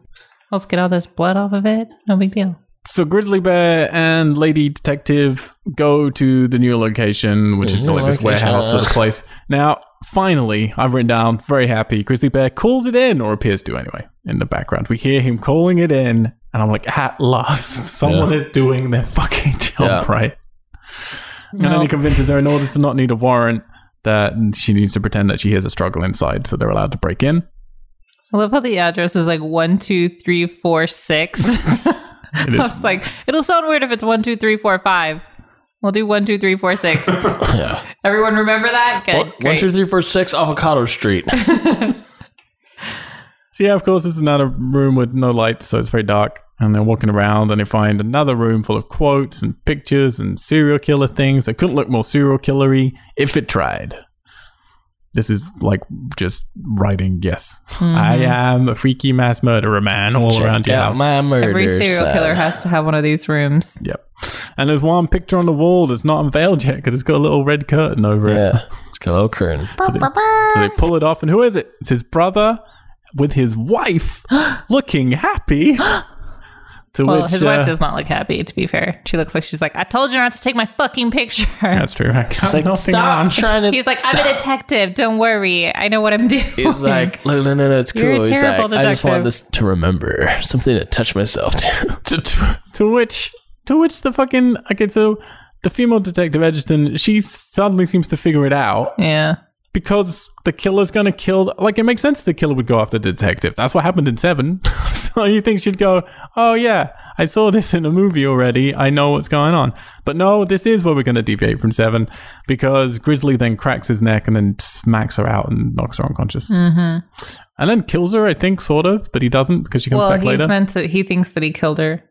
Speaker 3: Let's get all this blood off of it. No big deal.
Speaker 1: so Grizzly Bear and Lady Detective go to the new location, which is
Speaker 2: New
Speaker 1: like this
Speaker 2: location.
Speaker 1: warehouse sort of place. Now, finally, I've written down very happy. Grizzly Bear calls it in, or appears to anyway, in the background. We hear him calling it in, and I'm like, at last, someone is doing their fucking job
Speaker 2: Yeah.
Speaker 1: right. And then he convinces her, in order to not need a warrant, that she needs to pretend that she hears a struggle inside, so they're allowed to break in.
Speaker 3: I love how the address is like one, two, three, four, six. I
Speaker 1: is.
Speaker 3: was like, it'll sound weird if it's one, two, three, four, five. We'll do one, two, three, four, six.
Speaker 2: Yeah.
Speaker 3: Everyone remember that? Good.
Speaker 2: One- one,
Speaker 3: great.
Speaker 2: two, three, four, six, Avocado Street.
Speaker 1: So yeah, of course, it's another room with no lights, so it's very dark. And they're walking around, and they find another room full of quotes and pictures and serial killer things that couldn't look more serial killery if it tried. This is like just writing. Yes, I am a freaky mass murderer man all around your
Speaker 2: yeah,
Speaker 1: house.
Speaker 2: Mm-hmm. my murder.
Speaker 3: Every serial
Speaker 2: side.
Speaker 3: killer has to have one of these rooms.
Speaker 1: Yep. And there's one picture on the wall that's not unveiled yet because it's got a little red curtain over it.
Speaker 2: Yeah. It's Kyle Kern.
Speaker 1: So they, so they pull it off, and who is it? It's his brother with his wife, looking happy. To
Speaker 3: Well,
Speaker 1: which
Speaker 3: his
Speaker 1: uh,
Speaker 3: wife does not look happy, to be fair. She looks like she's like, I told you not to take my fucking picture.
Speaker 1: That's true. I got
Speaker 2: It's like,
Speaker 1: nothing
Speaker 2: stop
Speaker 1: on.
Speaker 2: trying to.
Speaker 3: He's like, I'm a detective. Don't worry. I know what I'm doing.
Speaker 2: He's like, no, no, no, no, it's cool.
Speaker 3: You're a
Speaker 2: He's like,
Speaker 3: terrible
Speaker 2: I just
Speaker 3: detective.
Speaker 2: want this to remember something to touch myself to.
Speaker 1: to, to, to which to which the fucking okay. So the female detective Edgerton, she suddenly seems to figure it out
Speaker 3: Yeah.
Speaker 1: because the killer's gonna kill. Like it makes sense the killer would go after the detective. That's what happened in Seven. so you think she'd go, "Oh yeah, I saw this in a movie already. I know what's going on." But no, this is where we're gonna deviate from Seven because Grizzly then cracks his neck and then smacks her out and knocks her unconscious
Speaker 3: hmm
Speaker 1: and then kills her. I think sort of, but he doesn't because she comes
Speaker 3: Well,
Speaker 1: back
Speaker 3: he's
Speaker 1: later.
Speaker 3: meant to. He thinks that he killed her.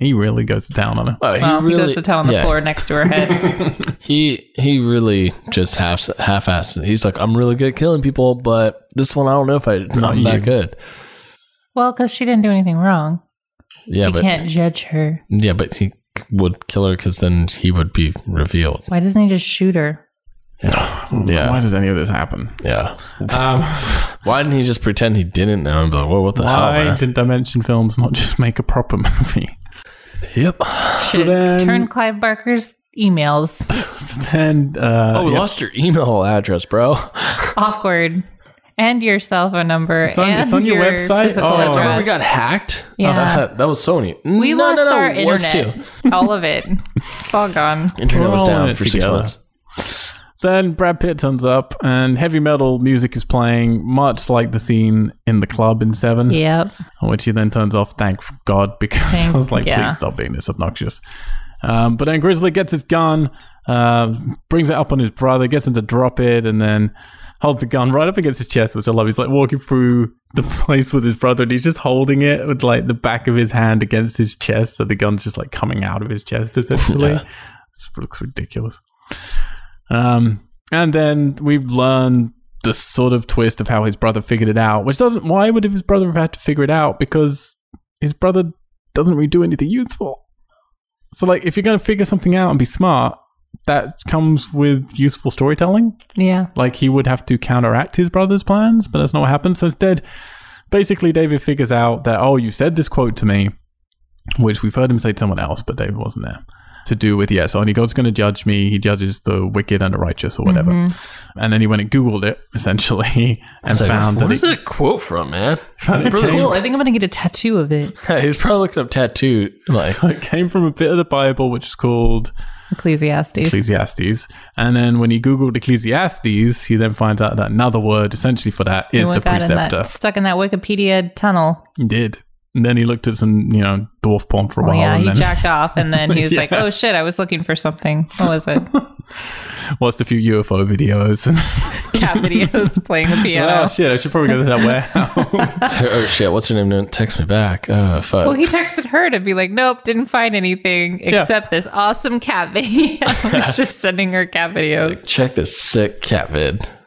Speaker 1: he really goes to town on her.
Speaker 2: Wow,
Speaker 3: Well, he goes to town on the
Speaker 2: yeah,
Speaker 3: floor next to her head.
Speaker 2: He he really just half half assed it. He's like, I'm really good at killing people, but this one I don't know if I,
Speaker 1: Not
Speaker 2: I'm
Speaker 1: you.
Speaker 2: that good.
Speaker 3: well, because she didn't do anything wrong.
Speaker 2: Yeah,
Speaker 3: he
Speaker 2: but
Speaker 3: can't judge her.
Speaker 2: yeah, but he would kill her because then he would be revealed.
Speaker 3: Why doesn't he just shoot her?
Speaker 2: Yeah.
Speaker 1: Hmm, Why does any of this happen?
Speaker 2: Yeah.
Speaker 1: Um,
Speaker 2: Why didn't he just pretend he didn't know and be like, well, what the
Speaker 1: why
Speaker 2: hell? Man?
Speaker 1: did Dimension Films not just make a proper movie?
Speaker 2: yep.
Speaker 3: Should
Speaker 1: then-
Speaker 3: turn Clive Barker's emails
Speaker 1: So then, uh,
Speaker 2: oh, we
Speaker 1: yeah,
Speaker 2: lost your email address, bro.
Speaker 3: awkward, and your cell phone number,
Speaker 1: It's on-
Speaker 3: and
Speaker 1: it's on your website?
Speaker 3: physical
Speaker 1: Oh.
Speaker 2: Remember
Speaker 3: address.
Speaker 2: we got hacked?
Speaker 3: Yeah.
Speaker 2: Oh, that, that was Sony.
Speaker 3: We
Speaker 2: no,
Speaker 3: lost
Speaker 2: no, no,
Speaker 3: our
Speaker 2: it was
Speaker 3: internet, all of it. It's all gone.
Speaker 2: too. Internet
Speaker 1: We're
Speaker 2: was
Speaker 1: all in
Speaker 2: down
Speaker 1: it
Speaker 2: for six
Speaker 1: together.
Speaker 2: months.
Speaker 1: Then Brad Pitt turns up, and heavy metal music is playing, much like the scene in the club in Seven,
Speaker 3: Yep.
Speaker 1: which he then turns off. Thank God, because
Speaker 3: Thank-
Speaker 1: I was like,
Speaker 3: yeah.
Speaker 1: please stop being this obnoxious. Um, but then Grizzly gets his gun, uh, brings it up on his brother, gets him to drop it, and then holds the gun right up against his chest, which I love. He's like walking through the place with his brother, and he's just holding it with like the back of his hand against his chest, so the gun's just like coming out of his chest essentially.
Speaker 2: Yeah.
Speaker 1: This looks ridiculous. Um, and then we've learned the sort of twist of how his brother figured it out, which doesn't. Why would his brother have had to figure it out? Because his brother doesn't really do anything useful. So, like, if you're going to figure something out and be smart, that comes with useful storytelling.
Speaker 3: Yeah.
Speaker 1: Like, he would have to counteract his brother's plans, but that's not what happens. So, instead, basically, David figures out that, oh, you said this quote to me, which we've heard him say to someone else, but David wasn't there. To do with, yes, only God's going to judge me. He judges the wicked and the righteous or whatever.
Speaker 3: Mm-hmm.
Speaker 1: And then he went and Googled it, essentially, and
Speaker 2: It's like,
Speaker 1: found that
Speaker 2: Where's
Speaker 1: it,
Speaker 2: that quote from, man?
Speaker 1: found it
Speaker 3: That's
Speaker 1: came-
Speaker 3: cool. I think I'm gonna get a tattoo of it.
Speaker 2: He's probably looking up tattoo. Like,
Speaker 1: it came from a bit of the Bible, which is called
Speaker 3: Ecclesiastes.
Speaker 1: Ecclesiastes. And then when he Googled Ecclesiastes, he then finds out that another word essentially for that is
Speaker 3: Oh my
Speaker 1: the
Speaker 3: God, in that-
Speaker 1: preceptor.
Speaker 3: stuck in that Wikipedia tunnel.
Speaker 1: He did. And then he looked at some, you know, dwarf porn for a
Speaker 3: Well,
Speaker 1: while.
Speaker 3: yeah,
Speaker 1: and
Speaker 3: he
Speaker 1: then
Speaker 3: jacked off, and then he was
Speaker 1: Yeah.
Speaker 3: like, "Oh shit, I was looking for something. What was it?
Speaker 1: watched a few UFO videos. And
Speaker 3: Cat videos playing the
Speaker 1: oh,
Speaker 3: piano."
Speaker 1: shit, I should probably go to that warehouse.
Speaker 2: oh shit, what's her name? No, Text me back. Oh fuck.
Speaker 3: Well, he texted her to be like, "Nope, didn't find anything
Speaker 1: Yeah.
Speaker 3: except this awesome cat video." He's just sending her cat videos.
Speaker 2: Check this sick cat vid.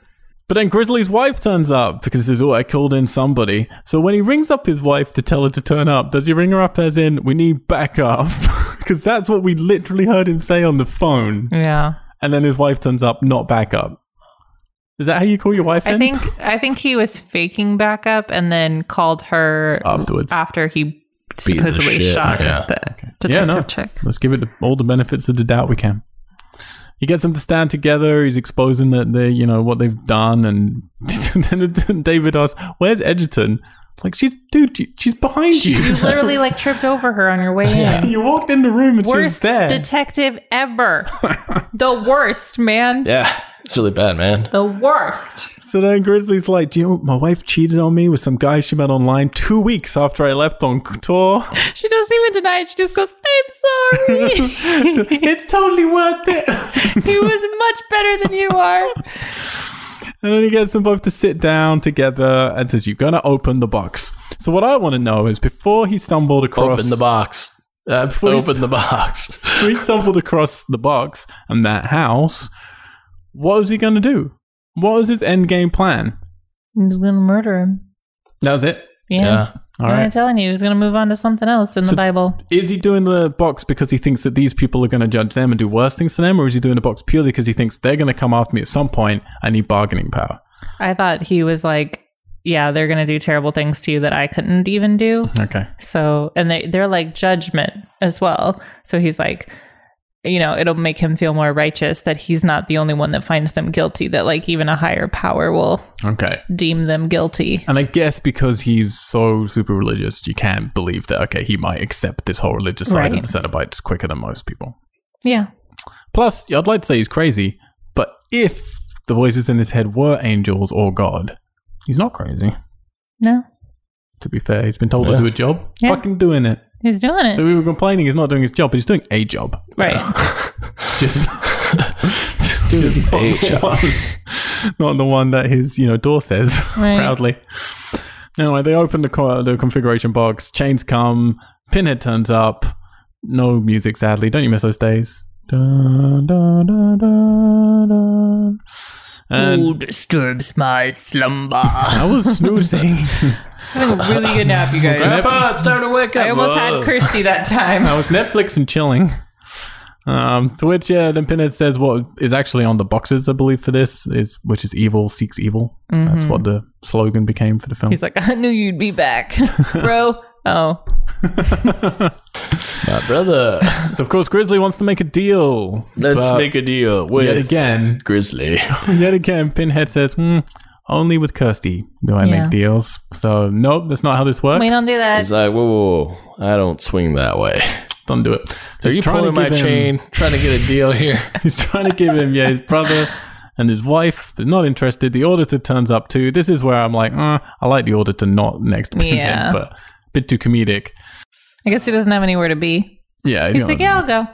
Speaker 1: But then Grizzly's wife turns up because says, "Oh, I called in somebody." So when he rings up his wife to tell her to turn up, does he ring her up as in, "We need backup"? Because that's what we literally heard him say on the phone.
Speaker 3: Yeah,
Speaker 1: And then his wife turns up, not backup. Is that how you call your wife?
Speaker 3: I
Speaker 1: in?
Speaker 3: think I think he was faking backup and then called her
Speaker 1: afterwards.
Speaker 3: after he
Speaker 2: Beat the
Speaker 3: supposedly
Speaker 2: shit
Speaker 3: shot
Speaker 2: out of her.
Speaker 3: the detective chick.
Speaker 1: Let's give it all the benefits of the doubt we can. He gets them to stand together. He's exposing that they, you know, what they've done. And then David asks, "Where's Edgerton?" Like she's, dude, she- she's behind
Speaker 3: You
Speaker 1: you.
Speaker 3: literally like tripped over her on your way in.
Speaker 1: you walked in the room and she was
Speaker 3: worst
Speaker 1: there.
Speaker 3: detective ever. the worst, man.
Speaker 2: Yeah, it's really bad, man.
Speaker 3: The worst.
Speaker 1: so then Grizzly's like, "Do you know what? my wife cheated on me with some guy she met online two weeks after I left on tour?
Speaker 3: She doesn't even deny it. She just goes, I'm sorry.
Speaker 1: it's totally worth it."
Speaker 3: he was much better than you are.
Speaker 1: And then he gets them both to sit down together and says, You're going to open the box. So, what I want to know is before he stumbled across.
Speaker 2: Open the box.
Speaker 1: Uh, before, he,
Speaker 2: Open the box.
Speaker 1: before he stumbled across the box and that house, what was he going to do? What was his end game plan?
Speaker 3: He was going to murder him.
Speaker 1: That was it.
Speaker 3: Yeah.
Speaker 2: Yeah.
Speaker 1: All
Speaker 3: I'm
Speaker 1: right.
Speaker 3: telling you, he was going to move on to something else in
Speaker 1: So-
Speaker 3: the Bible.
Speaker 1: Is he doing the box because he thinks that these people are going to judge them and do worse things to them? Or is he doing the box purely because he thinks they're going to come after me at some point? I need bargaining power.
Speaker 3: I thought he was like, yeah, they're going to do terrible things to you that I couldn't even do.
Speaker 1: Okay.
Speaker 3: So, and they, they're like judgment as well. So he's like, you know, it'll make him feel more righteous that he's not the only one that finds them guilty, that like even a higher power will
Speaker 1: Okay.
Speaker 3: deem them guilty.
Speaker 1: And I guess because he's so super religious, you can believe that, okay, he might accept this whole religious side of
Speaker 3: Right.
Speaker 1: the Cenobites quicker than most people.
Speaker 3: Yeah.
Speaker 1: Plus, I'd like to say he's crazy, but if the voices in his head were angels or God, he's not crazy.
Speaker 3: No,
Speaker 1: To be fair, he's been told
Speaker 2: Yeah.
Speaker 1: to do a job,
Speaker 3: Yeah.
Speaker 1: fucking doing it.
Speaker 3: he's doing it
Speaker 1: So we were complaining he's not doing his job, but he's doing a job.
Speaker 3: right.
Speaker 1: Just, just doing
Speaker 2: a
Speaker 1: the
Speaker 2: job.
Speaker 1: one- not the one that his you know door says
Speaker 3: Right.
Speaker 1: proudly. Anyway, they open the co- the configuration box. Chains come. Pinhead turns up. No music, sadly. Don't you miss those days? Dun, dun, dun, dun, dun. And
Speaker 3: disturbs my slumber?
Speaker 1: I was snoozing.
Speaker 3: having a really good nap, you guys.
Speaker 2: Grandpa, it's time to wake up.
Speaker 3: I almost had Kirsty that time.
Speaker 1: I was Netflix and chilling. Um, to which, yeah, then Pinhead says what is actually on the boxes, I believe, for this is which is evil seeks evil. That's what the slogan became for the film.
Speaker 3: Mm-hmm. He's like, I knew you'd be back, bro. Oh,
Speaker 2: My brother,
Speaker 1: so of course, Grizzly wants to make a deal.
Speaker 2: let's
Speaker 1: but
Speaker 2: make a deal with
Speaker 1: yet again.
Speaker 2: Grizzly.
Speaker 1: Yet again, Pinhead says, hmm, "Only with Kirsty do I
Speaker 3: Yeah.
Speaker 1: make deals." So nope, that's not how this works.
Speaker 3: we don't do that.
Speaker 2: He's like, whoa, whoa, whoa, I don't swing that way.
Speaker 1: Don't do it. So
Speaker 2: Are
Speaker 1: he's
Speaker 2: you
Speaker 1: trying to
Speaker 2: pulling my
Speaker 1: give him-
Speaker 2: chain? Trying to get a deal here?
Speaker 1: He's trying to give him, yeah, his brother and his wife. They're not interested. The auditor turns up too. This is where I'm like, uh, I like the auditor not next to Pinhead,
Speaker 3: Yeah.
Speaker 1: but a bit too comedic.
Speaker 3: I guess he doesn't have anywhere to be.
Speaker 1: Yeah. you
Speaker 3: He's
Speaker 1: know
Speaker 3: like,
Speaker 1: what I mean.
Speaker 3: yeah, I'll go.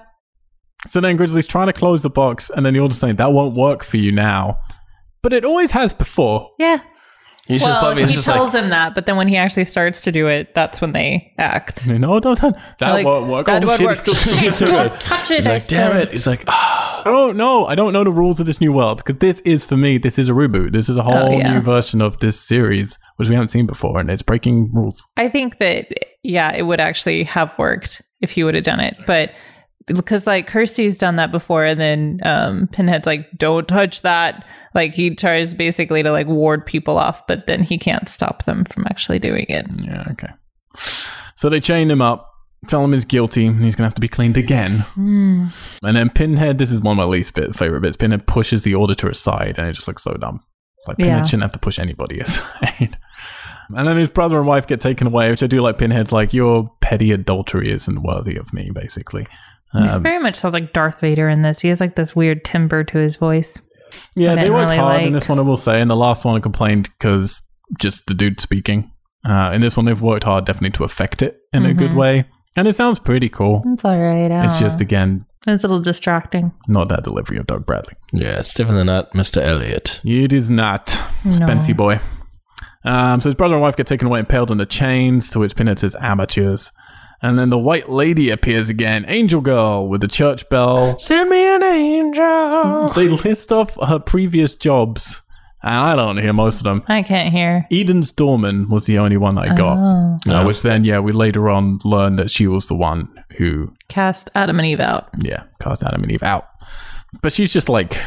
Speaker 1: So then Grizzly's trying to close the box, and then the auditor's saying, that won't work for you now. But it always has before.
Speaker 3: Yeah.
Speaker 2: He's just
Speaker 3: well,
Speaker 2: probably
Speaker 3: he
Speaker 2: he's just
Speaker 3: tells
Speaker 2: like,
Speaker 3: him that, but then when he actually starts to do it, that's when they act.
Speaker 1: I mean, no, don't, don't. That
Speaker 3: Like,
Speaker 1: won't work.
Speaker 3: That
Speaker 1: oh,
Speaker 3: won't
Speaker 1: shit,
Speaker 3: work.
Speaker 1: he's still committed
Speaker 3: Shit,
Speaker 1: to it.
Speaker 3: don't touch it.
Speaker 2: he's
Speaker 3: I
Speaker 2: like, damn
Speaker 3: said.
Speaker 2: it. He's like, ah.
Speaker 1: I don't know. I don't know the rules of this new world because this is for me. This is a reboot. This is a whole
Speaker 3: Oh, yeah.
Speaker 1: new version of this series, which we haven't seen before, and it's breaking rules.
Speaker 3: I think that yeah, it would actually have worked if he would have done it, but because like Kirsty's done that before, and then um, Pinhead's like, "Don't touch that." Like he tries basically to like ward people off, but then he can't stop them from actually doing it.
Speaker 1: Yeah, okay. So they chain him up, tell him he's guilty, and he's gonna have to be cleaned again. Hmm. And then Pinhead, this is one of my least bit favorite bits. Pinhead pushes the auditor aside, and it just looks so dumb. It's like Pinhead
Speaker 3: Yeah.
Speaker 1: shouldn't have to push anybody aside. And then his brother and wife get taken away, which I do like. Pinhead's like, "Your petty adultery isn't worthy of me," basically. Um,
Speaker 3: He very much sounds like Darth Vader in this. He has like this weird timbre to his voice.
Speaker 1: Yeah,
Speaker 3: I
Speaker 1: they
Speaker 3: didn't
Speaker 1: worked
Speaker 3: really
Speaker 1: hard in
Speaker 3: like.
Speaker 1: this one, I will say. And the last one I complained because just the dude speaking. Uh, in this one, they've worked hard definitely to affect it in a good
Speaker 3: Mhm.
Speaker 1: way. And it sounds pretty cool.
Speaker 3: It's all right. I
Speaker 1: It's
Speaker 3: don't
Speaker 1: just,
Speaker 3: know.
Speaker 1: again,
Speaker 3: it's a little distracting.
Speaker 1: not that delivery of Doug Bradley.
Speaker 2: Yeah, it's definitely not Mr. Elliot.
Speaker 1: It is not.
Speaker 3: No.
Speaker 1: Fancy boy. Um, so his brother and wife get taken away impaled on the chains, to which Pinhead says amateurs. And then the white lady appears again, Angel Girl with the church bell.
Speaker 2: Send me an angel.
Speaker 1: They list off her previous jobs, and I don't hear most of them.
Speaker 3: I can't hear.
Speaker 1: Eden's Dorman was the only one I got.
Speaker 3: Oh,
Speaker 1: Uh, which then, yeah, we later on learned that she was the one who,
Speaker 3: cast Adam and Eve out.
Speaker 1: yeah, cast Adam and Eve out. But she's just like,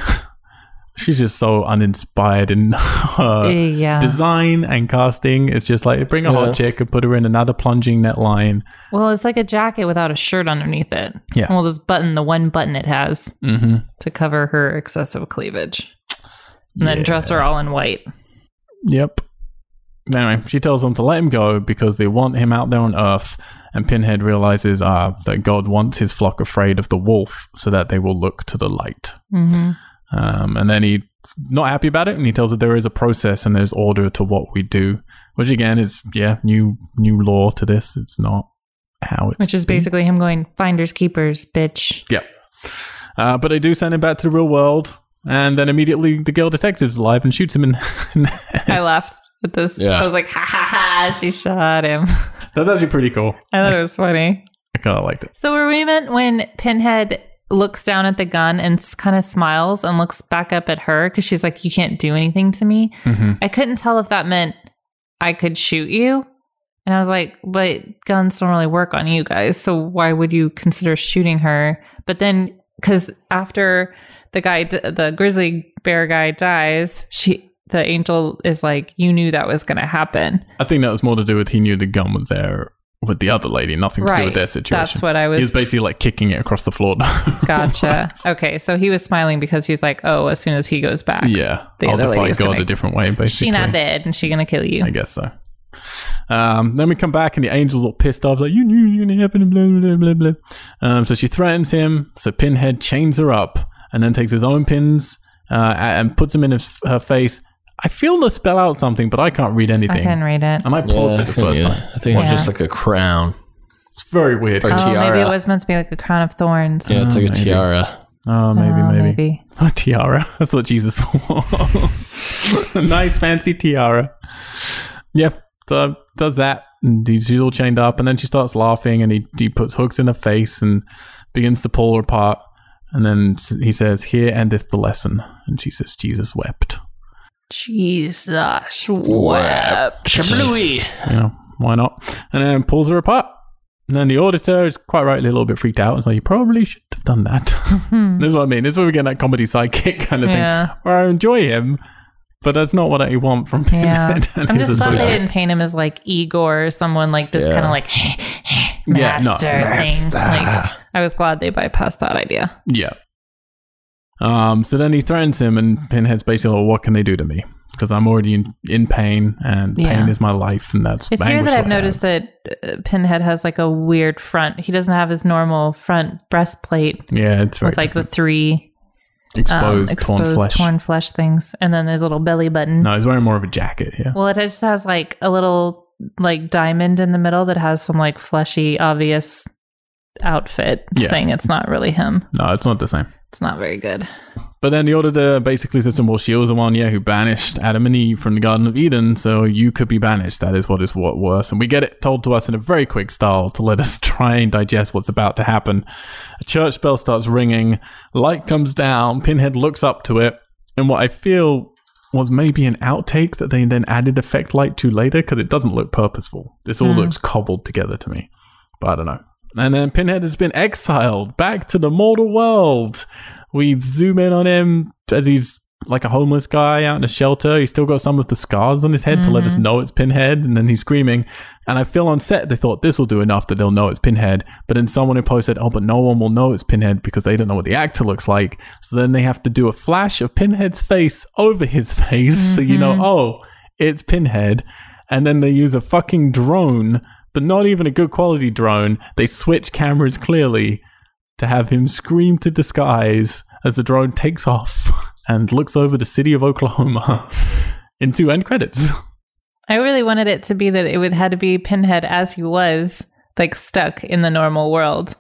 Speaker 1: she's just so uninspired in her
Speaker 3: yeah.
Speaker 1: design and casting. It's just like, bring a
Speaker 2: Yeah.
Speaker 1: hot chick and put her in another plunging net line.
Speaker 3: Well, it's like a jacket without a shirt underneath it.
Speaker 1: Yeah.
Speaker 3: And we'll just button the one button it has
Speaker 1: Mm-hmm.
Speaker 3: to cover her excessive cleavage. And then dress her all in white.
Speaker 1: Yep. Anyway, she tells them to let him go because they want him out there on Earth. And Pinhead realizes uh, that God wants his flock afraid of the wolf so that they will look to the light.
Speaker 3: Mm-hmm.
Speaker 1: Um, and then he not happy about it, and he tells that there is a process and there's order to what we do, which again is yeah new new law to this. It's not how it's
Speaker 3: Which is basically him going, finders, keepers, bitch.
Speaker 1: yeah. Uh, but they do send him back to the real world, and then immediately the girl detective's alive and shoots him. In
Speaker 3: I laughed at this.
Speaker 2: Yeah.
Speaker 3: I was like, ha ha ha, she shot him.
Speaker 1: that's actually pretty cool.
Speaker 3: I thought it was funny.
Speaker 1: I kind of liked it.
Speaker 3: So were we meant when Pinhead looks down at the gun and kind of smiles and looks back up at her because she's like, you can't do anything to me?
Speaker 1: Mm-hmm.
Speaker 3: I couldn't tell if that meant I could shoot you. And I was like, but guns don't really work on you guys. So why would you consider shooting her? But then, because after the guy, d- the grizzly bear guy dies, she, the angel is like, you knew that was going to happen.
Speaker 1: I think that was more to do with he knew the gun was there with the other lady, nothing to do with their situation.
Speaker 3: That's what I
Speaker 1: he was
Speaker 3: was.
Speaker 1: basically like kicking it across the floor.
Speaker 3: Gotcha. okay. So he was smiling because he's like, oh, as soon as he goes back,
Speaker 1: yeah,
Speaker 3: The
Speaker 1: I'll
Speaker 3: other
Speaker 1: defy
Speaker 3: lady's
Speaker 1: God
Speaker 3: gonna-
Speaker 1: a different way. Basically,
Speaker 3: she not dead and she going to kill you.
Speaker 1: I guess so. Um, then we come back and the angel's all pissed off, like, you knew you were going to happen, and blah, blah, blah, blah. Um, so she threatens him. So Pinhead chains her up and then takes his own pins uh, and puts them in his, her face. I feel the spell out something, but I can't read anything.
Speaker 3: I can read it.
Speaker 1: And I paused it the first time.
Speaker 4: I think it was
Speaker 3: Yeah.
Speaker 4: just like a crown.
Speaker 1: It's very weird.
Speaker 4: Or-
Speaker 3: oh, maybe
Speaker 4: tiara.
Speaker 3: it was meant to be like a crown of thorns.
Speaker 4: Yeah, it's like a
Speaker 1: maybe.
Speaker 4: tiara.
Speaker 1: Oh, maybe,
Speaker 3: Oh,
Speaker 1: maybe. A tiara. That's what Jesus wore. a nice fancy tiara. Yep. So does that. And he- she's all chained up, and then she starts laughing, and he, he puts hooks in her face and begins to pull her apart. And then s- he says, Here endeth the lesson. And she says, Jesus wept.
Speaker 3: Jesus
Speaker 4: wept.
Speaker 2: Shablooey.
Speaker 1: You know, why not? And then pulls her apart. And then the auditor is quite rightly a little bit freaked out. It's like, You probably should have done that. this is what I mean. This is where we get that comedy sidekick kind of thing.
Speaker 3: Hmm. Yeah.
Speaker 1: where I enjoy him, but that's not what I want from him.
Speaker 3: Yeah.
Speaker 1: and
Speaker 3: I'm
Speaker 1: his
Speaker 3: just glad they
Speaker 1: associate.
Speaker 3: didn't paint him as like Igor or someone like this
Speaker 4: Yeah.
Speaker 3: kind of like
Speaker 1: Yeah, no,
Speaker 3: master thing. Like, I was glad they bypassed that idea.
Speaker 1: Yeah. Um. So then he threatens him, and Pinhead's basically, like, "What can they do to me? Because I'm already in, in pain, and
Speaker 3: Yeah.
Speaker 1: pain is my life, and that's
Speaker 3: It's here
Speaker 1: anguish
Speaker 3: that I've
Speaker 1: I have."
Speaker 3: noticed that uh, Pinhead has like a weird front. He doesn't have his normal front breastplate
Speaker 1: Yeah, it's very
Speaker 3: with like the three um,
Speaker 1: exposed,
Speaker 3: exposed,
Speaker 1: torn flesh.
Speaker 3: torn flesh things, and then his little belly button.
Speaker 1: No, he's wearing more of a jacket here.
Speaker 3: Well, it just has like a little like diamond in the middle that has some like fleshy, obvious outfit
Speaker 1: Yeah.
Speaker 3: thing. It's not really him.
Speaker 1: No, it's not the same.
Speaker 3: It's not very good.
Speaker 1: But then the auditor basically says to him, well, she was the one, yeah, who banished Adam and Eve from the Garden of Eden, so you could be banished. That is what is what worse. And we get it told to us in a very quick style to let us try and digest what's about to happen. A church bell starts ringing, light comes down, Pinhead looks up to it, and what I feel was maybe an outtake that they then added effect light to later because it doesn't look purposeful. This all looks cobbled together to me. But I don't know. And then Pinhead has been exiled back to the mortal world. We zoom in on him as he's like a homeless guy out in a shelter. He's still got some of the scars on his head to let us know it's Pinhead, and then he's screaming. And I feel on set they thought this will do enough that they'll know it's Pinhead. But then someone in post said, "Oh, but no one will know it's Pinhead because they don't know what the actor looks like." So then they have to do a flash of Pinhead's face over his face, so you know, oh, it's Pinhead. And then they use a fucking drone, but not even a good quality drone. They switch cameras clearly to have him scream to the skies as the drone takes off and looks over the city of Oklahoma into end credits.
Speaker 3: I really wanted it to be that it would had to be Pinhead as he was, like stuck in the normal world.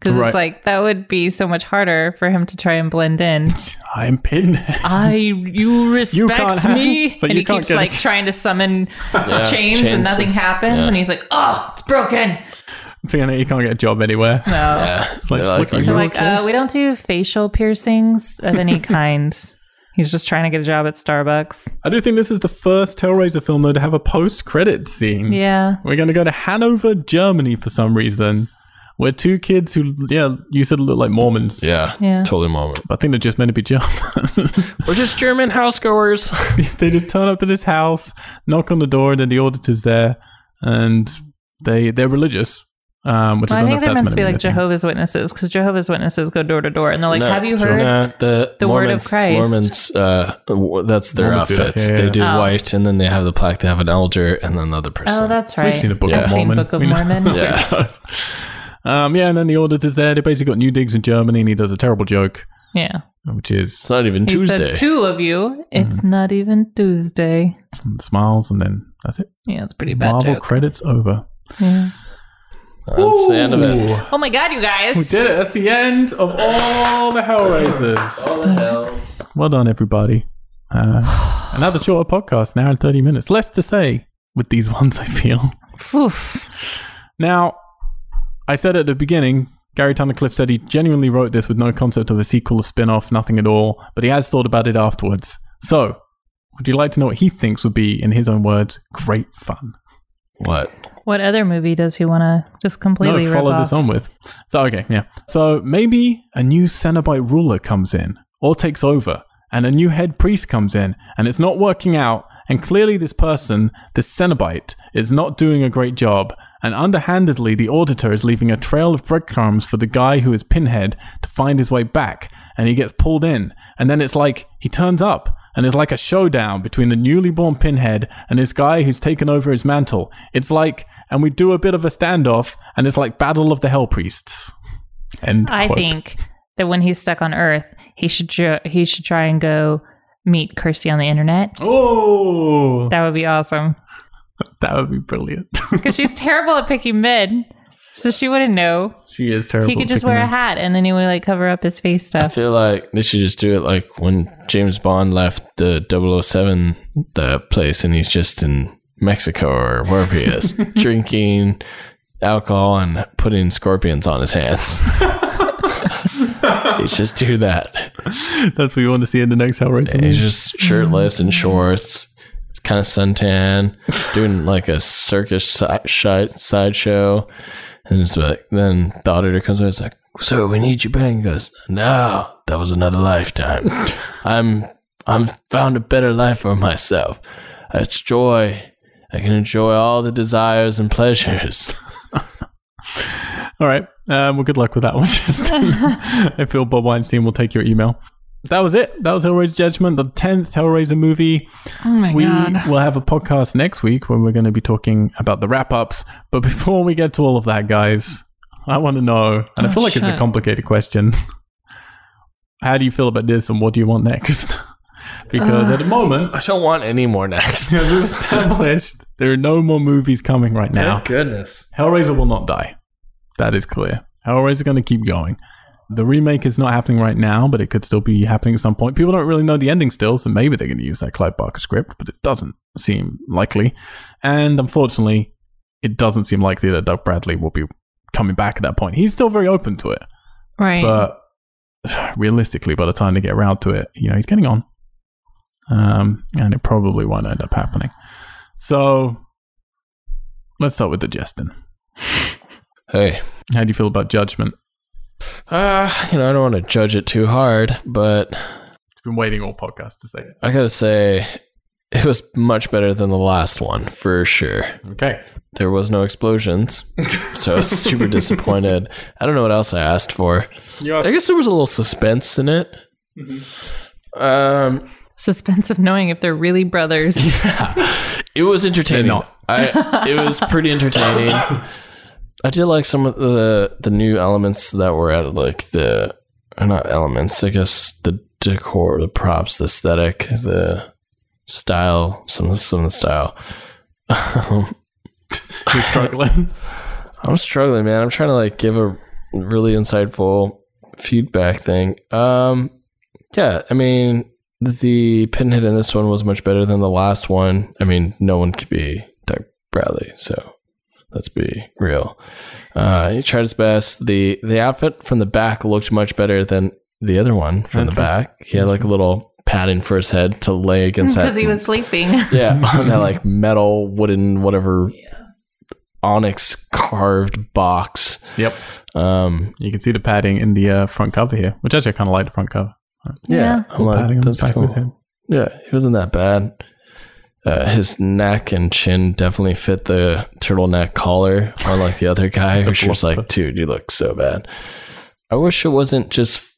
Speaker 3: Because
Speaker 1: Right.
Speaker 3: it's like that would be so much harder for him to try and blend in.
Speaker 1: I'm Pinhead.
Speaker 3: I you
Speaker 1: can't
Speaker 3: respect
Speaker 1: have-
Speaker 3: me,
Speaker 1: but
Speaker 3: and
Speaker 1: you
Speaker 3: he
Speaker 1: can't
Speaker 3: keeps
Speaker 1: get
Speaker 3: like
Speaker 1: it.
Speaker 3: trying to summon chains,
Speaker 4: chains.
Speaker 3: and nothing happens,
Speaker 4: Yeah.
Speaker 3: and he's like, "Oh, it's broken."
Speaker 1: Fiona, you can't get a job anywhere.
Speaker 3: No,
Speaker 4: Yeah.
Speaker 1: like,
Speaker 4: They're like,
Speaker 1: look at
Speaker 4: "Are
Speaker 3: they're
Speaker 4: you
Speaker 3: like,
Speaker 4: okay?"
Speaker 3: uh, "We don't do facial piercings of any kind." He's just trying to get a job at Starbucks.
Speaker 1: I do think this is the first Hellraiser film though to have a post-credit scene.
Speaker 3: Yeah,
Speaker 1: We're going to go to Hanover, Germany for some reason, where two kids who, yeah, you said look like Mormons,
Speaker 4: yeah,
Speaker 3: Yeah.
Speaker 4: totally moment.
Speaker 1: but I think they're just meant to be German.
Speaker 2: We're just German housegoers.
Speaker 1: they just turn up to this house, knock on the door, and then the auditor's there, and they they're religious. Um, which I
Speaker 3: well, I
Speaker 1: don't know
Speaker 3: think they're
Speaker 1: if that's
Speaker 3: meant to be like
Speaker 1: a thing.
Speaker 3: Jehovah's Witnesses because Jehovah's Witnesses go door to door, and they're like,
Speaker 4: No,
Speaker 3: "Have you
Speaker 4: so-
Speaker 3: heard?"
Speaker 4: Nah, the
Speaker 3: the word of
Speaker 4: Mormons-
Speaker 3: Christ?
Speaker 4: Mormons, uh, w- that's their
Speaker 1: Mormons do that.
Speaker 4: outfits.
Speaker 1: Yeah, yeah.
Speaker 4: They do
Speaker 3: Oh.
Speaker 4: white, and then they have the plaque. They have an elder, and then another person.
Speaker 3: Oh, that's
Speaker 1: We've
Speaker 3: right.
Speaker 1: seen the Book
Speaker 3: I've
Speaker 1: of
Speaker 3: seen
Speaker 1: Mormon.
Speaker 3: Book of
Speaker 1: We know-
Speaker 3: Mormon.
Speaker 1: we know
Speaker 4: Yeah.
Speaker 1: those. Oh Um, yeah, and then the auditor's there. They basically got new digs in Germany, and he does a terrible joke,
Speaker 3: Yeah.
Speaker 1: which is
Speaker 4: it's not even
Speaker 3: He
Speaker 4: Tuesday.
Speaker 3: said two of
Speaker 1: Mm-hmm.
Speaker 3: you. It's not even Tuesday.
Speaker 1: and smiles, and then that's it.
Speaker 3: Yeah, it's pretty bad
Speaker 1: Marvel
Speaker 3: joke.
Speaker 1: credits over.
Speaker 3: Yeah.
Speaker 4: that's the end of it.
Speaker 1: Ooh.
Speaker 3: Oh my god, you guys.
Speaker 1: We did it. That's the end of all the Hellraisers. Well done, everybody. Uh, another shorter podcast, an hour and 30 minutes. Less to say with these ones, I feel.
Speaker 3: Oof.
Speaker 1: Now, I said at the beginning, Gary Tunnicliffe said he genuinely wrote this with no concept of a sequel, a spin off, nothing at all, but he has thought about it afterwards. So, would you like to know what he thinks would be, in his own words, great fun?
Speaker 4: What?
Speaker 3: What other movie does he want to just completely
Speaker 1: no,
Speaker 3: rip
Speaker 1: follow
Speaker 3: off?
Speaker 1: this on with. So okay, yeah. So maybe a new Cenobite ruler comes in or takes over, and a new head priest comes in, and it's not working out. And clearly, this person, this Cenobite, is not doing a great job. And underhandedly, the auditor is leaving a trail of breadcrumbs for the guy who is Pinhead to find his way back. And he gets pulled in. And then it's like he turns up and it's like a showdown between the newly born Pinhead and this guy who's taken over his mantle. It's like, and we do a bit of a standoff, and it's like Battle of the Hell Priests. End
Speaker 3: I
Speaker 1: quote.
Speaker 3: think that when he's stuck on Earth, he should ju- he should try and go meet Kirsty on the internet.
Speaker 1: Oh,
Speaker 3: That would be awesome
Speaker 1: that would be brilliant.
Speaker 3: because she's terrible at picking men, so she wouldn't know.
Speaker 1: she is terrible.
Speaker 3: he could
Speaker 1: at
Speaker 3: just
Speaker 1: picking
Speaker 3: wear a
Speaker 1: them.
Speaker 3: hat and then he would like cover up his face
Speaker 2: I
Speaker 3: stuff.
Speaker 2: feel like they should just do it like when James Bond left the 007 the place and he's just in Mexico or wherever he is drinking alcohol and putting scorpions on his hands. he's just do that.
Speaker 1: That's what you want to see in the next Hellraiser.
Speaker 2: He's
Speaker 1: movie.
Speaker 2: just shirtless and shorts, kind of suntan, doing like a circus side sideshow. And it's like, then the auditor comes over. It's like, so we need you back. And he goes, no, that was another lifetime. I'm, I'm found a better life for myself. It's joy. I can enjoy all the desires and pleasures.
Speaker 1: All right. Um, well, good luck with that one. Justin. I feel Bob Weinstein will take your email. That was it. That was Hellraiser Judgment, the 10th Hellraiser movie.
Speaker 3: oh my
Speaker 1: we
Speaker 3: god!
Speaker 1: will have a podcast next week when we're going to be talking about the wrap ups. But before we get to all of that, guys, I want to know, and I
Speaker 3: Oh,
Speaker 1: feel like it's a
Speaker 3: shit.
Speaker 1: complicated question. How do you feel about this and what do you want next? because at the moment,
Speaker 2: I don't want any more next.
Speaker 1: as we've established, there are no more movies coming right now.
Speaker 2: goodness.
Speaker 1: Hellraiser will not die. That is clear. Hellraiser going to keep going. The remake is not happening right now, but it could still be happening at some point. People don't really know the ending still, so maybe they're going to use that Clive Barker script, but it doesn't seem likely. And unfortunately, it doesn't seem likely that Doug Bradley will be coming back at that point. He's still very open to it,
Speaker 3: Right?
Speaker 1: but realistically, by the time they get around to it, you know, he's getting on. Um, and it probably won't end up happening. So let's start with the Justin.
Speaker 2: Hey,
Speaker 1: How do you feel about Judgment?
Speaker 2: uh, you know, I don't want to judge it too hard, but
Speaker 1: Been waiting all podcasts to say it.
Speaker 2: I gotta say, it was much better than the last one for sure.
Speaker 1: Okay.
Speaker 2: There was no explosions, so I was super disappointed. I don't know what else I asked for. I guess there was a little suspense in it. Um,
Speaker 3: Suspense of knowing if they're really brothers.
Speaker 2: it was entertaining.
Speaker 1: They're not.
Speaker 2: I it was pretty entertaining. I did like some of the the new elements that were added, like the or not elements, I guess the decor, the props, the aesthetic, the style, some of some of the style. Um,
Speaker 1: You're struggling.
Speaker 2: I'm struggling, man. I'm trying to like give a really insightful feedback thing. Um, yeah, I mean, the pinhead in this one was much better than the last one. I mean, no one could be Doug Bradley, so let's be real. Uh, he tried his best. the The outfit from the back looked much better than the other one from the
Speaker 1: Okay.
Speaker 2: back. He had like a little padding for his head to lay against that
Speaker 3: Because he was sleeping.
Speaker 2: yeah, on that like metal, wooden, whatever onyx carved box.
Speaker 1: yep.
Speaker 2: Um,
Speaker 1: You can see the padding in the uh, front cover here, which actually I kind of like the front cover.
Speaker 3: Yeah.
Speaker 2: yeah, I'm like,
Speaker 1: padding on the
Speaker 2: that's
Speaker 1: back of his
Speaker 2: cool.
Speaker 1: head.
Speaker 2: Yeah, it wasn't that bad. Uh, his neck and chin definitely fit the turtleneck collar, unlike the other guy
Speaker 1: The
Speaker 2: who's just
Speaker 1: fluffer.
Speaker 2: like, dude, you look so bad. I wish it wasn't just.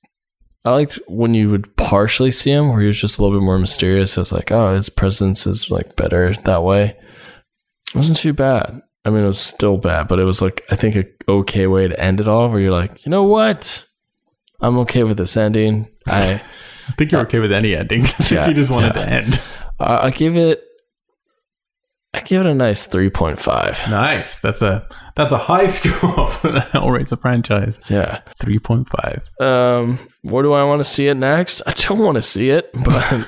Speaker 2: I liked when you would partially see him, where he was just a little bit more mysterious. I was like, oh, his presence is like better that way. It wasn't too bad. I mean, it was still bad, but it was like I think a okay way to end it all, where you're like, you know what, I'm okay with this ending. I.
Speaker 1: I think you're okay with any ending. I think
Speaker 2: Yeah,
Speaker 1: you just wanted
Speaker 2: yeah.
Speaker 1: to end.
Speaker 2: I I give it. I give it a nice three point five.
Speaker 1: Nice. That's a that's a high score for the Hellraiser franchise.
Speaker 2: Yeah.
Speaker 1: Three point five.
Speaker 2: Um. Where do I want to see it next? I don't want to see it, but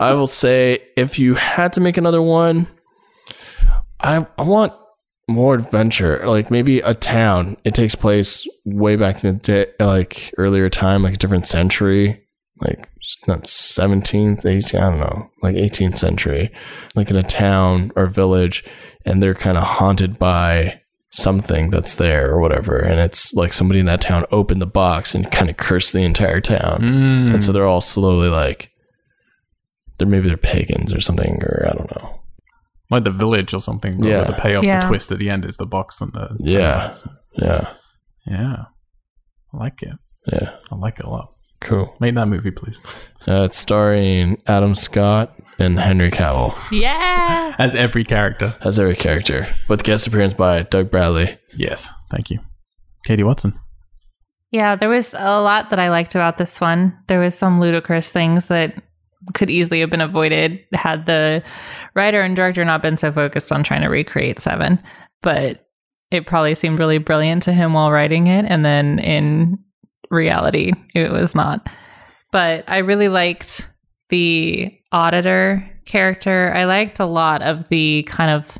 Speaker 2: I will say if you had to make another one, I I want more adventure. Like maybe a town. It takes place way back in the day, like earlier time, like a different century. Like not seventeenth, eighteen. I don't know, like eighteenth century. like in a town or village and they're kind of haunted by something that's there or whatever and it's like somebody in that town opened the box and kind of cursed the entire town
Speaker 1: Mm.
Speaker 2: and so they're all slowly like they're maybe they're pagans or something or i don't know
Speaker 1: like the village or something. but
Speaker 2: Yeah.
Speaker 1: With the payoff, the
Speaker 3: Yeah.
Speaker 1: twist at the end is the box and the
Speaker 2: Yeah. yeah
Speaker 1: Yeah. I like it.
Speaker 2: yeah
Speaker 1: I like it a lot.
Speaker 4: Cool.
Speaker 1: Make that movie, please.
Speaker 4: Uh, it's starring Adam Scott and Henry Cavill
Speaker 3: Yeah.
Speaker 1: As every character.
Speaker 4: as every character, with guest appearance by Doug Bradley.
Speaker 1: Yes. Thank you. Katie Watson.
Speaker 3: Yeah, there was a lot that I liked about this one. There was some ludicrous things that could easily have been avoided had the writer and director not been so focused on trying to recreate Seven. But it probably seemed really brilliant to him while writing it, and then in reality, it was not. But I really liked the auditor character. I liked a lot of the kind of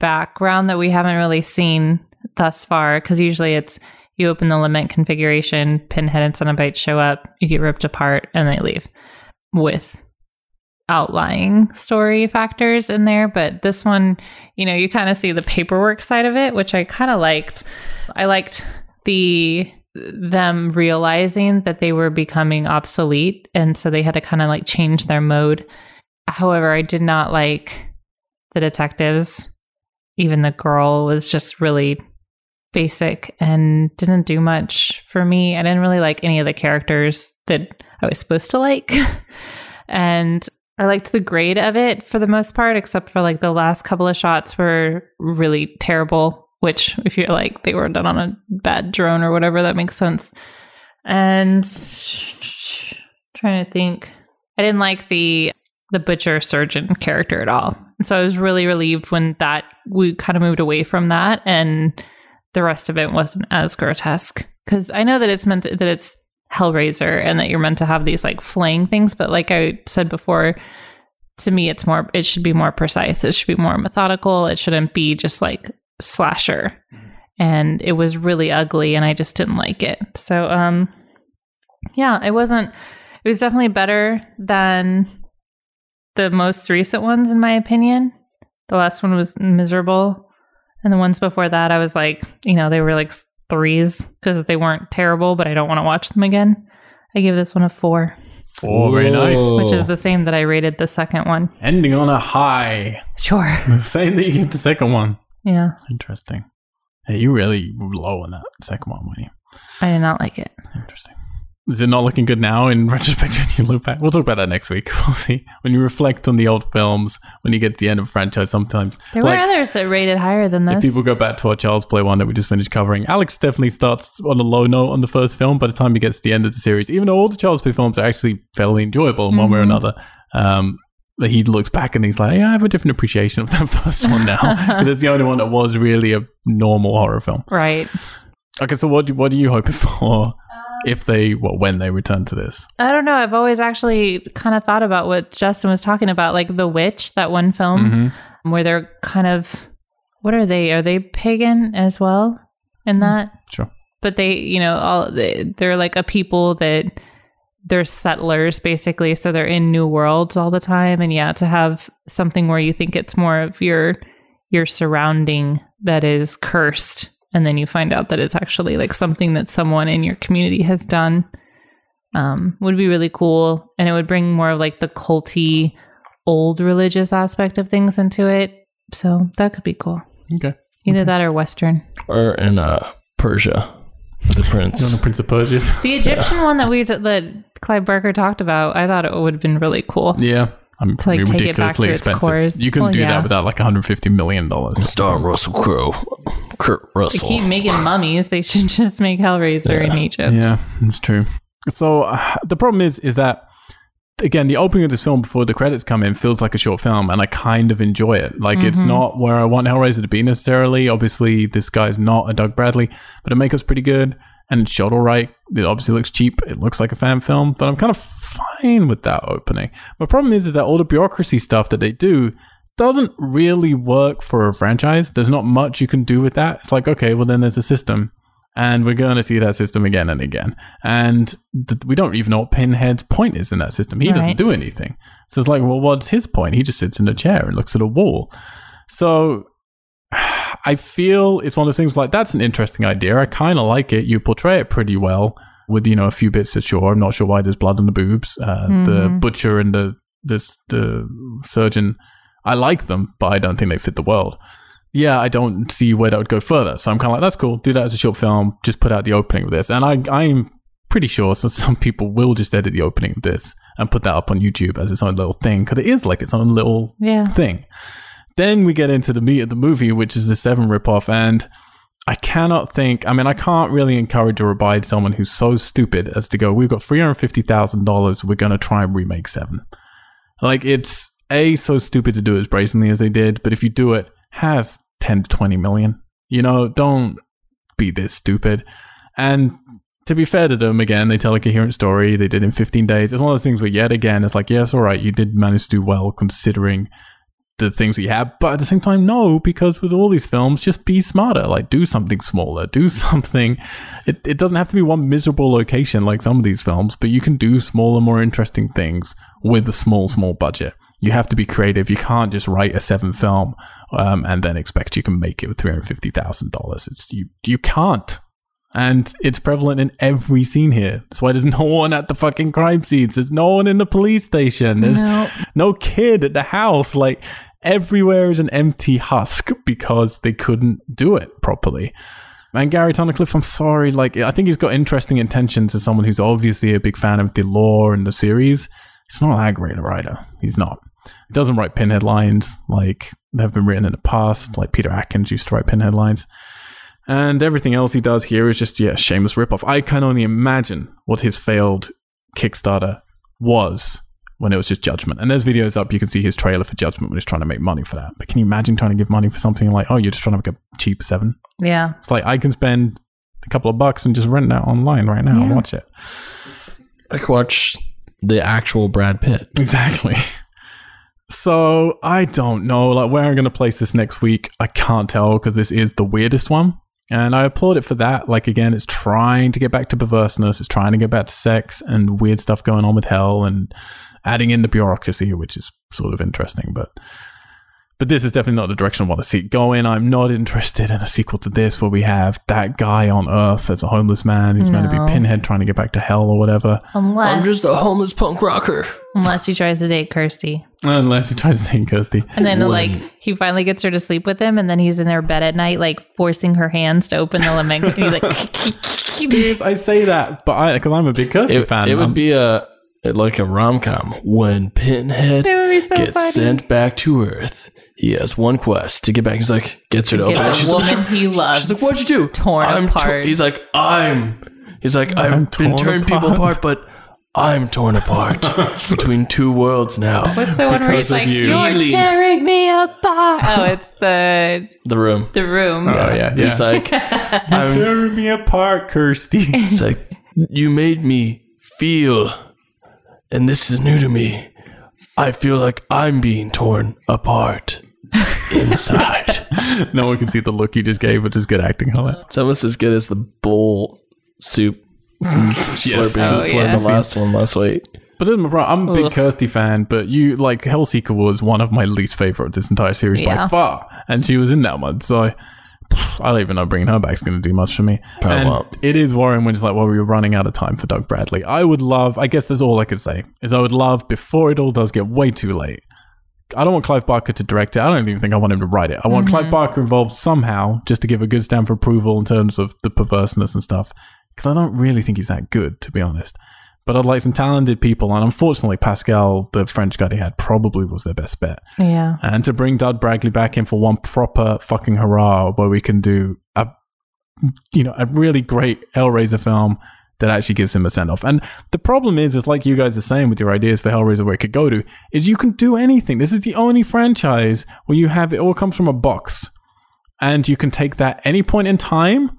Speaker 3: background that we haven't really seen thus far, because usually it's you open the lament configuration, Pinhead and Cenobite show up, you get ripped apart, and they leave with outlying story factors in there. But this one, you know, you kind of see the paperwork side of it, which I kind of liked. I liked the them realizing that they were becoming obsolete and so they had to kind of like change their mode. However, I did not like the detectives. Even the girl was just really basic and didn't do much for me. I didn't really like any of the characters that I was supposed to like. and I liked the grade of it for the most part, except for like the last couple of shots were really terrible, which if you're like they were done on a bad drone or whatever, that makes sense. And trying to think. I didn't like the the butcher surgeon character at all. And so I was really relieved when that we kind of moved away from that and the rest of it wasn't as grotesque because I know that it's meant to, that it's Hellraiser and that you're meant to have these like flaying things, but like I said before, to me it's more it should be more precise. It should be more methodical. It shouldn't be just like slasher. And it was really ugly, and I just didn't like it. So um, yeah, it wasn't. It was definitely better than the most recent ones, in my opinion. The last one was miserable. And the ones before that, I was like, you know, they were like s- threes because they weren't terrible, but I don't want to watch them again. I give this one a four,
Speaker 1: Four. Very nice.
Speaker 4: Whoa.
Speaker 3: which is the same that I rated the second one.
Speaker 1: Ending on a high.
Speaker 3: Sure.
Speaker 1: Same that you did the second one.
Speaker 3: Yeah.
Speaker 1: Interesting. Hey, you really were low on that second one, weren't you?
Speaker 3: I did not like it.
Speaker 1: Interesting. Is it not looking good now in retrospect when you look back? We'll talk about that next week. We'll see. When you reflect on the old films, when you get to the end of a franchise, sometimes
Speaker 3: There
Speaker 1: like,
Speaker 3: were others that rated higher than
Speaker 1: if
Speaker 3: this.
Speaker 1: people go back to our Child's Play one that we just finished covering, Alex definitely starts on a low note on the first film by the time he gets to the end of the series. Even though all the Child's Play films are actually fairly enjoyable in one way or
Speaker 3: Mhm.
Speaker 1: another, um, but he looks back and he's like, yeah, I have a different appreciation of that first one now. But it's the only one that was really a normal horror film.
Speaker 3: right.
Speaker 1: Okay, so what, do- what are you hoping
Speaker 3: Um,
Speaker 1: for if they, well, when they return to this?
Speaker 3: I don't know. I've always actually kind of thought about what Justin was talking about, like The Witch, that one film
Speaker 1: Mhm.
Speaker 3: where they're kind of, what are they? Are they pagan as well in that?
Speaker 1: Sure.
Speaker 3: but they you know all they, they're like a people that they're settlers basically so they're in new worlds all the time and yeah to have something where you think it's more of your your surrounding that is cursed and then you find out that it's actually like something that someone in your community has done um, would be really cool and it would bring more of like the culty old religious aspect of things into it so that could be cool
Speaker 1: Okay.
Speaker 3: either that or western
Speaker 4: Or in uh, Persia, with the
Speaker 1: You want
Speaker 4: prince.
Speaker 1: a Prince of Persia?
Speaker 3: The Egyptian one that we t- that Clive Barker talked about, I thought it would have been really cool.
Speaker 1: yeah. I'm
Speaker 3: To, like,
Speaker 1: probably
Speaker 3: take it back
Speaker 1: ridiculously
Speaker 3: to its
Speaker 1: expensive.
Speaker 3: cores.
Speaker 1: You couldn't
Speaker 3: Well,
Speaker 1: do
Speaker 3: yeah.
Speaker 1: that without like 150 million dollars.
Speaker 4: Starring Russell Crowe. Kurt
Speaker 3: They
Speaker 4: Russell.
Speaker 3: keep making mummies. They should just make Hellraiser in Egypt.
Speaker 1: Yeah, it's true. So uh, the problem is, is that again, the opening of this film before the credits come in feels like a short film, and I kind of enjoy it. Like it's
Speaker 3: Mhm.
Speaker 1: not where I want Hellraiser to be necessarily. Obviously, this guy's not a Doug Bradley, but the makeup's pretty good and it's shot all right. It obviously looks cheap. It looks like a fan film, but I'm kind of fine with that opening. My problem is, is that all the bureaucracy stuff that they do doesn't really work for a franchise. There's not much you can do with that. It's like, okay, well then there's a system and we're going to see that system again and again. And th- we don't even know what Pinhead's point is in that system. He doesn't
Speaker 3: Right.
Speaker 1: do anything. So it's like, well, what's his point? He just sits in a chair and looks at a wall. So I feel it's one of those things like that's an interesting idea. I kind of like it. You portray it pretty well with you know a few bits that sure. I'm not sure why there's blood on the boobs. Uh, The
Speaker 3: Mhm.
Speaker 1: butcher and the this the surgeon. I like them, but I don't think they fit the world yeah, I don't see where that would go further. So I'm kind of like, that's cool. Do that as a short film. Just put out the opening of this, and I I'm pretty sure so some people will just edit the opening of this and put that up on YouTube as its own little thing because it is like its own little
Speaker 3: Yeah.
Speaker 1: thing. Then we get into the meat of the movie, which is the Seven ripoff, and I cannot think. I mean, I can't really encourage or abide someone who's so stupid as to go, "We've got three hundred fifty thousand dollars. We're going to try and remake Seven. Like it's a so stupid to do it as brazenly as they did, but if you do it, have ten to twenty million. You know, don't be this stupid. And to be fair to them, again, they tell a coherent story. They did in 15 days. It's one of those things where, yet again, it's like, yes, all right, you did manage to do well considering the things that you have. But at the same time, no, because with all these films, just be smarter. Like, do something smaller. Do something. It, it doesn't have to be one miserable location like some of these films, but you can do smaller, more interesting things with a small, small budget. You have to be creative. You can't just write a seven film um, and then expect you can make it with three hundred fifty thousand dollars. It's you. You can't and it's prevalent in every scene here. That's why there's no one at the fucking crime scenes. There's no one in the police station. There's
Speaker 3: No.
Speaker 1: no, kid at the house. Like everywhere is an empty husk because they couldn't do it properly. And Gary Tunnicliffe, I'm sorry. Like I think he's got interesting intentions as someone who's obviously a big fan of the lore and the series. He's not that great a writer. He's not. He doesn't write pinhead lines like they have been written in the past. Like Peter Atkins used to write pinhead lines. And everything else he does here is just, yeah, shameless ripoff. I can only imagine what his failed Kickstarter was when it was just Judgment. And there's videos up, you can see his trailer for Judgment when he's trying to make money for that. But can you imagine trying to give money for something like, oh, you're just trying to make a cheap seven?
Speaker 3: Yeah.
Speaker 1: It's like, I can spend a couple of bucks and just rent that online right now and
Speaker 3: Yeah.
Speaker 1: watch it.
Speaker 4: I could watch the actual Brad Pitt.
Speaker 1: Exactly. So I don't know like where I'm going to place this next week. I can't tell because this is the weirdest one. And I applaud it for that. Like again, it's trying to get back to perverseness, it's trying to get back to sex and weird stuff going on with hell and adding in the bureaucracy, which is sort of interesting, but but this is definitely not the direction I want to see it go in. I'm not interested in a sequel to this where we have that guy on Earth that's a homeless man who's meant to
Speaker 3: No.
Speaker 1: be pinhead trying to get back to hell or whatever.
Speaker 3: Unless
Speaker 4: I'm just a homeless punk rocker.
Speaker 3: unless he tries to date Kirsty.
Speaker 1: Unless he tries to take Kirsty.
Speaker 3: And then like he finally gets her to sleep with him and then he's in their bed at night, like forcing her hands to open the lemon. and he's like
Speaker 1: Yes, I say that, but I because I'm a big Kirsty
Speaker 4: It,
Speaker 1: fan.
Speaker 4: it
Speaker 1: um,
Speaker 4: would be a like a rom com when Pinhead
Speaker 3: That would be so
Speaker 4: gets
Speaker 3: funny.
Speaker 4: sent back to Earth. He has one quest to get back. He's like gets her to,
Speaker 3: get
Speaker 4: open.
Speaker 3: the
Speaker 4: it. She's
Speaker 3: woman
Speaker 4: like,
Speaker 3: he loves
Speaker 4: She's like, "What'd you do?"
Speaker 3: torn
Speaker 4: I'm to-
Speaker 3: apart.
Speaker 4: he's like, "I'm." He's like, "I've
Speaker 1: I'm
Speaker 4: been
Speaker 1: torn
Speaker 4: turned people
Speaker 1: apart."
Speaker 4: apart, but I'm torn apart between two worlds now."
Speaker 3: What's the one where
Speaker 1: Because
Speaker 3: he's
Speaker 1: of
Speaker 3: like,
Speaker 1: you.
Speaker 3: you. are
Speaker 4: Really?
Speaker 3: tearing me apart? Oh, it's the
Speaker 4: The room.
Speaker 3: the room.
Speaker 1: Oh, yeah, yeah.
Speaker 4: He's like, "I'm."
Speaker 1: Tear me apart, Kirsty.
Speaker 4: He's like, "You made me feel, and this is new to me. I feel like I'm being torn apart inside."
Speaker 1: no one can see the look you just gave, which is good acting on it.
Speaker 4: It's almost as good as the bowl soup slurping
Speaker 3: Oh,
Speaker 4: slurp
Speaker 3: yeah.
Speaker 4: the last one last week.
Speaker 1: But I'm a- I'm a big Kirsty fan, but you like Hellseeker was one of my least favorite of this entire series by
Speaker 3: Yeah.
Speaker 1: far, and she was in that one, so. I- I don't even know bringing her back is going to do much for me.
Speaker 4: Probably
Speaker 1: And
Speaker 4: won't.
Speaker 1: It is worrying when it's like, well, we were running out of time for Doug Bradley. I would love, I guess that's all I could say, is I would love before it all does get way too late, I don't want Clive Barker to direct it. I don't even think I want him to write it. I want Clive Barker involved somehow just to give a good stamp of approval in terms of the perverseness and stuff. Because I don't really think he's that good, to be honest. But I'd like some talented people. And unfortunately, Pascal, the French guy they had, probably was their best bet.
Speaker 3: Yeah.
Speaker 1: And to bring Dud Bradley back in for one proper fucking hurrah where we can do a you know, a really great Hellraiser film that actually gives him a send off. And the problem is, is like you guys are saying with your ideas for Hellraiser where it could go to, is you can do anything. This is the only franchise where you have it all comes from a box. And you can take that any point in time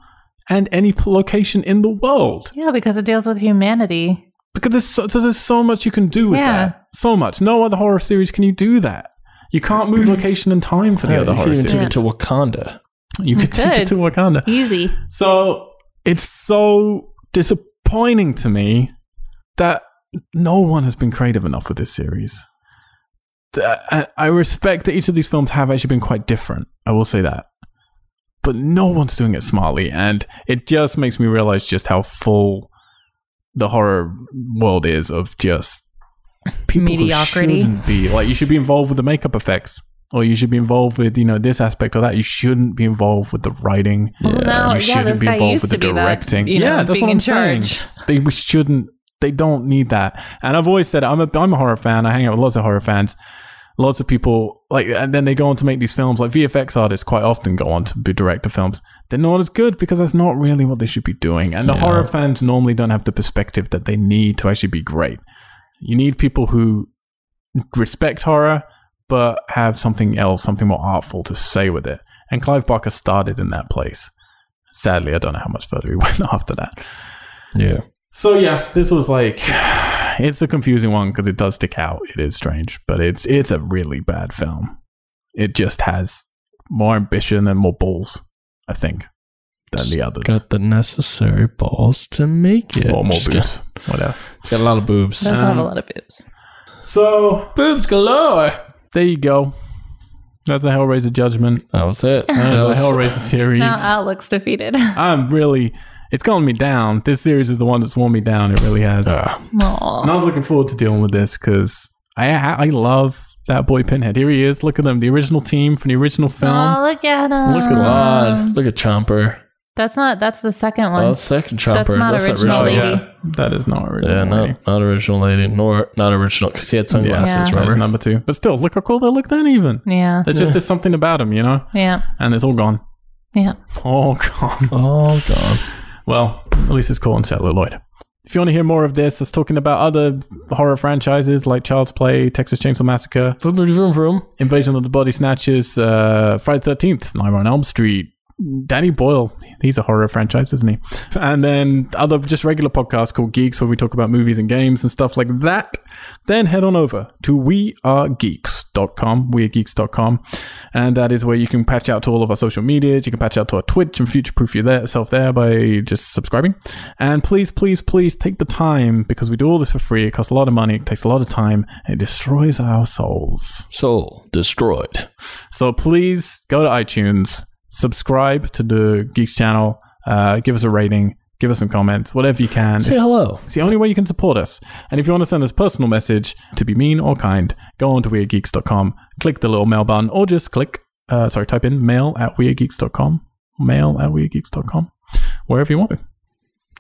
Speaker 1: and any p- location in the world
Speaker 3: Yeah, because it deals with humanity.
Speaker 1: because there's so, so there's so much you can do with
Speaker 3: Yeah.
Speaker 1: that. So much. No other horror series can you do that. You can't move location and time for the other
Speaker 4: you could
Speaker 1: horror
Speaker 4: even
Speaker 1: series.
Speaker 4: take it to Wakanda.
Speaker 1: you could take it
Speaker 3: Good.
Speaker 1: to Wakanda.
Speaker 3: Easy.
Speaker 1: So it's so disappointing to me that no one has been creative enough with this series. Th- I I respect that each of these films have actually been quite different. I will say that. But no one's doing it smartly. And it just makes me realize just how full the horror world is of just people who
Speaker 3: Mediocrity.
Speaker 1: shouldn't be. Like, you should be involved with the makeup effects. or you should be involved with you know this aspect or that. You shouldn't be involved with the writing.
Speaker 3: Well, now,
Speaker 1: You
Speaker 3: yeah,
Speaker 1: shouldn't
Speaker 3: this
Speaker 1: be
Speaker 3: guy
Speaker 1: involved
Speaker 3: used
Speaker 1: with
Speaker 3: to
Speaker 1: the
Speaker 3: be
Speaker 1: directing.
Speaker 3: that. You know,
Speaker 1: Yeah, that's
Speaker 3: being
Speaker 1: what
Speaker 3: in
Speaker 1: I'm saying.
Speaker 3: charge.
Speaker 1: They shouldn't. They don't need that. And I've always said it, I'm a I'm a horror fan. I hang out with lots of horror fans. Lots of people like, and then they go on to make these films. Like VFX artists quite often go on to be director films. They're not as good because that's not really what they should be doing. And the horror fans normally don't have the perspective that they need to actually be great. You need people who respect horror but have something else, something more artful to say with it. And Clive Barker started in that place. Sadly, I don't know how much further he went after that.
Speaker 4: Yeah.
Speaker 1: So yeah, this was like it's a confusing one because it does stick out. It is strange, but it's it's a really bad film. It just has more ambition and more balls, I think, than the others.
Speaker 4: Got the necessary balls to make it.
Speaker 1: or more
Speaker 4: Just
Speaker 1: boobs, whatever.
Speaker 4: Got, got a lot of boobs.
Speaker 3: Does have a
Speaker 1: Um,
Speaker 3: lot of boobs.
Speaker 1: So
Speaker 4: boobs galore.
Speaker 1: there you go. That's a Hellraiser judgment.
Speaker 4: That was it. That
Speaker 1: That's a
Speaker 4: was-
Speaker 1: Hellraiser series.
Speaker 3: Now Al looks defeated.
Speaker 1: I'm really it's calming me down. This series is the one that's worn me down. It really has.
Speaker 4: Ah,
Speaker 3: Aw.
Speaker 1: And I was looking forward to dealing with this because I I love that boy Pinhead. Here he is. Look at him, the original team from the original film.
Speaker 3: Aw, look at him. Um,
Speaker 1: Look
Speaker 4: Um,
Speaker 1: at
Speaker 4: God. Look at Chomper.
Speaker 3: That's not. That's the second one.
Speaker 4: Well, that's second Chomper.
Speaker 3: That's not original
Speaker 1: Oh,
Speaker 3: lady.
Speaker 1: yeah, that is not original.
Speaker 4: Yeah,
Speaker 1: lady.
Speaker 4: not, not original lady, nor not original because he had sunglasses,
Speaker 3: Yeah.
Speaker 1: That is
Speaker 4: remember?
Speaker 1: number two. But still, look how cool they look then. Even
Speaker 3: yeah.
Speaker 1: there's just there's something about him, you know.
Speaker 3: Yeah.
Speaker 1: And it's all gone.
Speaker 3: Yeah.
Speaker 1: All gone.
Speaker 4: Oh god.
Speaker 1: Well, at least it's caught on celluloid. If you want to hear more of this, it's talking about other horror franchises like Child's Play, Texas Chainsaw Massacre,
Speaker 4: Vroom, vroom, vroom, vroom.
Speaker 1: Invasion of the Body Snatchers, uh, Friday Thirteenth, Nightmare on Elm Street, Danny Boyle. He's a horror franchise, isn't he? And then other just regular podcasts called Geeks, where we talk about movies and games and stuff like that. Then head on over to wearegeeks.com, wearegeeks.com, and that is where you can patch out to all of our social medias. You can patch out to our Twitch and future-proof yourself there by just subscribing. And please, please, please take the time because we do all this for free. It costs a lot of money. It takes a lot of time. And it destroys our souls.
Speaker 4: Soul destroyed.
Speaker 1: So please go to iTunes, subscribe to the Geeks channel, uh, give us a rating, give us some comments, whatever you can.
Speaker 4: Say
Speaker 1: It's-
Speaker 4: hello.
Speaker 1: it's the only way you can support us. And if you want to send us a personal message to be mean or kind, go on to weirdgeeks.com, click the little mail button, or just click, uh, sorry, type in mail at weirdgeeks.com, mail at weirdgeeks.com, wherever you want to.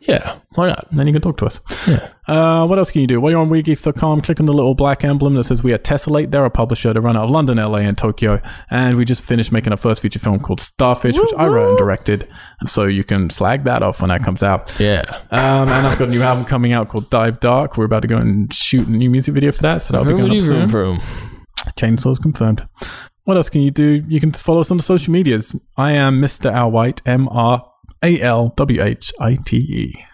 Speaker 4: Yeah, why not?
Speaker 1: And then you can talk to us.
Speaker 4: Yeah.
Speaker 1: Uh, what else can you do? While you're on WeGeeks.com, click on the little black emblem that says we are Tessellate. They're a publisher. They run out of London, LA, and Tokyo. And we just finished making our first feature film called Starfish, which I wrote and directed. So you can slag that off when that comes out.
Speaker 4: Yeah.
Speaker 1: Um, and I've got a new album coming out called Dive Dark. We're about to go and shoot a new music video for that. So that'll be
Speaker 4: Vroom,
Speaker 1: going up
Speaker 4: vroom, vroom.
Speaker 1: soon. Chainsaws confirmed. What else can you do? You can follow us on the social medias. I am Mr. Al White, M R A L W H I T E.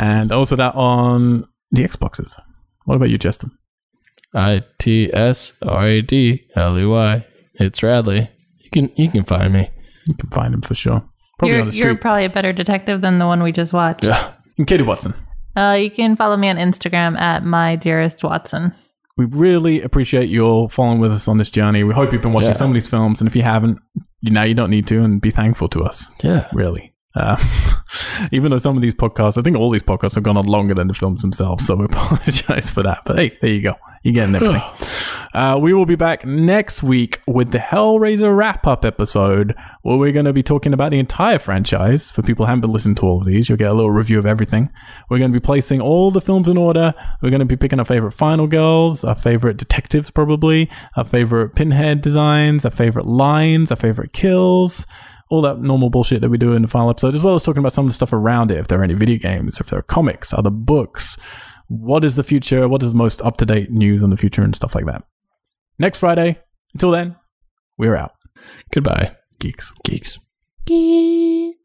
Speaker 1: And also that on the Xboxes. What about you, Justin?
Speaker 4: I T S R A D L E Y. It's Radley. You can you can find me.
Speaker 1: You can find him for sure. Probably
Speaker 3: You're,
Speaker 1: on the
Speaker 3: you're
Speaker 1: street.
Speaker 3: probably a better detective than the one we just watched.
Speaker 4: Yeah.
Speaker 1: and Katie Watson.
Speaker 3: Uh, you can follow me on Instagram at my dearest Watson.
Speaker 1: We really appreciate you all following with us on this journey. We hope you've been watching
Speaker 4: Yeah.
Speaker 1: some of these films, and if you haven't, you now you don't need to, and be thankful to us.
Speaker 4: Yeah.
Speaker 1: really. Uh, even though some of these podcasts, I think all these podcasts have gone on longer than the films themselves, so we apologize for that. But hey, there you go. You're getting everything. uh, we will be back next week with the Hellraiser wrap up episode, where we're going to be talking about the entire franchise. For people who haven't been listening to all of these, you'll get a little review of everything. We're going to be placing all the films in order. We're going to be picking our favorite final girls, our favorite detectives, probably, our favorite pinhead designs, our favorite lines, our favorite kills all that normal bullshit that we do in the final episode, as well as talking about some of the stuff around it. If there are any video games, if there are comics, other books, what is the future? What is the most up to date news on the future and stuff like that. Next Friday. Until then, we're out,
Speaker 4: Goodbye,
Speaker 1: geeks.
Speaker 4: geeks.
Speaker 3: Geek.